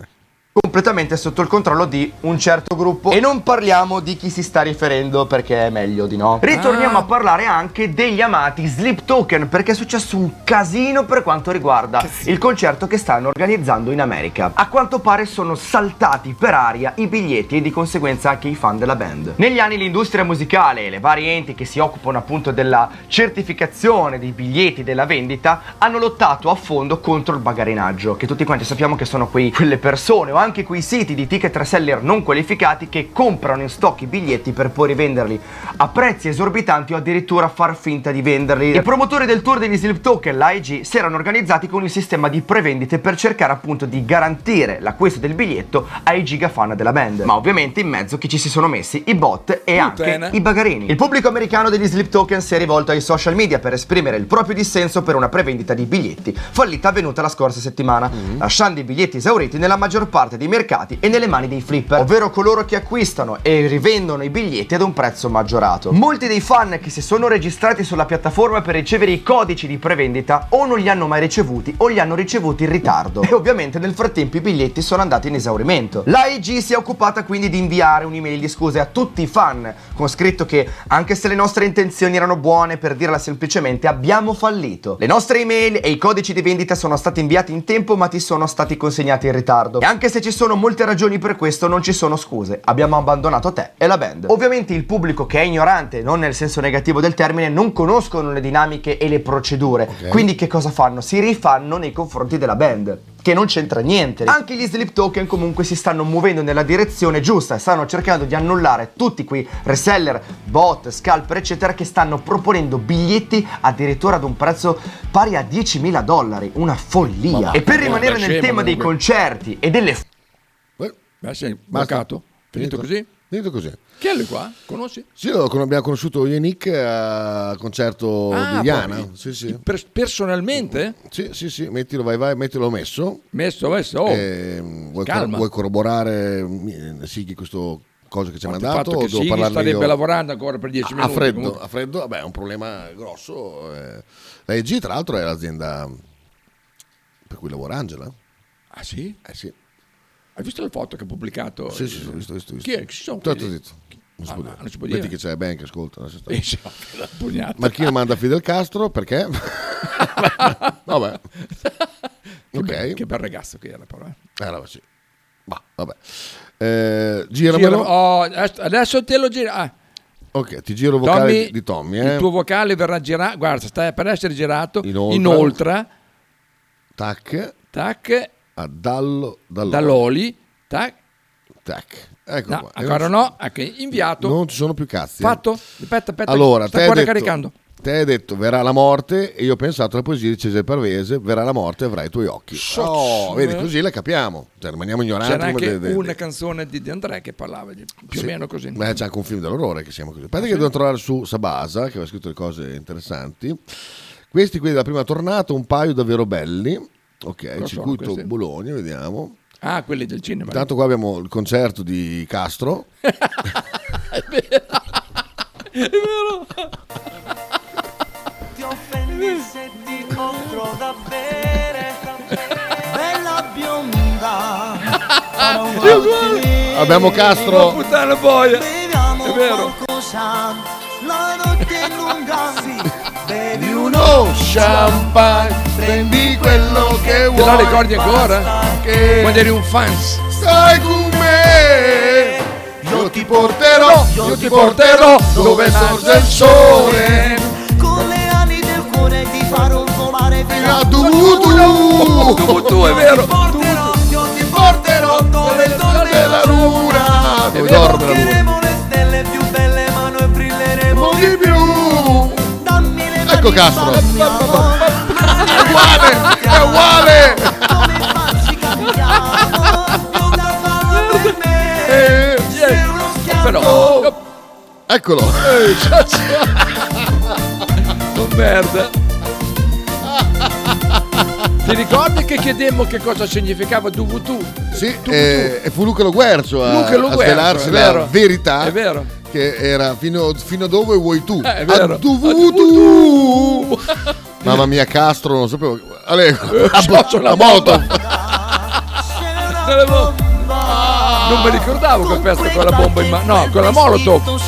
Speaker 20: completamente sotto il controllo di un certo gruppo e non parliamo di chi si sta riferendo perché è meglio di no. Ritorniamo
Speaker 19: Ah.
Speaker 20: a parlare anche degli amati Sleep Token perché è successo un casino per quanto riguarda il concerto che stanno organizzando in America. A quanto pare sono saltati per aria i biglietti e di conseguenza anche i fan della band. Negli anni l'industria musicale e le varie enti che si occupano appunto della certificazione dei biglietti e della vendita hanno lottato a fondo contro il bagarinaggio, che tutti quanti sappiamo che sono quei, quelle persone o anche quei siti di ticket reseller non qualificati che comprano in stock i biglietti per poi rivenderli a prezzi esorbitanti o addirittura far finta di venderli. I promotori del tour degli Sleep Token, l'AEG, si erano organizzati con il sistema di prevendite per cercare appunto di garantire l'acquisto del biglietto ai gigafan della band. Ma ovviamente in mezzo che ci si sono messi i bot e
Speaker 6: Puttane.
Speaker 20: anche i bagarini. Il pubblico americano degli Sleep Token si è rivolto ai social media per esprimere il proprio dissenso per una prevendita di biglietti fallita avvenuta la scorsa settimana, lasciando i biglietti esauriti nella maggior parte dei mercati e nelle mani dei flipper, ovvero coloro che acquistano e rivendono i biglietti ad un prezzo maggiorato. Molti dei fan che si sono registrati sulla piattaforma per ricevere i codici di prevendita o non li hanno mai ricevuti o li hanno ricevuti in ritardo e ovviamente nel frattempo i biglietti sono andati in esaurimento. L'AEG si è occupata quindi di inviare un'email di scuse a tutti i fan con scritto che anche se le nostre intenzioni erano buone per dirla semplicemente abbiamo fallito. Le nostre email e i codici di vendita sono stati inviati in tempo ma ti sono stati consegnati in ritardo e anche se ci sono molte ragioni per questo non ci sono scuse. Abbiamo abbandonato te e la band. Ovviamente il pubblico che è ignorante, non nel senso negativo del termine, non conoscono le dinamiche e le procedure. Quindi che cosa fanno? Si rifanno nei confronti della band. Che non c'entra niente. Anche gli Sleep Token comunque si stanno muovendo nella direzione giusta e stanno cercando di annullare tutti quei reseller, bot, scalper, eccetera, che stanno proponendo biglietti addirittura ad un prezzo pari a 10.000 dollari. Una follia.
Speaker 6: Ma-
Speaker 20: e per
Speaker 6: ma-
Speaker 20: rimanere
Speaker 6: ma
Speaker 20: nel
Speaker 6: scemo
Speaker 20: tema dei
Speaker 6: comunque.
Speaker 20: concerti e delle
Speaker 6: Ma sei bloccato? Finito
Speaker 1: Finito.
Speaker 6: così?
Speaker 1: Niente così.
Speaker 6: Chi è lui qua? Conosci?
Speaker 1: Sì, lo con- abbiamo conosciuto io e Nick al concerto
Speaker 6: Ah,
Speaker 1: di Iana.
Speaker 6: poi-
Speaker 1: Oh, Sì, sì.
Speaker 6: Per- personalmente?
Speaker 1: Sì, sì, sì, mettilo, vai, vai, mettilo messo.
Speaker 6: Messo, messo, oh.
Speaker 1: Ehm, vuoi,
Speaker 6: Calma.
Speaker 1: cor- vuoi corroborare mm, Sighi questo cosa che ci ha
Speaker 6: Il
Speaker 1: mandato?
Speaker 6: fatto
Speaker 1: o
Speaker 6: che
Speaker 1: devo
Speaker 6: Sighi
Speaker 1: parlarne
Speaker 6: starebbe
Speaker 1: io?
Speaker 6: lavorando ancora per 10
Speaker 1: A-
Speaker 6: minuti.
Speaker 1: A freddo,
Speaker 6: comunque.
Speaker 1: a freddo, vabbè, è un problema grosso. eh. La EG, tra l'altro, è l'azienda per cui lavora Angela.
Speaker 6: Ah sì?
Speaker 1: Eh sì.
Speaker 6: Hai visto le foto che ha pubblicato?
Speaker 1: Sì, sì, sì, ho visto, ho visto, ho visto.
Speaker 6: Chi è? Chi sono
Speaker 1: Tutto
Speaker 6: quelli?
Speaker 1: zitto. Non si
Speaker 6: Ah,
Speaker 1: può
Speaker 6: no,
Speaker 1: dire.
Speaker 6: non si può
Speaker 1: Metti
Speaker 6: dire.
Speaker 1: che c'è Bank, ascolta. lascia stare.
Speaker 6: Eh, sì, la pugnata.
Speaker 1: Marchino manda Fidel Castro perché? vabbè.
Speaker 6: Che,
Speaker 1: ok.
Speaker 6: bel, che bel ragazzo che era però. eh.
Speaker 1: Eh, allora sì. Bah, vabbè. Eh, giramelo.
Speaker 6: Gira- oh, adesso- adesso te lo giro. Ah,
Speaker 1: Ok, ti giro il vocale
Speaker 6: Tommy,
Speaker 1: di Tommy.
Speaker 6: il
Speaker 1: Eh.
Speaker 6: tuo vocale verrà girato. Guarda, sta per essere girato.
Speaker 1: Inoltre.
Speaker 6: Inoltre,
Speaker 1: Tac.
Speaker 6: tac,
Speaker 1: A Dallo. Dall'Oli.
Speaker 6: dall'Oli, tac.
Speaker 1: Tac. Ecco
Speaker 6: No,
Speaker 1: qua. E
Speaker 6: ancora
Speaker 1: non
Speaker 6: no. Ok, inviato.
Speaker 1: Non ci sono più cazzi. eh.
Speaker 6: Fatto? Aspetta, aspetta.
Speaker 1: Allora,
Speaker 6: sta
Speaker 1: te hai,
Speaker 6: ancora
Speaker 1: detto,
Speaker 6: caricando.
Speaker 1: te hai detto verrà la morte e io ho pensato alla poesia di Cesare Parvese, verrà la morte e avrai i tuoi occhi. Oh, vedi così la capiamo, cioè, rimaniamo ignoranti.
Speaker 6: C'era
Speaker 1: come
Speaker 6: anche
Speaker 1: de- de-
Speaker 6: una canzone di De André che parlava di, più
Speaker 1: Sì.
Speaker 6: o meno così.
Speaker 1: Ma c'è anche un film dell'orrore che siamo così. Aspetta
Speaker 6: Ah,
Speaker 1: che
Speaker 6: sì?
Speaker 1: devo trovare su Sabasa, che aveva scritto le cose interessanti. Questi qui della prima tornata, un paio davvero belli. Ok,
Speaker 6: sono
Speaker 1: circuito
Speaker 6: questi?
Speaker 1: Bologna, vediamo.
Speaker 6: Ah, quelli del cinema.
Speaker 1: Intanto qua abbiamo il concerto di Castro.
Speaker 8: È vero. Ti offendi se ti offro da bere. Bella bionda.
Speaker 1: Abbiamo Castro.
Speaker 8: Una puttana boia. Beviamo qualcosa. La notte è lunga. Bevi
Speaker 1: uno champagne. Prendi quello che
Speaker 6: Te la ricordi ancora? Quando eri un fans.
Speaker 1: Stai con me. Io ti porterò, io ti porterò dove sorge il sole.
Speaker 8: Con le ali del cuore ti farò volare fino a
Speaker 1: Dubutu.
Speaker 6: Dubutu, è vero.
Speaker 8: Porterò, io ti porterò dove dorme la luna.
Speaker 1: Dove dorme la luna.
Speaker 8: Toccheremo le stelle più belle ma noi brilleremo
Speaker 1: di più.
Speaker 8: Dammi le
Speaker 1: Ecco
Speaker 8: mani,
Speaker 1: Castro.
Speaker 8: fammi amore.
Speaker 1: È uguale, è uguale.
Speaker 8: Eh,
Speaker 6: Però,
Speaker 1: Eccolo.
Speaker 6: non merda. Ti ricordi che chiedemmo che cosa significava DVT?
Speaker 1: Sì, eh. E, e fu Luca Loguerzo a,
Speaker 6: Luca Loguerzo,
Speaker 1: a svelarsi
Speaker 6: è
Speaker 1: la
Speaker 6: vero.
Speaker 1: verità
Speaker 6: È vero.
Speaker 1: che era fino, fino a dove vuoi tu.
Speaker 6: Eh, è
Speaker 1: A
Speaker 6: vero.
Speaker 1: dovuto. Mamma mia, Castro, non sapevo. Ale,
Speaker 6: Eh,
Speaker 1: a, bo- a moto.
Speaker 6: Non mi ricordavo che festa con la bomba in mano. No, con la molotov.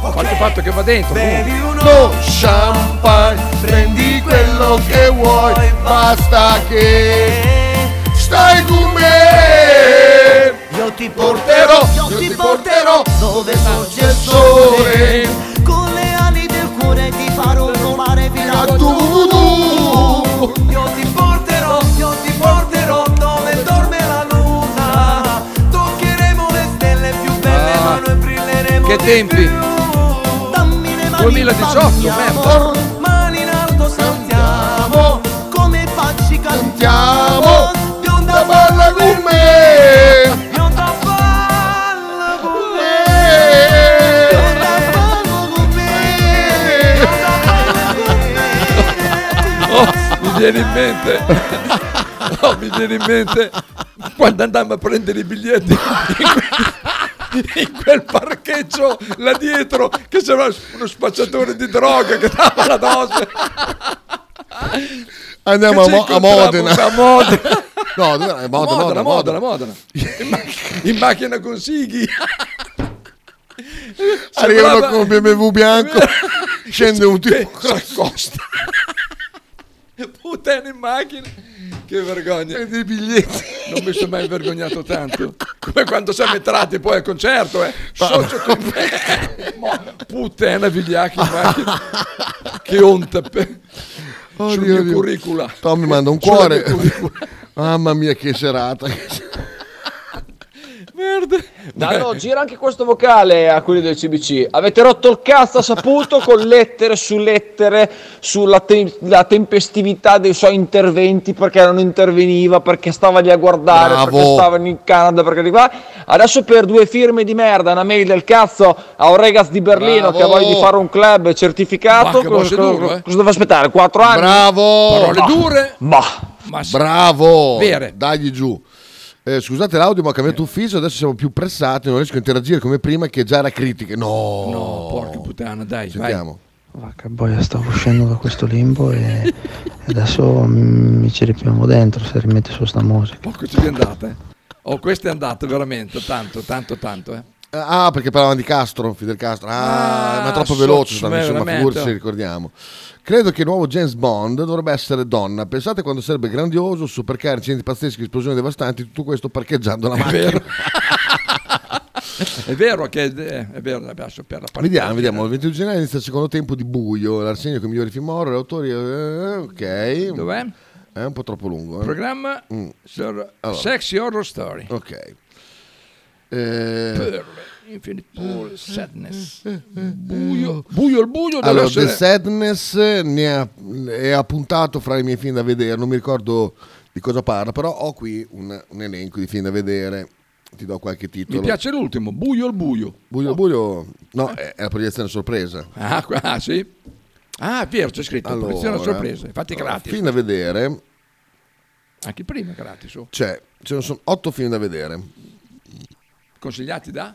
Speaker 6: Quanto fatto che va dentro. uh. comunque.
Speaker 1: Uno champagne, prendi quello che vuoi, basta che stai con me.
Speaker 8: Io ti
Speaker 1: porterò,
Speaker 8: io ti porterò dove sorge il sole. Con le ali del cuore ti farò volare fino a tu. Io ti porterò, io ti porterò dove dorme la luna. Toccheremo le stelle più belle ma noi brilleremo
Speaker 6: Ah. Che
Speaker 8: di
Speaker 6: tempi?
Speaker 8: più. Dammi le mani,
Speaker 6: 2018,
Speaker 8: fammi
Speaker 6: merda.
Speaker 8: amor. Mani in alto saltiamo, come facci cantiamo. Bionda balla con me. Bionda balla con me. Bionda balla con me. Bionda balla con
Speaker 6: Oh, mi viene in mente. Oh, mi viene in mente quando andammo a prendere i biglietti in quel, in quel parcheggio là dietro che c'era uno spacciatore di droga che dava la dose.
Speaker 1: Andiamo a,
Speaker 6: Che ci
Speaker 1: Mo- a
Speaker 6: incontriamo
Speaker 1: Modena.
Speaker 6: a Modena.
Speaker 1: No, dove era? A Modena, Modena,
Speaker 6: Modena, Modena, Modena. In, ma- in macchina con Sighi.
Speaker 1: Arrivano
Speaker 6: Sembrava-
Speaker 1: con BMW bianco, scende un tipo.
Speaker 6: Costa. Puttana in macchina. Che vergogna.
Speaker 1: dei biglietti.
Speaker 6: Non mi sono mai vergognato tanto. Come quando siamo entrati poi al concerto, eh. Socio con me. Ma Puttana vigliacchi in macchina. Che onta. pe-
Speaker 1: Oddio,
Speaker 6: sul mio
Speaker 1: oddio.
Speaker 6: curricula.
Speaker 1: Tom mi manda un
Speaker 6: Sulla
Speaker 1: cuore.
Speaker 6: mia curricula.
Speaker 1: Mamma mia, che serata.
Speaker 15: merda.
Speaker 21: Danno, gira anche questo vocale a quelli del CBC. Avete rotto il cazzo a saputo con lettere su lettere sulla te- la tempestività dei suoi interventi perché non interveniva, perché stava lì a guardare,
Speaker 1: Bravo.
Speaker 21: perché stavano in Canada, perché di qua. Adesso per due firme di merda, una mail del cazzo a un ragazzo di Berlino
Speaker 1: Bravo.
Speaker 21: che ha voglia di fare un club certificato.
Speaker 1: Bacca, voce
Speaker 21: cosa, cosa-
Speaker 1: duro, eh.
Speaker 21: cosa devo aspettare? Quattro anni?
Speaker 1: Bravo!
Speaker 21: Bah. Bah.
Speaker 1: Bravo!
Speaker 21: Vere.
Speaker 1: Dagli giù. Eh, scusate l'audio, ma ho cambiato ufficio, adesso siamo più pressati, non riesco a interagire come prima, che già era critica. No!
Speaker 6: No, porca puttana, dai,
Speaker 1: Sentiamo.
Speaker 22: Boia, stavo uscendo da questo limbo e adesso mi ci ripiombo dentro se rimetti su sta musica.
Speaker 6: Porco ci è andata, eh. Oh, questa è andata veramente, tanto, tanto, tanto, eh.
Speaker 1: Ah, perché parlavano di Castro, Fidel Castro. Ah,
Speaker 6: Ah,
Speaker 1: ma è troppo
Speaker 6: so-
Speaker 1: veloce,
Speaker 6: so-
Speaker 1: stanno, insomma,
Speaker 6: veramente.
Speaker 1: figurci, ricordiamo. Credo che il nuovo James Bond dovrebbe essere donna. Pensate quando sarebbe grandioso, supercar, incendi pazzeschi, esplosioni devastanti, tutto questo parcheggiando la macchina.
Speaker 6: È vero che eh, è vero, adesso per la parte.
Speaker 1: Vediamo, vediamo, il 22 gennaio inizia il secondo tempo di buio, l'arsenio con i migliori film horror, autori... eh, ok.
Speaker 6: Dov'è?
Speaker 1: È un po' troppo lungo. eh.
Speaker 6: Programma
Speaker 1: Mm.
Speaker 6: sur
Speaker 1: Allora.
Speaker 6: Sexy Horror Story.
Speaker 1: Ok. Eh,
Speaker 6: Pearl, Infinite Pool, Sadness. Buio, buio il buio deve
Speaker 1: Allora,
Speaker 6: essere-
Speaker 1: The Sadness ne ha, è appuntato fra i miei film da vedere, non mi ricordo di cosa parla, però ho qui un, un elenco di film da vedere, ti do qualche titolo.
Speaker 6: Mi piace l'ultimo, buio il buio.
Speaker 1: Buio Buio, no, è è la proiezione sorpresa.
Speaker 6: Ah, qua- ah, sì. Ah, è vero, c'è scritto.
Speaker 1: Allora,
Speaker 6: Proiezione sorpresa, infatti
Speaker 1: allora,
Speaker 6: gratis.
Speaker 1: Film da vedere,
Speaker 6: Anche prima gratis, oh.
Speaker 1: c'è, ce ne sono otto film da vedere.
Speaker 6: consigliati da?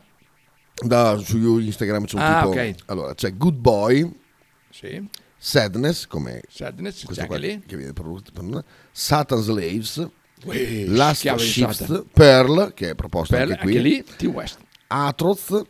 Speaker 1: Da, su Instagram c'è un
Speaker 6: Ah,
Speaker 1: tipo...
Speaker 6: ok.
Speaker 1: Allora, c'è Good Boy,
Speaker 6: Sì.
Speaker 1: Sadness, come
Speaker 6: Sadness,
Speaker 1: questo
Speaker 6: c'è
Speaker 1: qua
Speaker 6: anche lì.
Speaker 1: che viene prodotto per- Satan's Slaves,
Speaker 6: Uè,
Speaker 1: Last
Speaker 6: schiavo di
Speaker 1: Shift,
Speaker 6: Satana.
Speaker 1: Pearl, che è proposto
Speaker 6: Per-
Speaker 1: anche qui,
Speaker 6: lì, T-West.
Speaker 1: Atroth,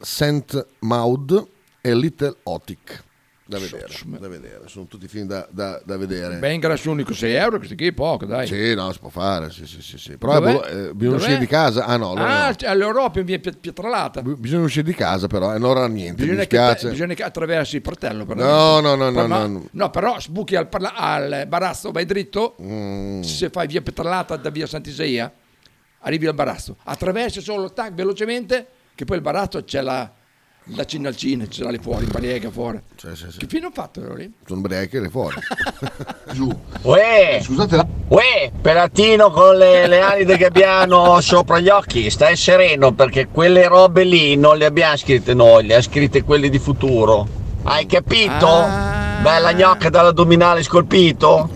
Speaker 1: Saint Maud e Little Otic. Da vedere, da vedere, sono tutti film da, da- da vedere.
Speaker 6: Ben grasso unico 6 euro, questi qui è poco, dai.
Speaker 1: Eh. Sì, no, si può fare, sì, sì, sì, sì. Però è
Speaker 6: Dov'è?
Speaker 1: Bolo- eh, bisogna
Speaker 6: Dov'è?
Speaker 1: uscire di casa. Ah no, allora
Speaker 6: ah,
Speaker 1: no.
Speaker 6: c'è- all'Europa in via Pie- Pietralata.
Speaker 1: bisogna uscire di casa però, e allora niente, mi
Speaker 6: Bisogna che,
Speaker 1: dispiace.
Speaker 6: bisogna che attraversi il portello. Però.
Speaker 1: No,
Speaker 6: eh.
Speaker 1: no, no, no,
Speaker 6: Però ma-
Speaker 1: no, no.
Speaker 6: però sbuchi al, parla- al barazzo, vai dritto.
Speaker 1: Mm.
Speaker 6: Se fai via Petralata da via Sant'Isaia, arrivi al barazzo. Attraversi solo tac, velocemente, che poi il barazzo c'è la, la cinalcina, ce l'ha lì fuori, paniega fuori. Che fine ho fatto allora lì?
Speaker 1: Sono breaker e fuori.
Speaker 16: Uè, uè, pelatino con le, le ali del gabbiano sopra gli occhi, stai sereno perché quelle robe lì non le abbiamo scritte noi, le ha scritte quelle di futuro. Hai capito? Bella gnocca dall'addominale scolpito.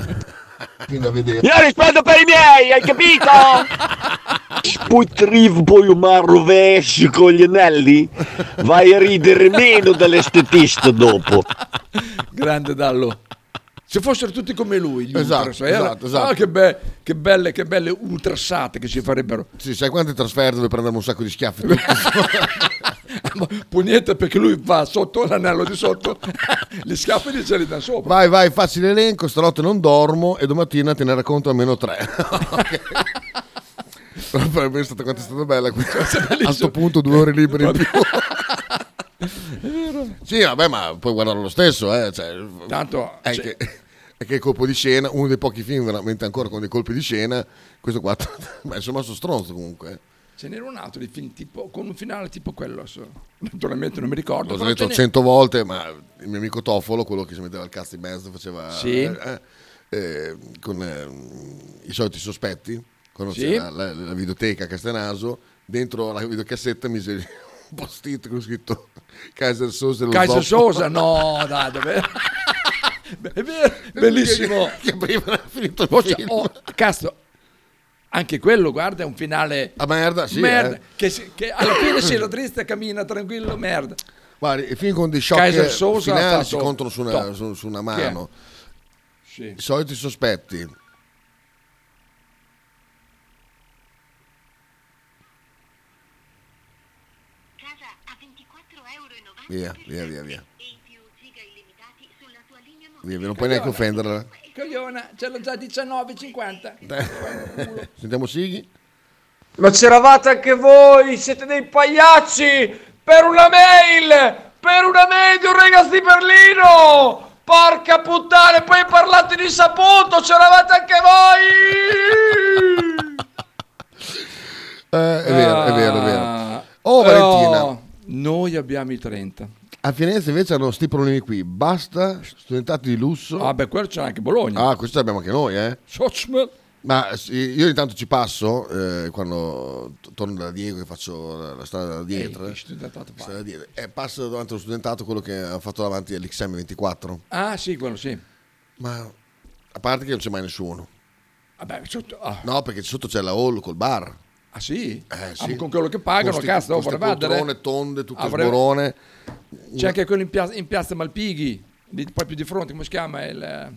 Speaker 16: Io rispetto per i miei, hai capito? Sputrivo poi un man rovescio con gli anelli, vai a ridere meno dall'estetista dopo.
Speaker 6: Grande Dallo. Se fossero tutti come lui, gli
Speaker 1: Esatto,
Speaker 6: ultras, eh, allora-
Speaker 1: esatto, esatto.
Speaker 6: ah, che, be- che belle, che belle ultrassate che ci farebbero.
Speaker 1: Sì, sai quante trasferte dove prendermi un sacco di schiaffi? tutti?
Speaker 6: Pugnetta perché lui va sotto l'anello di sotto, le schiaffe ce le da sopra.
Speaker 1: Vai, vai, facci l'elenco, stanotte non dormo e domattina te ne racconto almeno tre. Però per me è stata quanto è stata bella questa. A questo punto due ore libere in più. Sì, vabbè, ma puoi guardarlo lo stesso, eh. cioè,
Speaker 6: Tanto, cioè
Speaker 1: è,
Speaker 6: sì.
Speaker 1: che, è che il colpo di scena, uno dei pochi film veramente ancora con dei colpi di scena, questo qua, ma insomma sono stronzo comunque. eh.
Speaker 6: Ce n'era un altro di film tipo, con un finale tipo quello. so. Naturalmente non mi ricordo.
Speaker 1: L'ho già
Speaker 6: però
Speaker 1: detto
Speaker 6: ce n'è-
Speaker 1: cento volte, ma il mio amico Tofolo, quello che si metteva il cazzo in mezzo, faceva
Speaker 6: Sì.
Speaker 1: eh, eh, eh, con eh, i soliti sospetti, quando
Speaker 6: Sì.
Speaker 1: c'era la, la videoteca a Castenaso, dentro la videocassetta mise un post-it con scritto Kaiser Sosa e lo
Speaker 6: Kaiser
Speaker 1: zoppo.
Speaker 6: Sosa, no, dai, davvero. È vero, bellissimo.
Speaker 1: Che prima era finito il
Speaker 6: Forse-
Speaker 1: film.
Speaker 6: oh, cazzo, anche quello, guarda, è un finale.
Speaker 1: A Ah, merda, sì,
Speaker 6: Merda,
Speaker 1: eh.
Speaker 6: che, si- che alla fine si lo triste, cammina tranquillo, merda.
Speaker 1: Guardi, i film con dei shock
Speaker 6: Kaiser Sosa ha
Speaker 1: finali
Speaker 6: fatto
Speaker 1: si contano su una,
Speaker 6: top.
Speaker 1: su- su una
Speaker 6: Chi è?
Speaker 1: mano.
Speaker 6: Sì.
Speaker 1: I soliti sospetti. Via, via, via, via. Via, via, non puoi neanche offenderla.
Speaker 6: Cogliona, ce l'ho già 19,50.
Speaker 1: Sentiamo Sighi.
Speaker 2: Ma c'eravate anche voi, siete dei pagliacci! Per una mail! Per una mail di un ragazzo di Berlino! Porca puttana, e poi parlate di saputo, c'eravate anche voi!
Speaker 1: Eh, è vero, è vero, è vero,
Speaker 6: ah. Noi abbiamo i 30.
Speaker 1: A Firenze invece hanno sti problemi qui. Basta, studentati di lusso.
Speaker 6: Ah, beh, quello c'è anche Bologna.
Speaker 1: Ah, questo abbiamo anche noi, eh.
Speaker 6: Sochmel.
Speaker 1: Ma sì, io ogni tanto ci passo eh, quando t- torno da Diego e faccio la, la strada da dietro.
Speaker 6: Ehi,
Speaker 1: eh.
Speaker 6: che studentato
Speaker 1: La strada da dietro. E passo davanti allo studentato quello che ha fatto davanti all'XM 24.
Speaker 6: Ah, sì, quello sì.
Speaker 1: Ma a parte che non c'è mai nessuno.
Speaker 6: Vabbè, sotto, ah,
Speaker 1: No, perché sotto c'è la hall col bar.
Speaker 6: ah, sì?
Speaker 1: Eh,
Speaker 6: Ah,
Speaker 1: sì.
Speaker 6: ma con quello che pagano,
Speaker 1: Con sti-
Speaker 6: cazzo,
Speaker 1: con
Speaker 6: dopo
Speaker 1: ste poltrone, tonde, tutto sborone.
Speaker 6: C'è anche quello in piazza, in piazza Malpighi, lì proprio di fronte, come si chiama? È, il-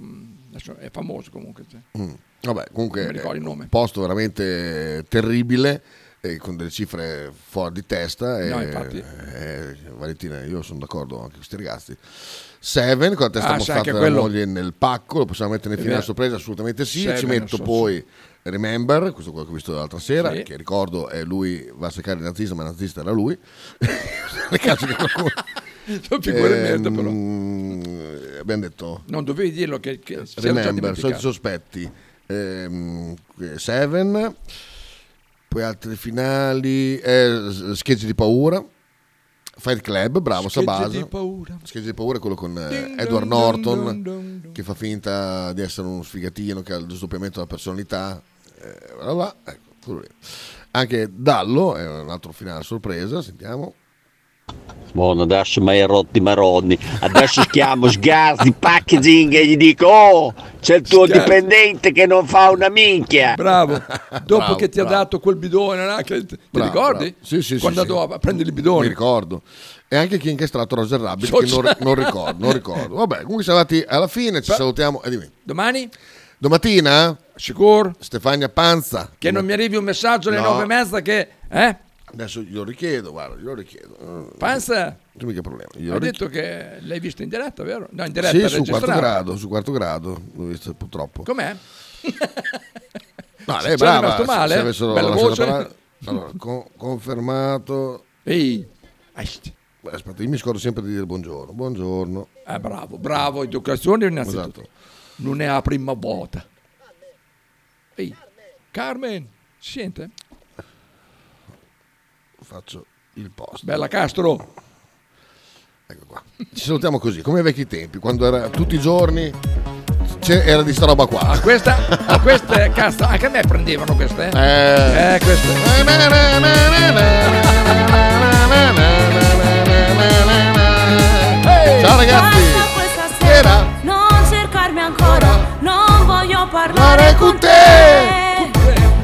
Speaker 6: mm, adesso è famoso comunque. cioè.
Speaker 1: Mm. Vabbè, comunque eh,
Speaker 6: Non mi ricordo
Speaker 1: è
Speaker 6: il
Speaker 1: un
Speaker 6: nome.
Speaker 1: posto veramente terribile eh, con delle cifre fuori di testa. E,
Speaker 6: No, infatti.
Speaker 1: eh, Valentina, io sono d'accordo anche con questi ragazzi. Seven con la testa
Speaker 6: Ah, sai,
Speaker 1: mostrata
Speaker 6: anche
Speaker 1: della
Speaker 6: quello.
Speaker 1: moglie nel pacco, lo possiamo mettere in
Speaker 6: È
Speaker 1: finale
Speaker 6: vero.
Speaker 1: sorpresa? Assolutamente sì. Ci
Speaker 6: Seven,
Speaker 1: metto
Speaker 6: so-
Speaker 1: poi Remember, questo è quello che ho visto l'altra sera,
Speaker 6: Sì.
Speaker 1: che ricordo è lui va a cercare il nazista, ma il nazista era lui. Nel caso che qualcuno...
Speaker 6: Sono figure merda, però.
Speaker 1: Ehm, Abbiamo detto...
Speaker 6: Non dovevi dirlo che, che si era già
Speaker 1: Remember, soliti
Speaker 6: dimenticato.
Speaker 1: sospetti. Ehm, Seven, poi altri finali, eh, s- Schegge di paura, Fight Club, bravo
Speaker 6: Schegge
Speaker 1: Sabasa.
Speaker 6: di paura.
Speaker 1: Schegge di paura è quello con eh,
Speaker 6: Ding,
Speaker 1: Edward
Speaker 6: dong,
Speaker 1: Norton
Speaker 6: dong,
Speaker 1: che fa finta di essere uno sfigatino che ha il sdoppiamento della personalità. eh, bla bla, ecco, quello lì. Anche Dallo è un altro finale a sorpresa, sentiamo.
Speaker 23: Buono, adesso mi hai rotti i maroni. Adesso chiamo Sgarzi Packaging e gli dico: Oh, c'è il tuo
Speaker 6: Sgarzi.
Speaker 23: dipendente che non fa una minchia.
Speaker 6: Bravo, dopo
Speaker 23: Bravo,
Speaker 6: che ti ha
Speaker 23: bravo.
Speaker 6: dato quel bidone, là, che- ti
Speaker 1: Bravo,
Speaker 6: ricordi?
Speaker 1: bravo. Sì, sì, sì,
Speaker 6: Quando
Speaker 1: sì.
Speaker 6: andò a prendere il bidone.
Speaker 1: Mi ricordo. E anche chi ha incastrato Roger Rabbit, che
Speaker 6: So-
Speaker 1: non, non ricordo, non ricordo. Vabbè, comunque siamo andati alla fine, ci salutiamo. E dimmi.
Speaker 6: Domani?
Speaker 1: Domattina?
Speaker 6: Sicuro?
Speaker 1: Stefania Panza.
Speaker 6: Che non mi arrivi un messaggio alle
Speaker 1: No.
Speaker 6: nove e mezza che... Eh?
Speaker 1: Adesso glielo richiedo, guarda, glielo richiedo.
Speaker 6: Panza?
Speaker 1: Non c'è mica problema. Glielo
Speaker 6: Ho
Speaker 1: richi-
Speaker 6: detto che l'hai visto in diretta, vero? No, in diretta
Speaker 1: Sì, su
Speaker 6: registrata.
Speaker 1: quarto grado, su quarto grado, l'ho visto purtroppo.
Speaker 6: Com'è?
Speaker 1: No,
Speaker 6: Ci
Speaker 1: lei è
Speaker 6: sono
Speaker 1: brava.
Speaker 6: rimasto
Speaker 1: se-
Speaker 6: male?
Speaker 1: se avessero
Speaker 6: Bella
Speaker 1: lasciato
Speaker 6: voce.
Speaker 1: parlare- Allora, con- confermato.
Speaker 6: Ehi.
Speaker 1: Aspetta, io mi scordo sempre di dire buongiorno. Buongiorno. Esatto.
Speaker 6: Eh, bravo, bravo, educazione innanzitutto. Non è la prima volta. Ehi, Carmen, si sente?
Speaker 1: Faccio il post.
Speaker 6: Bella Castro.
Speaker 1: Ci salutiamo così, come ai vecchi tempi, quando era tutti i giorni c'era era di sta roba qua.
Speaker 6: A questa, a queste, cazzo, anche a me prendevano queste. Eh,
Speaker 1: Eh.
Speaker 6: Eh, queste.
Speaker 8: Ciao ragazzi! non cercarmi ancora, non voglio parlare con te.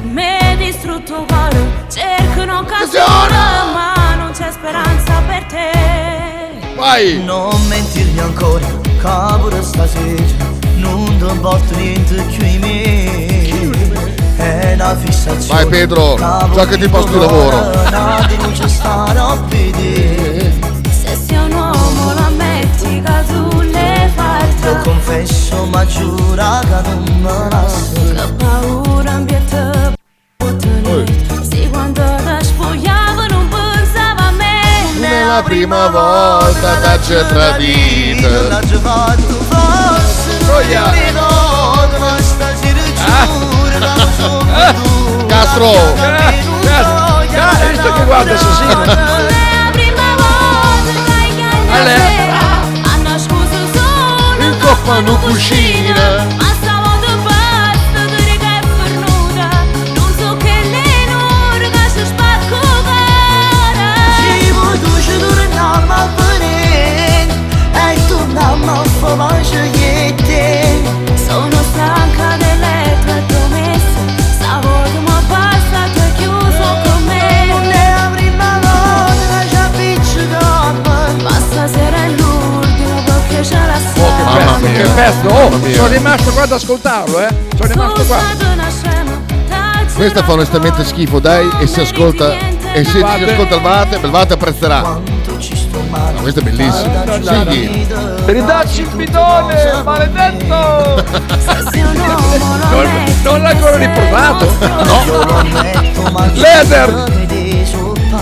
Speaker 8: Mi distrutto coro, cerco un'occasione, ma non c'è speranza per te.
Speaker 1: Vai!
Speaker 4: Non mentirmi ancora, cavolo stasera Non ti porto niente più in me È una fissazione
Speaker 1: Vai Pedro, so che ti posto il lavoro.
Speaker 4: Una denuncia stanotte di
Speaker 8: Se sei un uomo lo ammetti che tu le fai
Speaker 4: Lo confesso ma giura che non me la
Speaker 8: Che paura mi è te puttane. Sì, quando la spogliavo non pensavo a me
Speaker 1: È la prima volta da c'è tradito.
Speaker 4: fatto forse Non ti ricordo ma stasera giuro che mi sono perduto
Speaker 1: Castro!
Speaker 6: Ah, hai visto che guarda assassino?
Speaker 8: La prima volta che andiamo Hanno scuso solo
Speaker 1: Il cofano cucina.
Speaker 8: Ma stavo da parte di riga e fornuta Non so che le nore che si spacco
Speaker 4: Ci voduce torniamo a venire E torniamo a far mangiare te
Speaker 8: Sono stanca delle tue promesse Stavolta mi basta, tu hai chiuso con me
Speaker 4: Non è la prima volta che ci appiccichiamo
Speaker 8: Ma stasera è l'ultima perché ce la
Speaker 6: Che
Speaker 8: sera
Speaker 6: pezzo, che pezzo. Oh, sono rimasto qua ad ascoltarlo, eh. Sono rimasto qua.
Speaker 8: tá
Speaker 1: Questa fa onestamente schifo, dai, e si ascolta. E se ci ascolta il Vate, il Vate apprezzerà. Ma questa è bellissima. Sighi.
Speaker 2: Ridacci il bidone, maledetto!
Speaker 6: Non, non l'hai ancora riportato?
Speaker 4: No.
Speaker 6: Leder.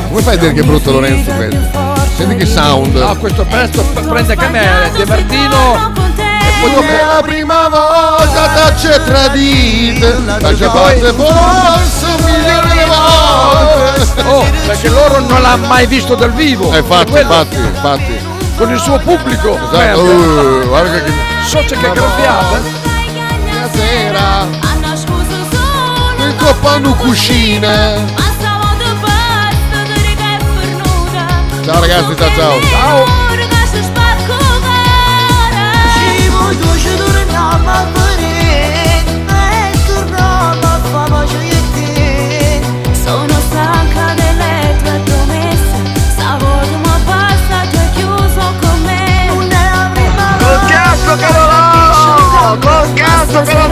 Speaker 1: Come fai a dire che è brutto Lorenzo questo? Senti che sound.
Speaker 6: No, questo pezzo p- prende anche me, De Martino. E
Speaker 1: Come la prima volta t'acce tradito, faccio forse forse un milione di volte.
Speaker 6: Oh, perché loro non l'hanno mai visto dal vivo.
Speaker 1: Eh, infatti,
Speaker 6: Quello-
Speaker 1: infatti, infatti.
Speaker 6: Con il suo pubblico.
Speaker 1: Esatto.
Speaker 6: merda.
Speaker 1: Uh, guarda che...
Speaker 6: So c'è che graffiata.
Speaker 1: Buonasera. In coppano cucina. Ciao ragazzi, ciao ciao. Ciao.
Speaker 8: Sono stanca delle tue promesse, stavolta basta, tu hai chiuso con me. Non è la prima
Speaker 4: Col cazzo che lo con cazzo che lo